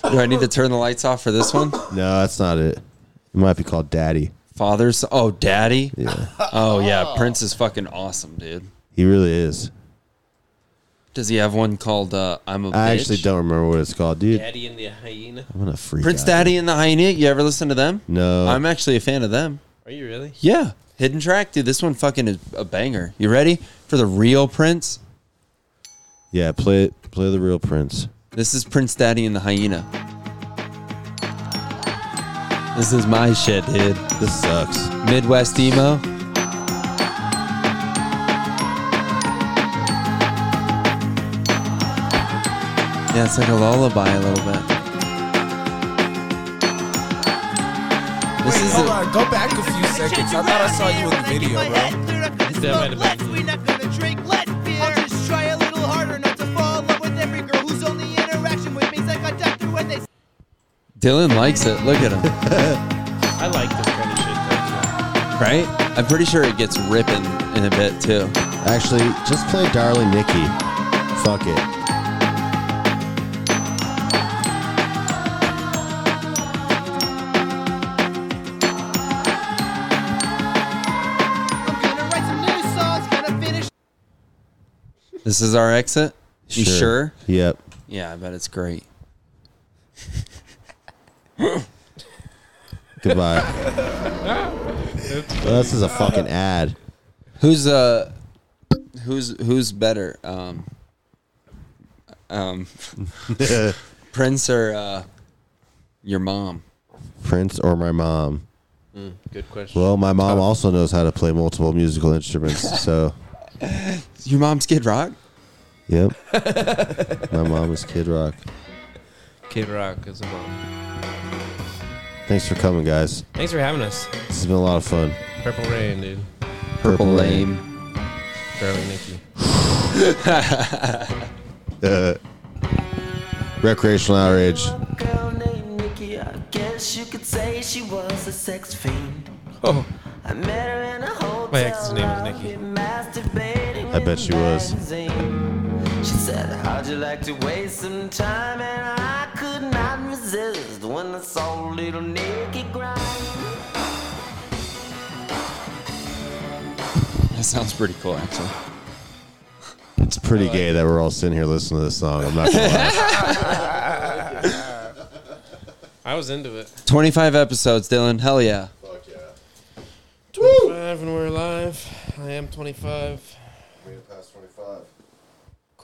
S3: I need to turn the lights off for this one?
S5: No, that's not it. It might be called Daddy.
S3: Father's oh, daddy.
S5: Yeah.
S3: Oh yeah, Prince is fucking awesome, dude.
S5: He really is.
S3: Does he have one called uh, "I'm a"?
S5: I
S3: bitch?
S5: actually don't remember what it's called, dude.
S1: Daddy and the hyena.
S5: I'm gonna freak
S3: Prince
S5: out.
S3: Daddy and the Hyena. You ever listen to them?
S5: No.
S3: I'm actually a fan of them.
S1: Are you really?
S3: Yeah, hidden track, dude. This one fucking is a banger. You ready for the real Prince?
S5: Yeah, play it. Play the real Prince.
S3: This is Prince Daddy and the Hyena. This is my shit, dude.
S5: This sucks.
S3: Midwest emo. Yeah, it's like a lullaby a little bit. This
S4: Wait,
S3: is
S4: hold
S3: a-
S4: on, go back a few seconds. I thought I saw you in the video, bro.
S17: Let's, we're not gonna drink, let's beer. I'll just try a little harder not to fall in love with every girl whose only interaction with me's like a doctor when they
S3: Dylan likes it. Look at him.
S1: I like this kind of shit.
S3: right? I'm pretty sure it gets ripping in a bit too.
S5: Actually, just play Darling Nikki. Fuck it.
S17: gonna write some new songs, gonna finish.
S3: This is our exit. You
S5: Sure.
S3: sure?
S5: Yep.
S3: Yeah, I bet it's great.
S5: Goodbye. well, this is a fucking ad.
S3: Who's uh who's who's better? Um um Prince or uh your mom?
S5: Prince or my mom?
S1: Mm, good question.
S5: Well, my mom also knows how to play multiple musical instruments, so
S3: Your mom's Kid Rock?
S5: yep. my mom is Kid Rock.
S1: Kid Rock is a mom.
S5: Thanks for coming, guys.
S1: Thanks for having us.
S5: This has been a lot of fun.
S1: Purple Rain, dude.
S5: Purple Rain.
S1: Darling Nikki.
S5: Uh, recreational outrage.
S17: Girl named Nikki, I guess you could say she was a sex fiend.
S1: Oh.
S17: I met her in a hotel.
S1: My ex's name is Nikki.
S17: Masturbating
S5: I bet she was.
S17: She said, How'd you like to waste some time? And I could not resist when I saw little Nikki grind.
S3: That sounds pretty cool actually.
S5: It's pretty gay that we're all sitting here listening to this song. I'm not gonna lie.
S1: I was into it.
S3: 25 episodes, Dylan. Hell yeah.
S1: 25 and we're alive. I am 25.